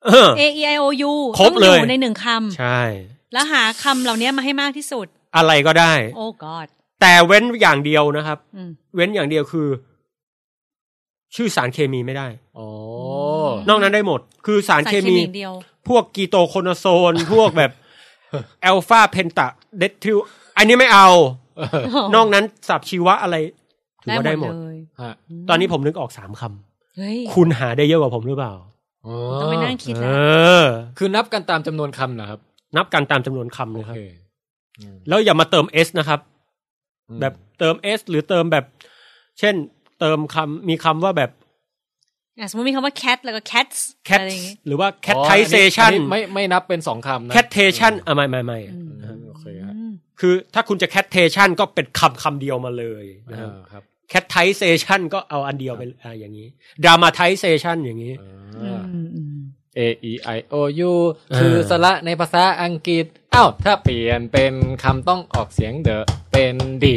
S1: เออ
S2: A E I O U
S1: ครบเลย
S2: ต้องอยู่ในหนึ่งค
S1: ใช่
S2: ำ แล้วหาคำเหล่านี้มาให้มากที่สุด
S1: อะไรก็ได้
S2: โอ้ God
S1: แต่เว้นอย่างเดียวนะครับ
S2: อืม
S1: เว้นอย่างเดียวคือ ชื่อสารเคมีไม่ได้
S3: อ๋อ
S2: ม
S1: นอกนั้นได้หมด คือสาร
S2: สาร
S1: เค
S2: เคมี
S1: มี
S2: อย่างเดียว
S1: พวกกีโตโคโนโซน พวกแบบแอลฟาเพนตาเดทิลอันนี้ไม่เอา นอกนั้นสับชีวะอะไรถือว่าได้หมด
S2: เลย
S3: ฮะ
S1: ตอนนี้ผมนึกออกสามค
S2: เฮ้ย
S1: ำ คุณหาได้เยอะกว่าผมหรือเปล่า
S3: อ๋อ
S2: ต้องไปนั่งคิด
S1: เอ
S2: แล้ว
S1: อ
S3: คือนับกันตามจำนวนคำนะครับ
S1: นับกันตามจำนวนคำ
S3: โอ
S1: เลยครับ
S3: เคอืม
S1: แล้วอย่ามาเติม S นะครับ แบบเติม S หรือเติมแบบ เช่น เติมคำมีคำว่าแบบ
S2: อ่ะสมมติมีคำว่า cat แล้วก็ cats อะ
S1: cat
S2: ไรอย่างงี้
S1: หรือว่า
S3: อ๋ออันนี้
S1: catation
S3: อันนี้ไม่ไม่นับเป็นสองคำนะ
S1: catation อ่ะไม่ไม่ไม่
S2: อืม
S3: อืมโอเคฮะ
S2: อืม
S1: คือถ้าคุณจะ catation ก็เป็นคำคำเดียวมาเลยนะครับ
S3: อ่าครับ
S1: catation ก็เอาอันเดียวไปอ่ะอย่างนี้ dramatization อย่างนี้
S3: อ่า
S2: อืมอืม
S3: A E I O U
S1: เออ
S3: คือสระในภาษาอังกฤษอ้าวถ้าเปลี่ยนเป็นคำต้องออกเสียงเดอะเป็นดี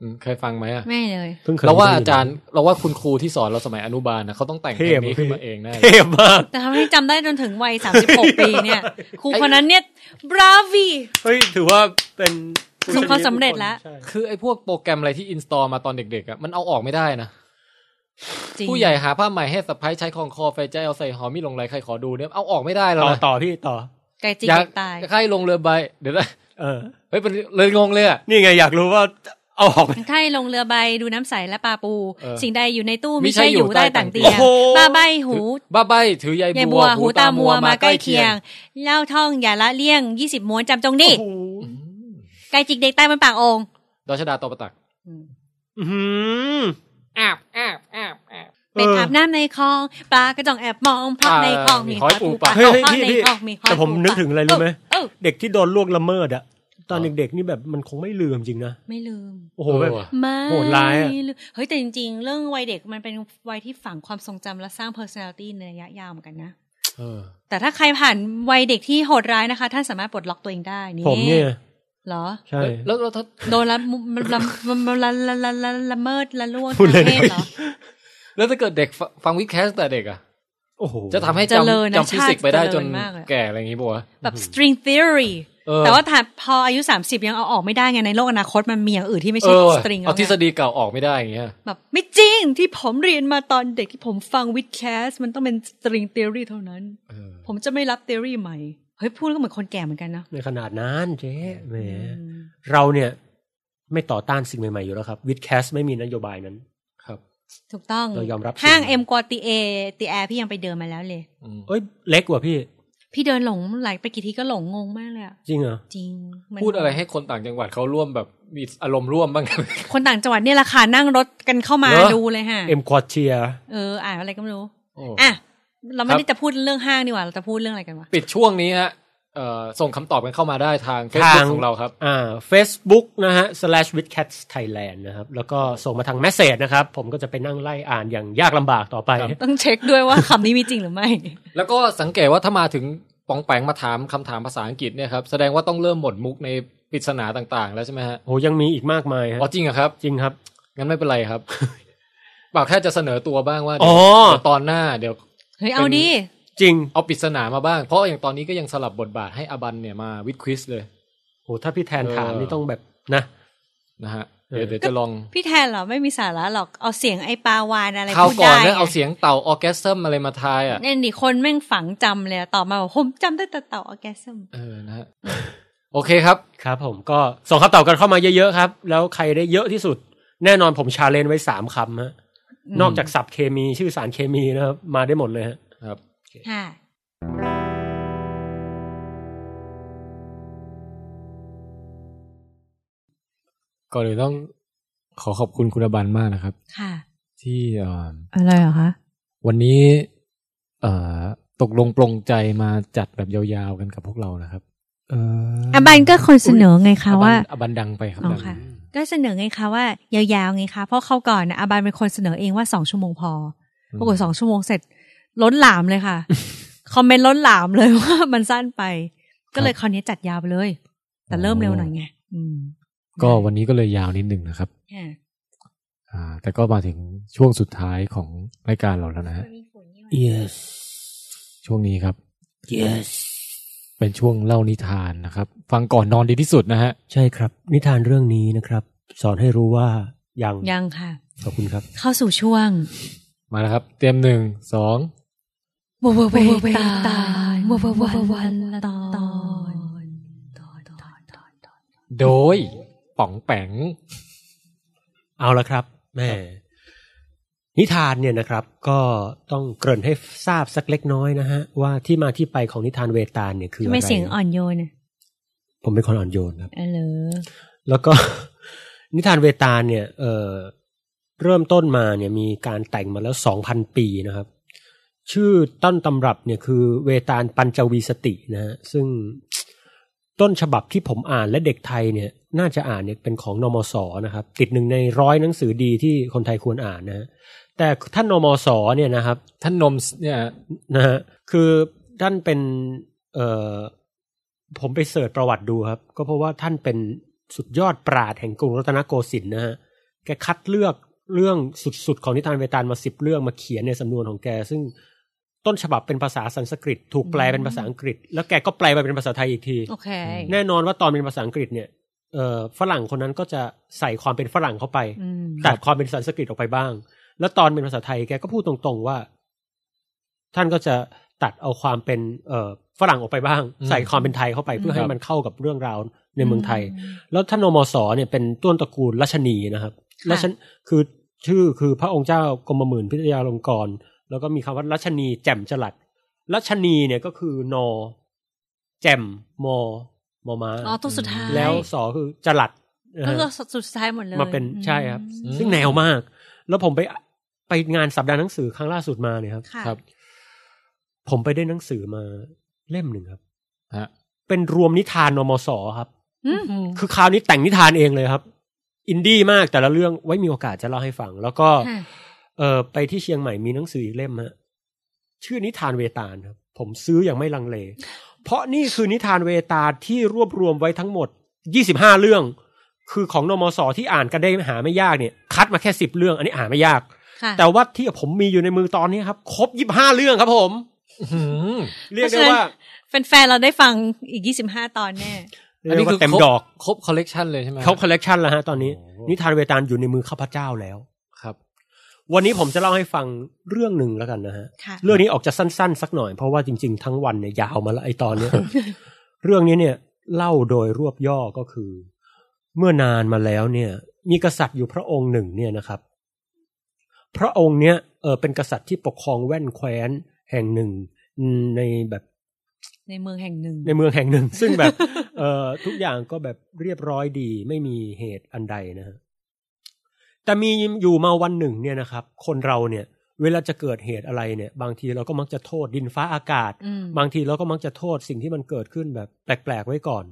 S3: อืมเคยฟังไหมอะ
S2: ไม่เลย
S1: พิ่งคย
S3: เราว่าอา
S1: ได้น
S3: จารย์ เราว่าคุณครูที่สอนเราสมัยอนุบาลนะเขาต้องแต่งเพลงนี้
S1: เท่มาก
S3: ขึ้นมาเองแน่เลย
S1: เท่มาก
S2: แต่ทำให้จำได้จนถึงวัย 36 ปีเนี่ย ครูคนนั้นเนี่ย bravi
S1: เฮ้ยถือว่าเป็น
S2: ประสบความสำเร็จแล้ว
S1: ใช่
S3: คือไอ้พวกโปรแกรมอะไรที่อินสตอลมาตอนเด็กๆอะมันเอาออกไม่ได้นะ
S2: จริง
S3: ผู้ใหญ่หาผ้าใหม่ให้สะพ้ายใช้คองคอไฟใจเอาใส่หอมมีลงไรใครขอดูเนี่ยเอาออกไม่ได้แล้ว
S1: ต่อ
S3: นะ
S1: ต่อพี่ต่อ
S2: ไก่จริง
S3: อยาก
S2: ไก่ตาย
S3: ใครลงเรือใบ เดี๋ยวนะ
S1: เออ
S3: เฮ้ยมันเลยงงเลยอะ
S1: นี่ไงอยากรู้ว่าเอา ออกไหม
S2: ใช่ลงเรือใบดูน้ำใสและปลาปู
S3: เออ
S2: สิ่งใดอยู่ในตู้
S3: มิ
S2: ไม่
S3: ใช่
S2: ใช่
S3: อ
S2: อยู่ ยู่ใต้ต่างเตียง
S1: โอ้โห
S2: บ้าใบหู
S3: บ้าใบถือยาย
S2: ยาย
S3: บั
S2: บั
S3: ว
S2: ว หูตามัวมาใกล้เคียงเล่าท่องอย่าละเลี่ยงยี่สิบม้วนจำจงนี่
S1: โอ้โห
S3: อืม
S2: ไก่จิกเด็กใต้มันปากองค์
S3: ดอชดาตอประตัก
S1: อื้อหือ
S4: อาบอาบอาบอาบ
S2: เป็นอาบน้ำในคลองปลากระจองแอบมองเพราะ
S3: อ่า
S2: ในคลองมี
S3: หอยปูปลา
S1: เฮ้ย
S2: เพ
S1: เฮ้ย
S2: ราะ
S1: พี่
S2: ใน
S1: พี่
S2: คลองมีหอย
S1: แต่ผม
S2: ปู
S1: นึก
S2: ปลา
S1: ถึงอะไรรู้ไหม
S2: เออ
S1: เด็กที่โดนล่วงละเมิดอะตอน
S3: อ๋อ
S1: เด็กๆนี่แบบมันคงไม่ลืมจริงนะ
S2: ไม่ลืม
S1: โอ้โหแบบ
S3: เออ
S2: ไม่
S1: โหดร้ายอะ
S2: ลืมเฮ้ยแต่จริงๆ เรื่องวัยเด็กมันเป็นวัยที่ฝังความทรงจำและสร้าง personality ในระยะยาวเหมือนกันนะ
S3: เออ
S2: แต่ถ้าใครผ่านวัยเด็กที่โหดร้ายนะคะ ท่านสามารถปลดล็อกตัวเองได้นี่
S1: ผมเนี่ย
S2: เหรอ
S1: ใช่
S3: แล้วแล้วถ้า
S2: โดนละมุมันละมันมันละละละละละเมิดละล่วง
S1: พูด
S2: ทาง
S1: เล่
S2: เพ
S1: น
S2: ศเหรอ
S3: แล้วถ้าเกิดเด็กฟังฟังวิดแคสตั้งแต่เด็กอะ
S1: โอ้โห
S3: จะทำให้
S2: เจริญ
S3: จำ
S2: นะ
S3: จำฟิสิกส์ไปได้
S2: ชาติ
S3: จน
S2: เจริญมากเลย
S3: แก่อะไรอย่างงี้ปะวะ
S2: แบบ string theory
S3: เออ
S2: แต่ว่าถ้าพออายุ 30 ยังเอาออกไม่ได้ไงในโลกอนาคตมันมีอย่างอื่นที่ไม่
S3: เอ
S2: ใช่
S3: อ
S2: string แล้
S3: เอา
S2: ว
S3: ทฤ
S2: ไง
S3: ษฎีเก่าออกไม่ได้อย่างเงี้ย
S2: แบบไม่จริงที่ผมเรียนมาตอนเด็กที่ผมฟังวิดแคสมันต้องเป็น string theory เท่านั้น
S3: เออ
S2: ผมจะไม่รับ theory ใหม่ เฮ้ย พูดก็เหมือนคนแก่เหมือนกันนะ
S1: ในขนาดนั้นเจ๊แหม
S2: อืม
S1: เราเนี่ยไม่ต่อต้านสิ่งใหม่ ๆ อยู่แล้วครับวิดแคสไม่มีนโยบายนั้น
S3: ครับ
S2: ถูกต้อง
S1: เรายอมรับ
S2: ห้าง
S1: สิ่งนี้
S2: เอ็มกวาตีเอตีแอร์พี่ยังไปเดินมาแล้วเลย
S3: อืม
S1: เอ้ย เล็กกว่าพี่
S2: พี่เดินหลงหลายไปกี่ทีก็หลงงงมากเลยอะ
S1: จริงเหรอ
S2: จริงมัน
S3: พูดอะไรให้คนต่างจังหวัดเขาร่วมแบบมีอารมณ์ร่วมบ้าง
S2: คนต่างจังหวัดเนี่ยราคานั่งรถกันเข้ามา
S3: เหรอ
S2: ดูเลยฮะ
S1: เอ็มควอเทีย
S2: เอออ่านอะไรก็ไม่รู้
S3: โอ้
S2: อ่ะเราไม่
S3: ครับ
S2: ได้จะพูดเรื่องห้างนี่หว่าเราจะพูดเรื่องอะไรกันวะ
S3: ปิดช่วงนี้ฮะเอ่อส่งคำตอบกันเข้ามาได้ทางเฟซบุ๊กของเราครับ
S1: อ่า Facebook นะฮะ slash withcats Thailand นะครับ แล้วก็ส่งมาทางแมสเซจนะครับ ผมก็จะไปนั่งไล่อ่านอย่างยากลำบากต่อไป
S3: ครับ
S2: ต้องเช็คด้วยว่า คำนี้มีจริงหรือไม่
S3: แล้วก็สังเกตว่าถ้ามาถึงปองแปงมาถามคำถามภาษาอังกฤษเนี่ยครับ แสดงว่าต้องเริ่มหมดมุกในปริศนาต่างๆ แล้วใช่ไหมฮะ
S1: โหยังมีอีกมากมายฮะ
S3: อ๋อจริงเหรอครับ
S1: จริงครับ
S3: งั้นไม่เป็นไรครับ เปล่าแค่จะเสนอตัวบ้างว่า
S1: อ๋
S3: เดี๋
S1: อ
S3: ยวเดี๋ยวตอนหน้าเดี๋ยว
S2: เฮ้ยเอาดิ
S1: จริง
S3: เอาปริศนามาบ้าง เพราะอย่างตอนนี้ก็ยังสลับบทบาทให้อบันเนี่ยมาวิดควิสเลย
S1: โห ถ้าพี่แทนถาม
S3: เออ
S1: นี่ต้องแบบนะ
S3: นะฮะ
S1: เออ
S3: เดี๋ยวเดี๋ยวจะลอง
S2: พี่แทนเหรอไม่มีสาระหรอกเอาเสียงไอปลาวานอะไร
S3: คราว
S2: พูด
S3: ก่อน
S2: ได้
S3: เนี่ย
S2: ไง
S3: เอาเสียงเต่าออร์แกสซึมอะไรมาทายอ่ะ
S2: นั่นดิคนแม่งฝังจำเลยอะต่อมาบอกผมจำได้แต่เต่าออร์แกซึม
S3: เออนะฮะโอเคครับ
S1: ครับผมก็ส่งคำตอบกันเข้ามาเยอะๆครับ แล้วใครได้เยอะที่สุด แน่นอนผมชาเลนไว้สามคำฮะ
S3: ม
S1: นอกจากศัพท์เคมีชื่อสารเคมีนะครับมาได้หมดเลยฮะ
S3: ครับ
S2: ค่ะ
S3: ก่อนอื่นต้องขอขอบคุณคุณอบันมากนะครับ
S2: ค่ะ
S3: ที่เอ่อ
S2: อะไรเหรอคะ
S3: วันนี้เอ่อตกลงปลงใจมาจัดแบบยาวๆกันกับพวกเรานะครับเออ
S2: อบันก็คนเสนอไงคะ
S3: อบัน
S2: ว่า
S3: อบันดังไปครับ
S2: อ๋อ
S3: ดัง
S2: ค่ะ ก็เสนอไงคะว่ายาวๆไงคะ เพราะเขาวก่อนนะอบันเป็นคนเสนอเองว่าสองชั่วโมงพอปรากฏสองชั่วโมงเสร็จล้นหลามเลย ค่ะ คอมเมนต์ล้นหลามเลยว่ามันสั้นไป ก็เลยคราวนี้จัดยาวไปเลย แต่เริ่มเร็วหน่อยไงอืม
S3: ก็วันนี้ก็เลยยาวนิดนึงนะครับ
S2: ค่ะ
S3: อ่า แต่ก็มาถึงช่วงสุดท้ายของรายการเราแล้วนะฮะ
S1: yes
S3: ช่วงนี้ครับ
S1: yes
S3: เป็นช่วงเล่านิทานนะครับ ฟังก่อนนอนดีที่สุดนะฮะ
S1: ใช่ครับ นิทานเรื่องนี้นะครับ สอนให้รู้ว่ายัง
S2: ยังค่ะ
S1: ขอบคุณครับ
S2: เข้าสู่ช่วง
S3: มาแล้วครับ เตรียมหนึ่งสอง
S2: วเวเว
S5: เว
S2: ตา
S5: ตาย ย
S2: เว
S5: เว
S2: เวเว
S5: เวเววั
S2: วัน
S5: น
S2: ละ
S5: ละ
S2: ต
S5: ต
S2: อ
S5: อนน
S3: โดยป๋องแปง
S1: เอาละครับแม่นิทานเนี่ยนะครับ ก็ต้องเกริ่นให้ทราบสักเล็กน้อยนะฮะ ว่าที่มาที่ไปของนิทานเวตาลเนี่ยคือ
S2: ทำ
S1: อะไร
S2: ไมเสียงอ่อนโยนอ่ะ
S1: ผมเป็นคนอ่อนโยนครับ
S2: เออเหรอ
S1: แล้วก็ นิทานเวตาลเนี่ยเออเริ่มต้นมาเนี่ยมีการแต่งมาแล้วสองพันปีนะครับ ชื่อต้นตำรับเนี่ยคือเวตาลปัญจวีสตินะฮะซึ่งต้นฉบับที่ผมอ่านและเด็กไทยเนี่ย น่าจะอ่านเนี่ยเป็นของนมสนะครับ ติดหนึ่งในร้อยหนังสือดีที่คนไทยควรอ่านนะฮะแต่ท่านนมสเนี่ยนะครับ
S3: ท่านนมเนี่ย
S1: นะฮะคือท่านเป็นเอ่อผมไปเสิร์ชประวัติดูครับ ก็เพราะว่าท่านเป็นสุดยอดปราดแห่งกรุงรัตนโกสินทร์นะฮะแกคัดเลือกเรื่องสุดๆ ของนิทานเวตาลมาสิบเรื่องมาเขียนในสำนวนของแก ซึ่งต้นฉบับเป็นภาษาสันสกฤต ถูกแปลเป็นภาษาอังกฤษ แล้วแกก็แปลมาเป็นภาษาไทยอีกที
S2: โอเค
S1: แน่นอนว่าตอนเป็นภาษาอังกฤษเนี่ยเอ่อฝรั่งคนนั้นก็จะใส่ความเป็นฝรั่งเข้าไป
S2: อืม
S1: ตัดความเป็นสันสกฤตออกไปบ้าง แล้วตอนเป็นภาษาไทยแกก็พูดตรงๆว่า ท่านก็จะ ตัดเอาความเป็นเอ่อฝรั่งออกไปบ้าง
S3: อืม
S1: ใส่ความเป็นไทยเข้าไปเพื่อ
S3: ครับ
S1: ให้มันเข้ากับเรื่องราวในเมืองไทย แล้วท่านอมศเนี่ยเป็นต้นตระกูลรัชนีนะครับ
S2: ะ
S1: รัชนคือชื่อคือพระองค์เจ้ากรมหมื่นพิทยาลงกรณ์แล้วก็มีคำว่ารัชนีแจ่มจลัดรัชนีเนี่ยก็คือนอ แจ่มมอมอมา
S2: อ๋อตัวสุดท้าย
S1: แล้วสอคือจลัดนะ
S2: ก็
S1: ฮะ
S2: คือสุดท้ายหมดเลย
S1: มาเป็นใช่ครับ
S2: อืม
S1: ซึ่งแนวมาก แล้วผมไปไปงานสัปดาห์หนังสือครั้งล่าสุดมาเนี่ยครับ
S2: ค่ะ
S3: ครับ
S1: ผมไปได้หนังสือมาเล่มหนึ่งครับ
S3: ฮะ
S1: เป็นรวมนิทานนมสครับ
S2: อืม
S1: คือคราวนี้แต่งนิทานเองเลยครับ อินดี้มากแต่ละเรื่องไว้มีโอกาสจะเล่าให้ฟัง แล้วก็
S2: ค่ะ
S1: เออไปที่เชียงใหม่มีหนังสืออีกเล่มฮะชื่อนิทานเวตาลครับ ผมซื้ออย่างไม่ลังเล เพราะนี่คือนิทานเวตาลที่รวบรวมไว้ทั้งหมด 25 เรื่อง คือของนมสที่อ่านกันได้หาไม่ยากเนี่ย คัดมาแค่ 10 เรื่อง อันนี้อ่านไม่ยาก
S2: ค่ะ
S1: แต่ว่าที่ผมมีอยู่ในมือตอนนี้ครับ ครบ 25 เรื่องครับ ผม
S3: อืม
S1: เรียกได้ว่า
S2: แฟนๆเราได้ฟังอีกยี่สิบห้าตอนแน่
S1: เรียกว่าเต็มดอก
S3: ครบคอลเลกชันเลยใช่ไหม
S1: เขาคอลเลกชันแล้วฮะตอนนี้
S3: โโห
S1: นิทานเวตาลอยู่ในมือข้าพเจ้าแล้ว
S3: ครับ
S1: วันนี้ผมจะเล่าให้ฟังเรื่องหนึ่งแล้วกันนะฮะ
S2: ค่ะ
S1: เรื่องนี้ออกจะสั้นๆ สักหน่อยเพราะว่าจริงๆ ทั้งวันเนี่ยยาวมาละไอตอนเนี้ย เรื่องนี้เนี่ยเล่าโดยรวบย่อก็คือ เมื่อนานมาแล้วเนี่ย มีกษัตริย์อยู่พระองค์หนึ่งเนี่ยนะครับ พระองค์เนี่ยเออเป็นกษัตริย์ที่ปกครองแว่นแคว้นแห่งหนึ่งในแบบ
S2: ในเมืองแห่งหนึ่ง
S1: ในเมืองแห่งหนึ่ง ซึ่งแบบ เอ่อทุกอย่างก็แบบเรียบร้อยดี ไม่มีเหตุอันใดนะฮะแต่มีอยู่มาวันหนึ่งเนี่ยนะครับ คนเราเนี่ย เวลาจะเกิดเหตุอะไรเนี่ย บางทีเราก็มักจะโทษดินฟ้าอากาศ
S2: อืม
S1: บางทีเราก็มักจะโทษสิ่งที่มันเกิดขึ้นแบบ แปลกๆไว้ก่อน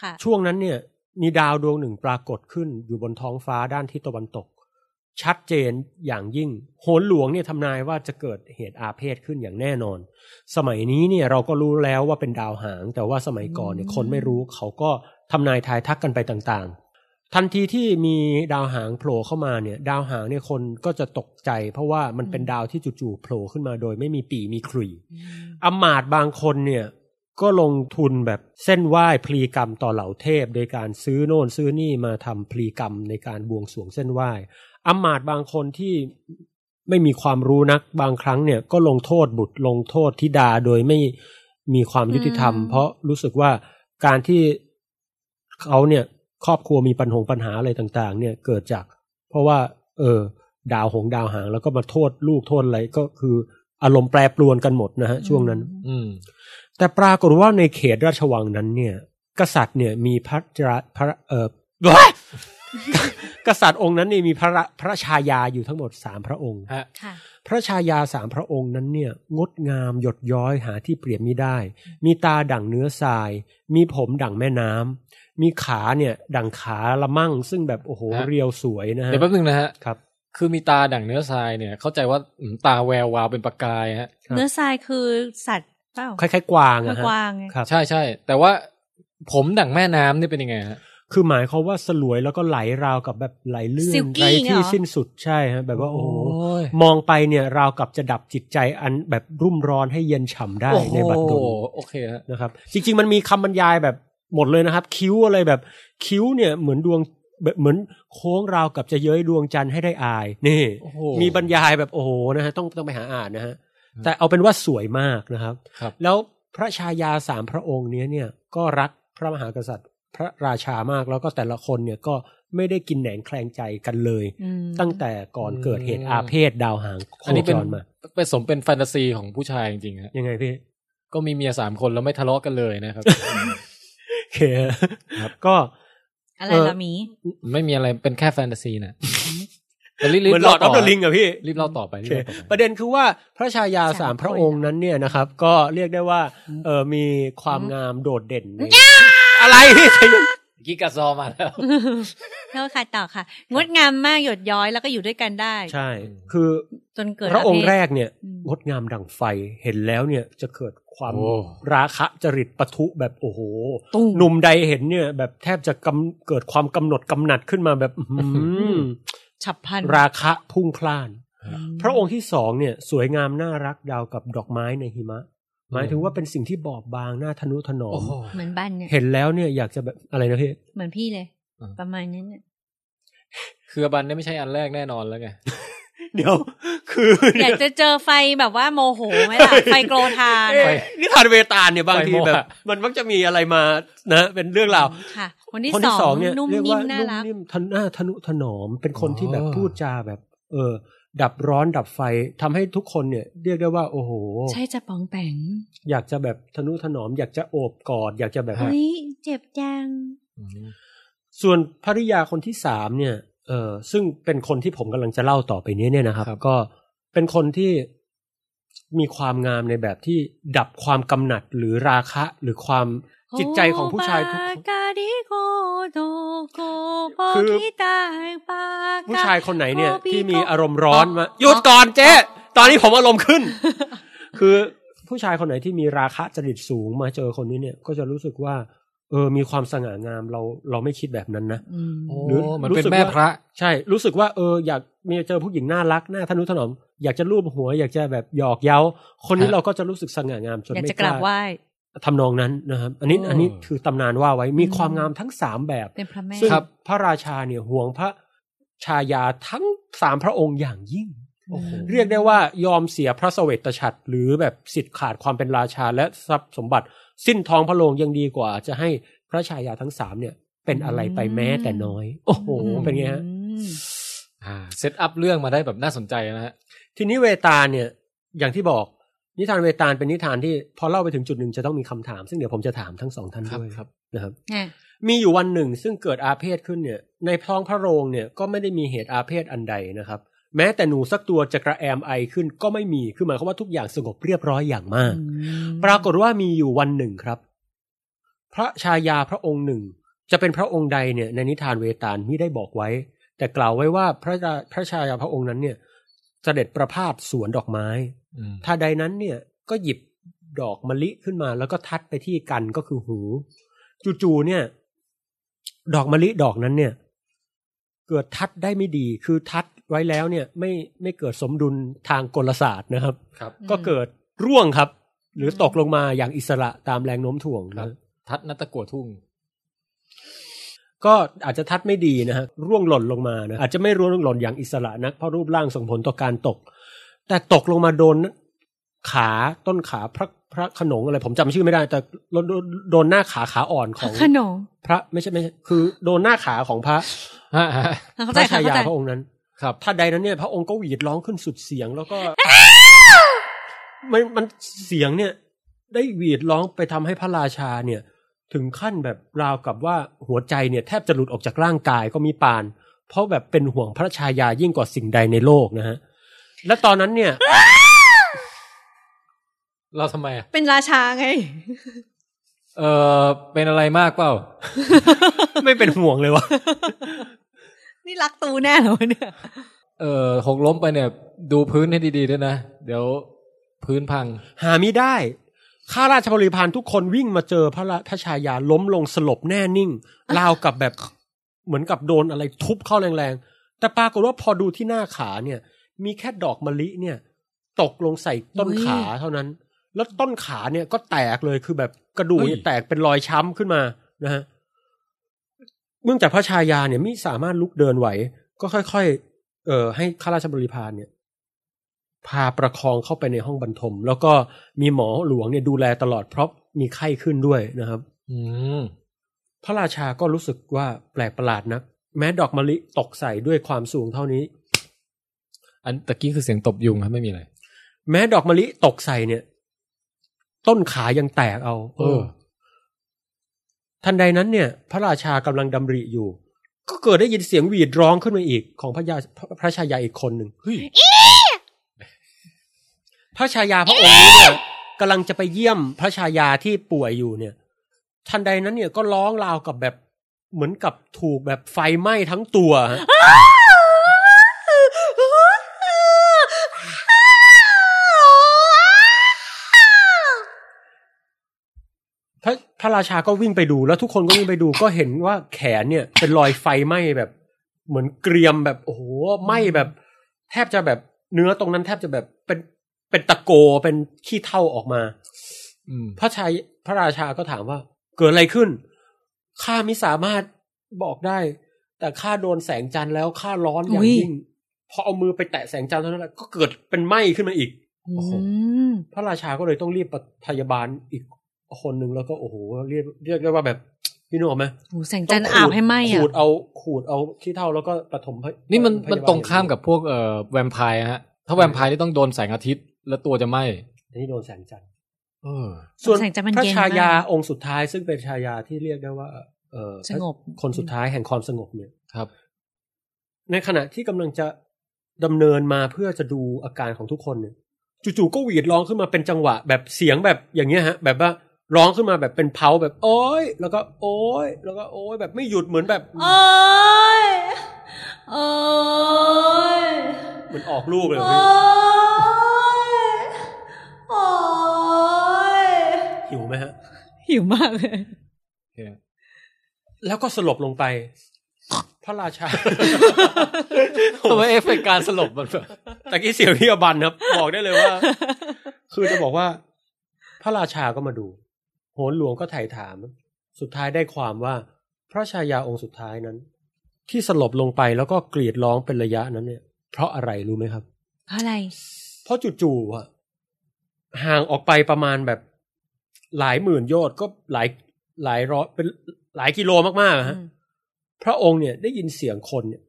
S2: ค่ะ
S1: ช่วงนั้นเนี่ย มีดาวดวงหนึ่งปรากฏขึ้นอยู่บนท้องฟ้าด้านทิศตะวันตก ชัดเจนอย่างยิ่ง โหนหลวงเนี่ยทำนายว่าจะเกิดเหตุอาเพศขึ้นอย่างแน่นอน สมัยนี้เนี่ยเราก็รู้แล้วว่าเป็นดาวหาง แต่ว่าสมัยก่อนเนี่ย
S2: อืม
S1: คนไม่รู้เขาก็ทำนายทายทักกันไปต่างๆ ทันทีที่มีดาวหางโผล่เข้ามาเนี่ย ดาวหางเนี่ยคนก็จะตกใจ เพราะว่ามันเป็นดาวที่จู่ๆโผล่ขึ้นมาโดยไม่มีปีมีขลุ่ย อำมาตย์บางคนเนี่ยก็ลงทุนแบบเส้นไหว้พลีกรรมต่อเหล่าเทพ โดยการซื้อโน่นซื้อนี่มาทำพลีกรรมในการบวงสรวงเส้นไหว้อำมาตย์บางคนที่ไม่มีความรู้นักบางครั้งเนี่ยก็ลงโทษบุตรลงโทษธิดาโดยไม่มีความยุติธรรม
S2: อืม
S1: เพราะรู้สึกว่าการที่เขาเนี่ยครอบครัวมีปัญหงปัญหาอะไรต่างๆ เนี่ยเกิดจาก เพราะว่า เออ ดาวหงดาวหางแล้วก็มาโทษลูกโทษอะไรก็คืออารมณ์แปรปรวนกันหมดนะฮะช่วงนั้น
S3: อืม
S1: แต่ปรากฏว่าในเขตราชวังนั้นเนี่ย กษัตริย์เนี่ยมีพระจราพระเออ กษัตริย์องค์นั้นเนี่ยมีพระราพระชายาอยู่ทั้งหมดสามพระองค์
S3: ฮะ
S2: ค่ะ
S1: พระชายาสามพระองค์นั้นเนี่ย งดงามหยดย้อยหาที่เปรียบมิได้ มีตาดั่งเนื้อทราย มีผมดั่งแม่น้ำมีขาเนี่ยดั่งขาละมั่ง ซึ่งแบบโอ้โห
S3: ฮะ
S1: เรียวสวยนะฮะ
S3: เดี๋ยวแป๊บนึงนะฮะ
S1: ครับ
S3: คือมีตาดั่งเนื้อทรายเนี่ย เข้าใจว่าอืมตาแวววาวเป็นประกายฮะ
S1: ครับ
S2: เนื้อทรายคือสัตว์เปล่า
S1: คล้ายๆกวางอะ
S2: คือ
S1: ฮะ
S2: กวางไง
S1: ครับ
S3: ใช่ใช่ แต่ว่าผมดั่งแม่น้ำนี่เป็นยังไงฮะ
S1: คือหมายความว่าสลวยแล้วก็ไหลราวกับแบบไหลลื่น
S2: Silky
S1: ไรที่
S2: เหรอ
S1: สิ้นสุดใช่ฮะแบบว่าโอ้โห
S3: โอ้ย
S1: มองไปเนี่ยราวกับจะดับจิตใจอันแบบรุ่มร้อนให้เย็นฉ่ำได้
S3: โอ้โห
S1: ในบัดดล
S3: โอเคฮะ
S1: นะครับ จริง ๆ มันมีคำบรรยายแบบหมดเลยนะครับ คิ้วอะไรแบบ คิ้วเนี่ยเหมือนดวงแบบเหมือนโค้งราวกับจะเย้ยดวงจันทร์ให้ได้อาย นี่
S3: โอ้โห
S1: มีบรรยายแบบโอ้โหนะฮะต้องต้องไปหาอ่านนะฮะแต่เอาเป็นว่าสวยมากนะครับ
S3: ครับ
S1: แล้วพระชายาสามพระองค์เนี้ยเนี่ยก็รักพระมหากษัตริย์ พระราชามากแล้วก็แต่ละคนเนี่ยก็ไม่ได้กินแหนงแคลงใจกันเลย
S2: อืม
S1: ตั้งแต่ก่อนเกิดเหตุ
S3: อืม
S1: อาเพศดาวหางโค
S3: อันนี้
S1: จ
S3: เป็น
S1: รมา
S3: เป็นสมเป็นแฟนตาซีของผู้ชายจริงๆฮะ
S1: ยังไงพี่
S3: ก็มีเมียสามคนแล้วไม่ทะเลาะกันเลยนะครับ
S1: โอเคก็
S2: อะไร
S1: เออ
S2: ละหมี
S3: ไม่มีอะไรเป็นแค่แฟนตาซีนะแต่รีบ
S1: เห
S3: รีบ
S1: มือนหล
S3: เล่า
S1: อดอ
S3: ต่
S1: อ
S3: อ
S1: ฟเดอะลิงอะพี่
S3: รีบเล่าต่อไป
S1: โอ
S3: รีบ
S1: เค
S3: เล่าต่อไป
S1: ประเด็นคือว่าพระชายาสา
S2: สาม ม
S1: พระองค์นั้นเนี่ยนะครับ ก็เรียกได้ว่าเออมีความงามโดดเด่นในอะไรพี่ชัยยศ
S3: กิกาซอมาแล้ว
S2: เท่าค่ะต่อค่ะ งดงามมากหยดย้อยแล้วก็อยู่ด้วยกันได้
S1: ใช่ คือ
S2: จนเกิด
S1: พระองค์
S2: อาเพศ
S1: แรกเนี่ย
S2: อืม
S1: งดงามดั่งไฟเห็นแล้วเนี่ยจะเกิดความ
S3: โอ้
S1: ราคะจริตปะทุแบบโอ้โห
S2: ตุ้ม
S1: หนุ่มใดเห็นเนี่ยแบบแทบจะกำเกิดความกำหนดกำหนัดขึ้นมาแบบอื้อหือ
S2: ฉับพลัน
S1: ราคะพุ่งพล่าน
S2: อืม
S1: พระองค์ที่สองเนี่ย สวยงามน่ารักดาวกับดอกไม้ในหิมะ หมายถึงว่าเป็นสิ่งที่บอบบางน่าทนุถนอ
S3: โอ้
S1: ม
S3: โห
S2: เหมือนบ้านเนี่ย
S1: เห็นแล้วเนี่ยอยากจะแบบอะไรนะพี่
S2: เหมือนพี่เลย
S3: อ่า
S2: ประมาณนั้นเนี่ย
S3: เครือบันเนี่ยไม่ใช่อันแรกแน่นอนแล้วไง
S1: เดี๋ยว คือ
S2: อยากจะเจอไฟแบบว่าโมโหไหม ล่ะ ไฟโกรธาน
S1: เอ๊ะนิทานเวตาลเนี่ยบางที
S3: ไปมั่ว
S1: แบบ มันมักจะมีอะไรมานะ เป็นเรื่องราว
S2: ค่ะคนที่
S1: คน
S2: ส
S1: ที่ส
S2: อ
S1: อง งเนี่ย
S2: นุ่ม
S1: เรียก
S2: นิ่
S1: ว่าม
S2: น่า
S1: นุ่ม
S2: รัก
S1: นิ่มทนหน้าทนุถนอม เป็นคนที่แบบ
S3: อ๋อ
S1: พูดจาแบบ เออ ดับร้อนดับไฟทำให้ทุกคนเนี่ย เรียกได้ว่า โอ้โห
S2: ใช่จะป๋องแปง
S1: อยากจะแบบทนุถนอม อยากจะโอบกอด อยากจะแบบ
S2: เฮ้ยเจ็บจัง
S1: ส่วนภริยาคนที่สามเนี่ย เออซึ่งเป็นคนที่ผมกำลังจะเล่าต่อไปนี้เนี่ยนะครับ
S3: ครับ
S1: ก็เป็นคนที่มีความงามในแบบที่ดับความกำหนัดหรือราคะหรือความจิตใจของผู้ชายทุกคน
S2: โอบากาดิโกโดโกโป
S1: คือ
S2: กิตาแห่งปากา
S1: ผู้ชายคนไหนเนี่ย
S2: โอ้พี่
S1: ที่มี
S2: ก็
S1: อารมณ์ร้อนมา
S2: อ๋อ
S1: หยุดก่อนเจ๊ตอนนี้ผมอารมณ์ขึ้น คือผู้ชายคนไหนที่มีราคะจริตสูงมาเจอคนนี้เนี่ย ก็จะรู้สึกว่า เออ มีความสง่างามเราเราไม่คิดแบบนั้นนะ
S2: อืม
S1: ห
S3: ห
S1: รื
S3: รือ อมัน
S1: รู้
S3: เป็น
S1: สึก
S3: แม่
S1: ว่า
S3: พระ
S1: ใช่ รู้สึกว่าเอออยากมีเจอผู้หญิงน่ารักน่าทนุถนอม อยากจะรูปหัว อยากจะแบบหยอกเย้า คนนี้
S3: ฮะ
S1: เราก็จะรู้สึกสง่างามจน
S2: อยาก
S1: ไม่
S2: จะ
S1: ก
S2: กราบไห
S1: ล้า
S2: ว้
S1: ทำนองนั้นนะครับ อันนี้
S3: อ๋ออั
S1: อันนี้คือตำนานว่าไว้มี
S2: อืม
S1: ความงามทั้งสามแบบ
S2: เป็นพระแม่
S1: ซึ่ง
S3: ครับ
S1: พระราชาเนี่ยห่วงพระชายาทั้งสามพระองค์อย่างยิ่ง
S3: โอ้โห
S1: เรียกได้ว่ายอมเสียพระเสเวตฉัตรหรือแบบสิทธิ์ขาดความเป็นราชาและทรัพย์สมบัติ สิ้นท้องพระโลงยังดีกว่า จะให้พระชายาทั้งสามเนี่ย เป็นอะไรไปแม้แต่น้อย โอ้โห เป็นไงฮะ
S2: อืม
S3: อ่าเซตอัพเรื่องมาได้แบบน่าสนใจนะฮะ
S1: ทีนี้เวตาลเนี่ย อย่างที่บอก นิทานเวตาลเป็นนิทานที่พอเล่าไปถึงจุดหนึ่งจะต้องมีคำถาม ซึ่งเดี๋ยวผมจะถามทั้งสองท่านด้วย
S3: ครับ
S1: นะครับ
S2: เนี่ย
S1: มีอยู่วันหนึ่งซึ่งเกิดอาเพศขึ้นเนี่ย ในท้องพระโรงเนี่ยก็ไม่ได้มีเหตุอาเพศอันใดนะครับ แม้แต่หนูสักตัวจะกระแอมไอขึ้นก็ไม่มีคือหมายความว่าทุกอย่างสงบเรียบร้อยอย่างมาก
S2: อืม
S1: ปรากฏว่ามีอยู่วันหนึ่งครับ พระชายาพระองค์หนึ่ง จะเป็นพระองค์ใดเนี่ยในนิทานเวตาลมิได้บอกไว้ แต่กล่าวไว้ว่าพระราพระชายาพระองค์นั้นเนี่ย เสด็จประพาสสวนดอกไม้ ถ้าใดนั้นเนี่ยก็หยิบดอกมะลิขึ้นมา แล้วก็ทัดไปที่กันก็คือหูจู่ๆเนี่ย ดอกมะลิดอกนั้นเนี่ย เกิดทัดได้ไม่ดี คือทัดไว้แล้วเนี่ย ไม่ไม่เกิดสมดุลทางกลศาสตร์นะครับ
S3: ครับ
S1: ก็เกิดร่วงครับ หรือตกลงมาอย่างอิสระตามแรงโน้มถ่วง
S3: ครั
S1: นะ
S3: บ ทัดนัตตะกัวทุ่ง
S1: ก็อาจจะทัดไม่ดีนะฮะร่วงหล่นลงมานะอาจจะไม่ร่วงหล่นอย่างอิสระนัก เพราะรูปร่างส่งผลต่อการตก แต่ตกลงมาโดนขาต้นขาพระพระขนงอะไร ผมจำชื่อไม่ได้ แต่โดนโดนโดนหน้าขาขาอ่อนของ
S2: ขนม
S1: พระไม่ใช่ไม่ใช่คือ โดนหน้าขาของพระ
S3: ฮะฮะ
S1: พ
S2: เข้าใจ
S1: ระ
S2: ค่ะ
S1: ชายา
S2: เข้าใจ
S1: พระองค์นั้น
S3: ครับ
S1: ถ้าใดนั้นเนี่ยพระองค์ก็หวีดร้องขึ้นสุดเสียง แล้วก็ มันมันเสียงเนี่ย ได้หวีดร้องไปทำให้พระราชาเนี่ย ถึงขั้นแบบราวกับว่าหัวใจเนี่ยแทบจะหลุดออกจากร่างกายก็มีปาน เพราะแบบเป็นห่วงพระชายายิ่งกว่าสิ่งใดในโลกนะฮะ และตอนนั้นเนี่ย
S3: เราทำไมอะ
S2: เป็นราชา ไง
S3: เออเป็นอะไรมากเปล่า
S1: ไม่เป็นห่วงเลยวะ
S2: นี่รักตูแน่เหรอวะเนี่ย
S3: เออหกล้มไปเนี่ย ดูพื้นให้ดีๆด้วยนะ เดี๋ยวพื้นพัง
S1: หาไม่ได้ ข้าราชบริพารทุกคนวิ่งมาเจอพระราพระชายาล้มลงสลบแน่นิ่ง ราวกับแบบเหมือนกับโดนอะไรทุบเข้าแรงๆ แต่ปรากฏว่าพอดูที่หน้าขาเนี่ย มีแค่ดอกมะลิเนี่ย ตกลงใส่ต้นขาเท่านั้น แล้วต้นขาเนี่ยก็แตกเลยคือแบบกระดูกเนี่ย
S3: เฮ้ย
S1: แตกเป็นรอยช้ำขึ้นมานะฮะ เนื่องจากพระชายาเนี่ยไม่สามารถลุกเดินไหว ก็ค่อยๆ เอ่อให้ข้าราชบริพารเนี่ย พาประคองเข้าไปในห้องบรรทม แล้วก็มีหมอหลวงเนี่ยดูแลตลอดเพราะมีไข้ขึ้นด้วยนะครับ
S3: อืม
S1: พระราชาก็รู้สึกว่าแปลกประหลาดนัก แม้ดอกมะลิตกใส่ด้วยความสูงเท่านี้
S3: อันตะกี้คือเสียงตบยุงครับไม่มีอะไร
S1: แม้ดอกมะลิตกใส่เนี่ย ต้นขายังแตกเอา
S3: เออ
S1: ทันใดนั้นเนี่ย พระราชากำลังดำริอยู่ ก็เกิดได้ยินเสียงหวีดร้องขึ้นมาอีกของพระยาพระชายาอีกคนหนึ่ง
S3: เฮ้ย
S1: พระชายาพระองค์นี้เนี่ยกำลังจะไปเยี่ยมพระชายาที่ป่วยอยู่เนี่ย ทันใดนั้นเนี่ยก็ร้องราวกับแบบเหมือนกับถูกแบบไฟไหม้ทั้งตัวฮะพระพระราชาก็วิ่งไปดูแล้วทุกคนก็วิ่งไปดู ก็เห็นว่าแขนเนี่ย เป็นรอยไฟไหม้แบบ เหมือนเกรียมแบบโอ้โหไหม้แบบ แทบจะแบบเนื้อตรงนั้นแทบจะแบบเป็นเป็นตะโกเป็นขี้เท่าออกมา
S3: อืม
S1: พระชายพระราชาก็ถามว่า เกิดอะไรขึ้นข้าไม่สามารถบอกได้ แต่ข้าโดนแสงจันทร์แล้วข้าร้อนอย่างยิ่ง พอเอามือไปแตะแสงจันทร์เท่านั้นแหละก็เกิดเป็นไหม้ขึ้นมาอีก
S2: อื
S1: โอ้โห
S2: ม
S1: พระราชาก็เลยต้องเรียกพยาบาลอีกคนหนึ่งแล้วก็โอ้โหเรียกเรียกได้ว่าแบบ พี่นึกออกไหม
S2: โหแสงจันทร์อาบให้ไหมอ่ะ
S1: ขูดเอาขูดเอาขี้เท่าแล้วก็ปฐมพย
S3: นี่มัน
S1: พยบล
S3: มันตรงข้ามกับพวกเอ่อแวมไพร์นะฮะ ถ้าแวมไพร์นี่ต้องโดนแสงอาทิตย์ แล้วตัวจะไหม
S1: อันนี้โดนแสงจันทร์
S3: เออ
S1: ส่วน
S2: แสงจันทร์มัน
S1: พระ
S2: เย็น
S1: ชาม
S2: าย
S1: าก องค์สุดท้ายซึ่งเป็นชายาที่เรียกได้ว่า เออ
S2: สงบ
S1: คนสุดท้ายแห่งความสงบเนี่ย
S3: ครับ
S1: ในขณะที่กำลังจะดำเนินมาเพื่อจะดูอาการของทุกคนเนี่ยจู่ๆก็หวีดร้องขึ้นมาเป็นจังหวะ แบบเสียงแบบอย่างเงี้ยฮะ แบบว่าร้องขึ้นมาแบบเป็นเพาแบบ โอ้ยแล้วก็โอ้ยแล้วก็โอ้ยแบบไม่หยุดเหมือนแบบ
S2: โอ้ย โอ้ย
S1: เหมือนออกลูกเลย
S2: โอ้
S1: อะพี่
S2: ย โอ้ย
S1: หิวไหมฮะ
S2: หิวมากเลย
S1: แล้วก็สลบลงไป พระราชา
S3: ทำไมเอฟเฟกต์การสลบมันแบบ
S1: ตะกี้เสียวพี่อบัน ครับ บอกได้เลยว่า คือจะบอกว่า พระราชาก็มาดู โหนหลวงก็ไถ่ถาม สุดท้ายได้ความว่า พระชายาองค์สุดท้ายนั้น ที่สลบลงไปแล้วก็กรีดร้องเป็นระยะนั้นเนี่ย เพราะอะไรรู้ไหมครับ
S2: เพราะอะไร
S1: เพราะจู่ๆอะห่างออกไปประมาณแบบหลายหมื่นโยชน์ก็หลายหลายร้อยเป็นหลายกิโลมากๆอะฮะ
S2: อืม
S1: พระองค์เนี่ยได้ยินเสียงคนเนี่ย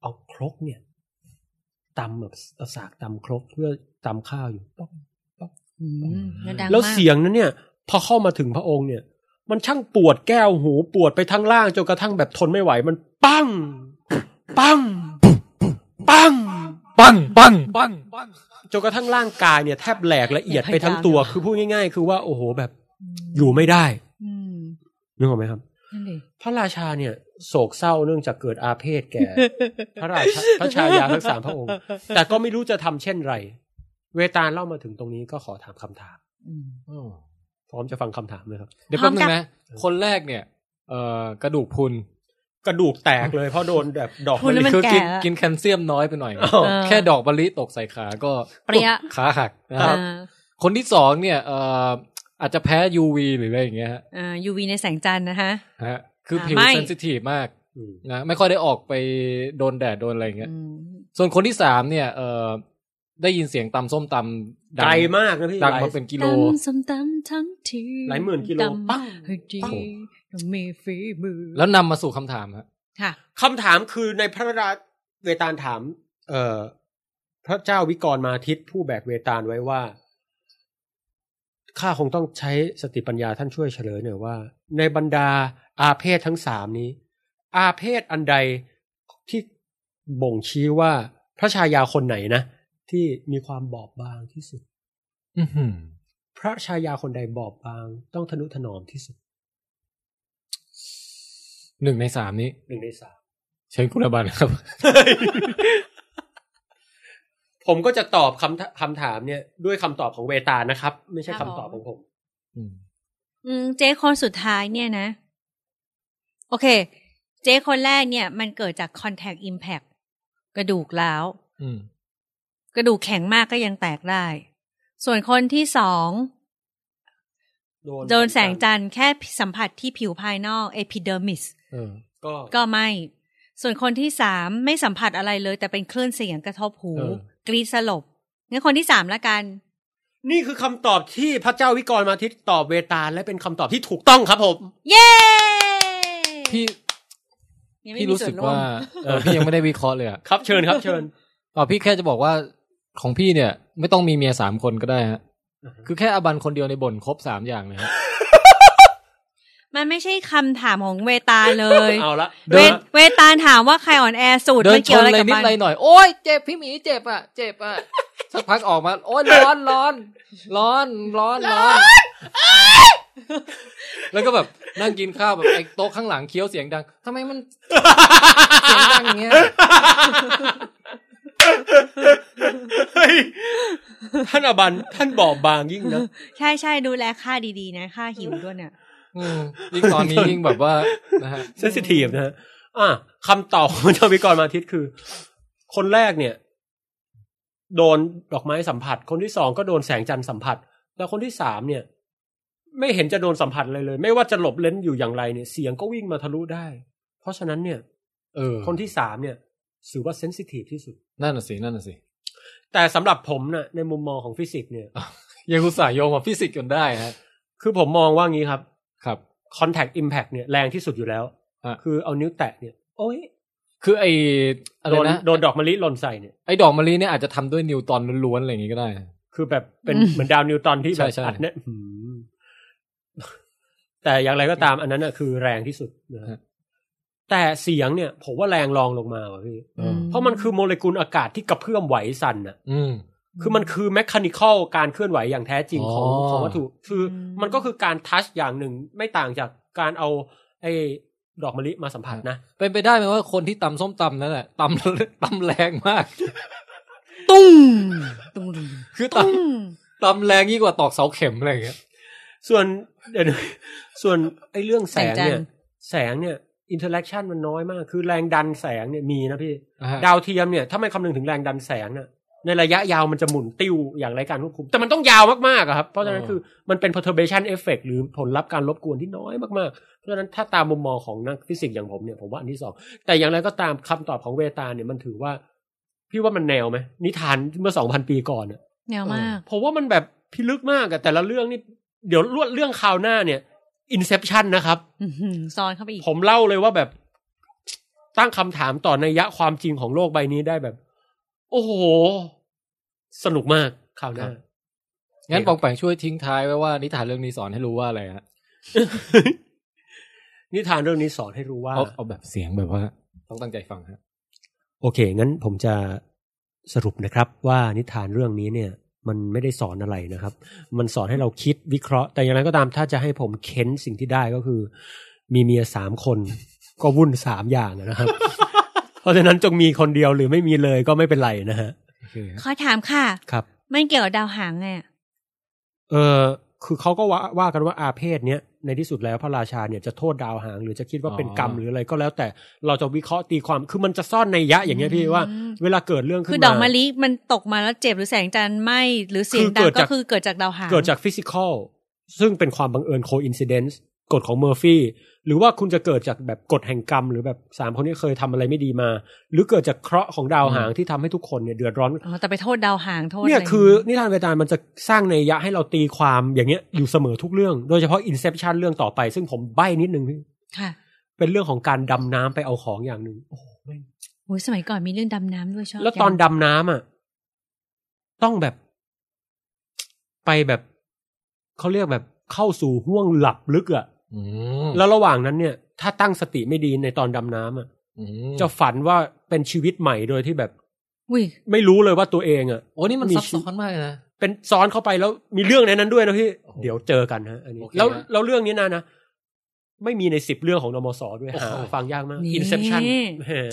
S1: เอาครกเนี่ยตำแบบเอาสากตำครกเพื่อตำข้าวอยู่ป๊อก
S2: อืมแล้วดัง
S1: แล้ว
S2: มาก
S1: เสียงนั้นเนี่ย พอเข้ามาถึงพระองค์เนี่ย มันช่างปวดแก้วหูปวดไปทั้งล่างจนกระทั่งแบบทนไม่ไหว มันปั้งปั้งปั้ง
S3: ปังปังปังปัง
S1: จนกระทั่งร่างกายเนี่ยแทบแหลกละเอียดไปทั้งตัว คือพูดง่าย ๆ คือว่าโอ้โหแบบอยู่ไม่ได้
S2: อืม
S1: นึกออกไหมครับ
S2: นั่นดิ
S1: พระราชาเนี่ยโศกเศร้าเนื่องจากเกิดอาเพศแก่ พระราชาพระชายาทั้งสามพระองค์ แต่ก็ไม่รู้จะทำเช่นไร เวตาลเล่ามาถึงตรงนี้ก็ขอถามคำถาม พร้อมจะฟังคำถามเลยครับ
S3: เดี๋ยวแป๊บ
S2: พ
S3: นึ
S2: ร้อมกั
S3: ง
S2: น
S3: นะ คนแรกเนี่ยเอ่อกระดูกพรุน
S1: กระดูกแตกเลยเพราะโดนแบบดอก
S2: พรุ น แล้วมัน
S3: คือกิน
S2: แก่อะ
S3: กินแคลเซียมน้อยไปหน่อย
S1: อ้าว
S2: เออ
S3: แค่ดอกบะลิตกใส่ขาก็
S2: เปรี้ย
S3: ขาหักนะ
S2: เอ
S3: ครับ
S2: อ
S3: คนที่สองเนี่ยเอ่ออาจจะแพ้ UV หรืออะไรอย่างเงี้ยฮะ
S2: เอ่อ UV ในแสงจันทร์นะฮะ
S3: ฮะ คือผิว
S2: ไม่
S3: เซนซิทีฟมาก
S1: อืม
S3: นะ ไม่ค่อยได้ออกไปโดนแดดโดนอะไรอย่างเงี้ย
S2: อืม
S3: ส่วนคนที่สามเนี่ย เอ่อได้ยินเสียงตำส้มตำดั
S1: ไกลมากนะพี่
S3: ดัง
S1: หลาย
S3: มาเป็นกิโล
S2: ตำส้มตำทั้งที
S1: หลายหมื่นกิโล
S2: ตำ
S1: ปั้ง
S2: ให้ดีต้องมีฝีมือ
S3: แล้วนำมาสู่คำถามฮะ
S2: ค่ะ
S1: คำถามคือในพระราชเวตาลถาม เอ่อ พระเจ้าวิกรมาทิตย์ผู้แบกเวตาลไว้ว่า ข้าคงต้องใช้สติปัญญาท่านช่วยเฉลยหน่อยว่า ในบรรดาอาเพศทั้งสามนี้ อาเพศอันใดที่บ่งชี้ว่าพระชายาคนไหนนะ ที่มีความบอบบางที่สุด
S3: อื้อหือ
S1: พระชายาคนใดบอบบาง ต้องทนุถนอมที่สุด
S3: หนึ่งในสามนี้
S1: หนึ่งในสาม
S3: เชิญคุณอบันครับ
S1: ผมก็จะตอบคำถคำถามเนี่ยด้วยคำตอบของเวตาลนะครับ ไม่ใช่คำตอบของผม
S3: อืม
S2: อืมเจ๊คนสุดท้ายเนี่ยนะ โอเค เจ๊คนแรกเนี่ย มันเกิดจาก contact impact กระดูกแล้าว
S3: อืม
S2: กระดูกแข็งมากก็ยังแตกได้ ส่วนคนที่สองโดนแสงจันทร์แค่สัมผัสที่ผิวภายนอก epidermis
S3: เออ
S1: ก็
S2: ก็ไม่ ส่วนคนที่สามไม่สัมผัสอะไรเลย แต่เป็นคลื่นเสียงกระทบหู
S3: เออ
S2: กรีดสลบงั้นคนที่สามละกัน
S1: นี่คือคำตอบที่พระเจ้าวิกรมาทิตย์ตอบเวตาลและเป็นคำตอบที่ถูกต้องครับผม
S2: เย้
S3: พี่
S2: ยังไม่
S3: พี่
S2: มี
S3: รู้สึก
S2: นร่ม
S3: ว่าเออพี่ยังไม่ได้วิเคราะห์เลยอะ
S1: ครับเชิญครับเชิญ
S3: อ๋อพี่แค่จะบอกว่าของพี่เนี่ย ไม่ต้องมีเมียสามคนก็ได้ฮะ
S1: อือฮะ
S3: คือแค่อบันคนเดียวในบ่นครบสามอย่างเลยฮะ
S2: มันไม่ใช่คำถามของเวตาเลย
S1: เอาละ
S2: เวทเวตาลถามว่าใครอ่อนแอสุด
S3: เดิ
S2: มัน
S3: นช
S2: เกี่ยวน อะไร
S3: เลย
S2: กับ
S3: นิด
S2: มัน
S3: เลยหน่อย โอ๊ยเจ็บพี่หมีเจ็บอ่ะ เจ็บอ่ะ สักพักออกมา โอ๊ยร้อนร้อนร้อนร้อนร้อนแล้วก็แบบนั่งกินข้าวแบบไอ้โต๊ะข้างหลังเคี้ยวเสียงดังทำไมมันเสียงดังอย่างเงี้ย
S1: เฮ้ยท่านอบันท่านบอบบางยิ่งนะ
S2: ใช่ใช่ดูแลค่าดีๆนะค่าหิวด้วยเนี่ย
S3: อืมยิ่งตอนนี้ยิ่งแบบว่านะฮะ
S1: เซนซิทีฟนะฮะอ่ะคำตอบของพระเจ้าวิกรมาทิตย์คือ คนแรกเนี่ย โดนดอกไม้สัมผัส คนที่สองก็โดนแสงจันทร์สัมผัส แล้วคนที่สามเนี่ย ไม่เห็นจะโดนสัมผัสอะไรเลย ไม่ว่าจะหลบเล้นอยู่อย่างไรเนี่ย เสียงก็วิ่งมาทะลุได้ เพราะฉะนั้นเนี่ย
S3: เออ
S1: คนที่สามเนี่ย ถือว่าเซนซิทีฟที่สุด
S3: นั่นน่ะสินั่นน่ะสิ
S1: แต่สำหรับผมน่ะในมุมมองของฟิสิกส์เนี่ย
S3: ยังอุตส่าห์โยงมาฟิสิกส์จนได้ฮะ
S1: คือผมมองว่างี้ครับ
S3: ครับ
S1: contact impact เนี่ยแรงที่สุดอยู่แล้ว
S3: อ่ะ
S1: คือเอานิ้วแตะเนี่ย โอ้ย
S3: คือไออะไร
S1: โดน
S3: นะ
S1: โดนดอกมะลิหล่นใส่เนี่ย
S3: ไอดอกมะลิเนี่ยอาจจะทำด้วยนิวตอนล้วนๆอะไรอย่างงี้ก็ได้
S1: คือแบบเป็น
S2: อืม
S1: เหมือนดาวนิวตันที่แบบ
S3: ใช่ใช่
S1: อัดเนี่ยหืมแต่อย่างไรก็ตามอันนั้นน่ะคือแรงที่สุดนะฮะแต่เสียงเนี่ย ผมว่าแรงรองลงมาว่ะพี่
S3: เออ
S1: เพราะมันคือโมเลกุลอากาศที่กระเพื่อมไหวสั่นน่ะ
S3: อืม
S1: คือมันคือแมคานิคอลการเคลื่อนไหวอย่างแท้จริงของ
S3: อ๋อ
S1: ของวัตถุ คืออ
S2: ม
S1: มันก็คือการทัชอย่างหนึ่งไม่ต่างจากการเอาไอ้ดอกมะลิมาสัมผัสนะ
S3: เป็นไปได้ไหมว่าคนที่ตำส้มตำนั่นแหละตำ ตำแรงมาก
S2: ตุ้งตุ้งตุ้ง
S3: คือต
S2: ตุ้ง
S3: ำตำแรงยิ่งกว่าตอกเสาเข็มอะไรอย่างเงี้ย
S1: ส่วนเดี๋ยวนะส่วนไอ้เรื่องแสงเนี่ย
S2: ทร์
S1: แสงเนี่ยอินเทอร์แอคชันมันน้อยมาก คือแรงดันแสงเนี่ยมีนะพี่
S3: อ่าฮะ
S1: ดาวเทียมเนี่ยถ้าไม่คำนึงถึงแรงดันแสงน่ะในระยะยาวมันจะหมุนติ้วอย่างไรการควบคุม แต่มันต้องยาวมากๆอะครับ เพราะฉะนั้นคือมันเป็น perturbation effect หรือผลลัพธ์การรบกวนที่น้อยมากๆ เพราะฉะนั้นถ้าตามมุมมองของนักฟิสิกส์อย่างผมเนี่ยผมว่าอันที่สองแต่อย่างไรก็ตามคำตอบของเวตาเนี่ยมันถือว่า พี่ว่ามันแนวไหมนิทานเมื่อสองพันปีก่อนอะ
S2: แนวมาก
S1: ผมว่ามันแบบพิลึกมากอะแต่ละเรื่องนี่ เดี๋ยวรวดเรื่องคราวหน้าเนี่ย Inception นะครับ
S2: อื้อหือซ้อนเข้าไปอีก
S1: ผมเล่าเลยว่าแบบ ตั้งคำถามต่อในยยะความจริงของโลกใบนี้ได้แบบ โอ้โห สนุกมากคราวหน้า
S3: งั้นปองแปงช่วยทิ้งท้ายไว้ว่านิทานเรื่องนี้สอนให้รู้ว่าอะไรฮะ
S1: นิทานเรื่องนี้สอนให้รู้ว่า
S3: เอาเอาแบบเสียงแบบว่าต้องตั้งใจฟังฮะ
S1: โอเค งั้นผมจะสรุปนะครับ ว่านิทานเรื่องนี้เนี่ย มันไม่ได้สอนอะไรนะครับ มันสอนให้เราคิดวิเคราะห์ แต่อย่างไรก็ตามถ้าจะให้ผมเค้นสิ่งที่ได้ก็คือ มีเมียสามคน ก็วุ่นสามอย่าง นะครับ เพราะฉะนั้นจงมีคนเดียวหรือไม่มีเลยก็ไม่เป็นไรนะฮะ
S3: โอเคฮะ
S2: ขอถามค่ะ
S1: ครับ
S2: มันเกี่ยวกับดาวหางไงอะ
S1: เออคือเขาก็ว่าว่ากันว่าอาเพศเนี้ยในที่สุดแล้วพระราชาเนี่ยจะโทษดาวหาง หรือจะคิดว่าเป็นกรรมหรืออะไรก็แล้ว แต่เราจะวิเคราะห์ตีความคือมันจะซ่อนในยยะอย่างเงี้ยพี่ว่า
S2: ม
S1: เวลาเกิดเรื่องขึ้น
S2: คื
S1: มา
S2: อดอกมะลิมันตกมาแล้วเจ็บหรือแสงจันทร์ไหมหรือเสียงดั
S1: คือ
S2: ง
S1: เกิด
S2: ก็
S1: จาก
S2: คือเกิดจากดาวหาง
S1: เกิดจากฟิสิกอลซึ่งเป็นความบังเอิญโคอินซิเดนซ์กฎของเมอร์ฟี่หรือว่าคุณจะเกิดจากแบบกฎแห่งกรรม หรือแบบสามคนนี้เคยทำอะไรไม่ดีมา หรือเกิดจากเคราะห์ของดาวหางที่ทำให้ทุกคนเนี่ยเดือดร้อน
S2: อ๋อแต่ไปโทษดาวหางโท
S1: เนี่ย
S2: ษะไร
S1: คือนิทานเวตาลมันจะสร้างในยยะให้เราตีความอย่างเงี้ยอยู่เสมอทุกเรื่อง โดยเฉพาะอินเซ t ชันเรื่องต่อไป ซึ่งผมใบ้นิดนึงพี่
S2: ค่ะ
S1: เป็นเรื่องของการดำน้ำไปเอาของอย่างหนึ่งโอ้โหแม่ง
S2: โอ้ยสมัยก่อนมีเรื่องดำน้ำด้วยชอบ
S1: แล้วตอน
S2: จัง
S1: ดำน้ำอ่ะต้องแบบ ไปแบบเขาเรียกแบบเข้าสู่ห่วงหลับลึกอ่ะ
S3: อืม
S1: แล้วระหว่างนั้นเนี่ย ถ้าตั้งสติไม่ดีในตอนดำน้ำอ่ะ
S3: อืม
S1: จะฝันว่าเป็นชีวิตใหม่โดยที่แบบ
S2: อุ้ย
S1: ไม่รู้เลยว่าตัวเองอ่ะ
S3: โอ้นี่มัน
S1: มี
S3: ซับ
S1: ชีวิต
S3: ซ้อนมากเลยนะ
S1: เป็นซ้อนเข้าไปแล้วมีเรื่องในนั้นด้วยนะพี่
S3: โอ้โห
S1: เดี๋ยวเจอกันฮะอันนี้
S3: โอเค
S1: แล้ว
S3: ฮะ
S1: แล้วเรื่องนี้นะนะ ไม่มีในสิบเรื่องของนมสด้วย
S3: โอ้โห
S1: หาฟังยากมาก Inception เออ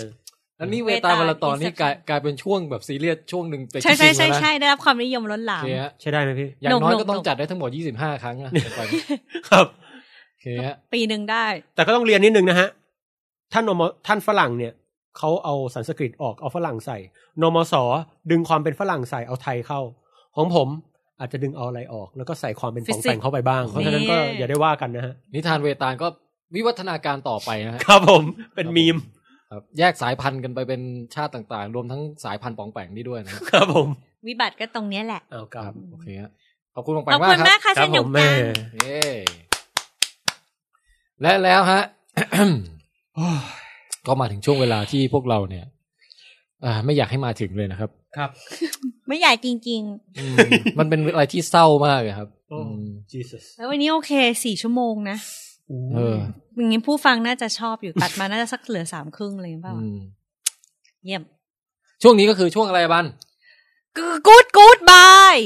S3: อันนี้เวตาลวันละตอนนี่กลายกลายเป็นช่วงแบบซีเรียสช่วงหนึ่งไป
S2: ใช่ใช่ใช่
S3: จริงๆแล้วนะ
S2: ใช่ได้รับความนิยมล้นห
S3: โอ
S2: ลาม
S3: เคฮะ
S1: ใช่ได้ไหมพี่
S3: อย่างน้อ
S2: ห
S3: ย
S2: นุกๆ
S3: ก็ต้องจัดได้ทั้งหมด 25 ครั้ง นะไปไหม
S1: ครับ
S3: โอเคฮะ
S2: ปีหนึ่งได้
S1: แต่ก็ต้องเรียนนิดนึงนะฮะท่านนมท่านฝรั่งเนี่ยเขาเอาสันสกฤตออกเอาฝรั่งใส่นมสดึงความเป็นฝรั่งใส่เอาไทยเข้า ของผมอาจจะดึงเอาอะไรออก แล้วก็ใส่ความเป็นของ
S2: Physics
S1: แต่งเข้าไปบ้าง เพราะฉะนั้นก็
S2: นี่
S1: อย่าได้ว่ากันนะฮะ
S3: นิทานเวตาลก็วิวัฒนาการต่อไปนะฮะ
S1: ครับผมเป็น
S3: ครับ
S1: มีม
S3: ครับแยกสายพันธุ์กันไปเป็นชาติต่างๆ รวมทั้งสายพันธุ์ปองแปงนี่ด้วยนะครับ
S1: ครับผม
S2: วิบัติก็ตรงเนี้ยแหละ
S1: เอาครับ
S3: โอเคฮะขอบคุณปองแป
S2: ขอบ
S3: งมา
S2: คุ
S3: ก
S2: ณ
S3: ค
S2: มา
S3: รั
S2: ก
S3: บ
S2: ค่ะ
S1: ครั
S2: สนุ
S1: ผ
S2: ก
S1: ม
S2: จั
S1: แม่
S2: ง
S3: เย้และแล้วฮะ
S1: โอ้ย
S3: ก็มาถึงช่วงเวลาที่พวกเราเนี่ยอ่าไม่อยากให้มาถึงเลยนะครับ
S1: ครับ
S2: ไม่ใหญ่จริง
S3: อื มมันเป็นอะไรที่เศร้ามากเลยครับ
S1: โอ้
S3: อืม
S1: Jesus
S2: ๆ แล้ววันนี้โอเคสี่ชั่วโมงนะ
S3: เออ
S2: อย่างงี้ผู้ฟังน่าจะชอบอยู่ตัดมาน่าจะสักเหลือสามครึ่งเลยเปล่า
S3: อืม
S2: เยี่ยม
S3: ช่วงนี้ก็คือช่วงอะไรบัน
S2: กูดกูดบาย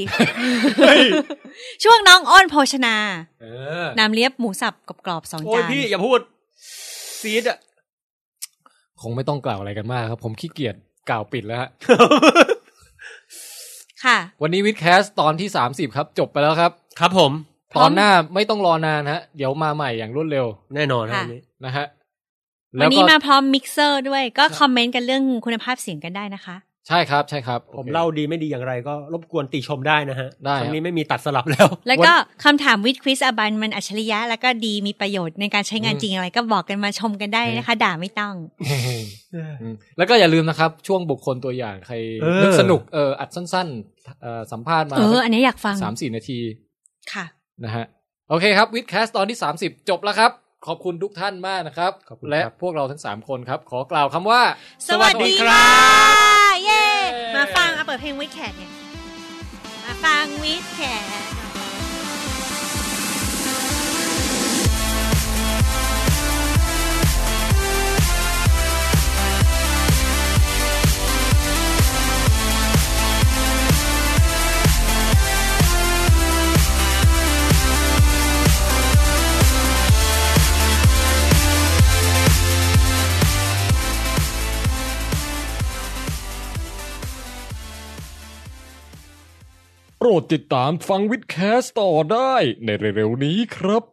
S2: ช่วงน้องอ้อนโภชนา
S3: เออ
S2: น้ำเลียบหมูสับกรอบๆสอง
S1: โอ้ย
S2: จาน
S1: พี่อย่าพูดซีดอ่ะ
S3: คงไม่ต้องกล่าวอะไรกันมากครับ ผมขี้เกียจกล่าวปิดแล้วฮะ
S2: ค่ะ
S3: วันนี้วิดแคสตอนที่สามสิบครับ จบไปแล้วครับ
S1: ครับผม
S3: ตอนหน้าไม่ต้องรอนานฮะ เดี๋ยวมาใหม่อย่างรวดเร็ว
S1: แน่นอนฮะ
S2: ค่ะ
S1: อันนี้
S3: นะฮะ
S2: วันนี้มาพร้อมมิกเซอร์ด้วยก็คอมเมนต์กันเรื่องคุณภาพเสียงกันได้นะคะ
S3: ใช่ครับ ใช่ครับ
S1: ผม
S3: โอค
S1: เล่าดีไม่ดีอย่างไรก็รบกวนติชมได้นะฮะ
S3: ได้
S1: ครั้
S3: ครั
S1: ง
S3: บ
S1: นี้ไม่มีตัดสลับแล้ว
S2: แล้วก็คำถามวิดควิสอบันมันอัจฉริยะ แล้วก็ดีมีประโยชน์ในการใช้งานจริงอะไรก็บอกกันมาชมกันได้นะคะ ด่าไม่ต้อง
S3: อืม แล้วก็อย่าลืมนะครับ ช่วงบุคคลตัวอย่างใครนึกสนุกเอออัดสั้นๆเอ่อสัมภาษณ์มา
S2: เออ อันนี้อยากฟัง
S3: สามสี่นาที
S2: ค่ะ
S3: นะฮะโอเคครับวิดแคสตอนที่ 30 จบแล้วครับ ขอบคุณทุกท่านมากนะครับ และพวกเราทั้ง 3 คนครับ ขอกล่าวคำว่า
S2: สวัสดีค่ะเย่มาฟังเอาเปิดเพลงวิดแขกเนี่ยมาฟังวิดแขก
S5: โปรดติดตามฟังวิดแคสต่อได้ในเร็วๆนี้ครับ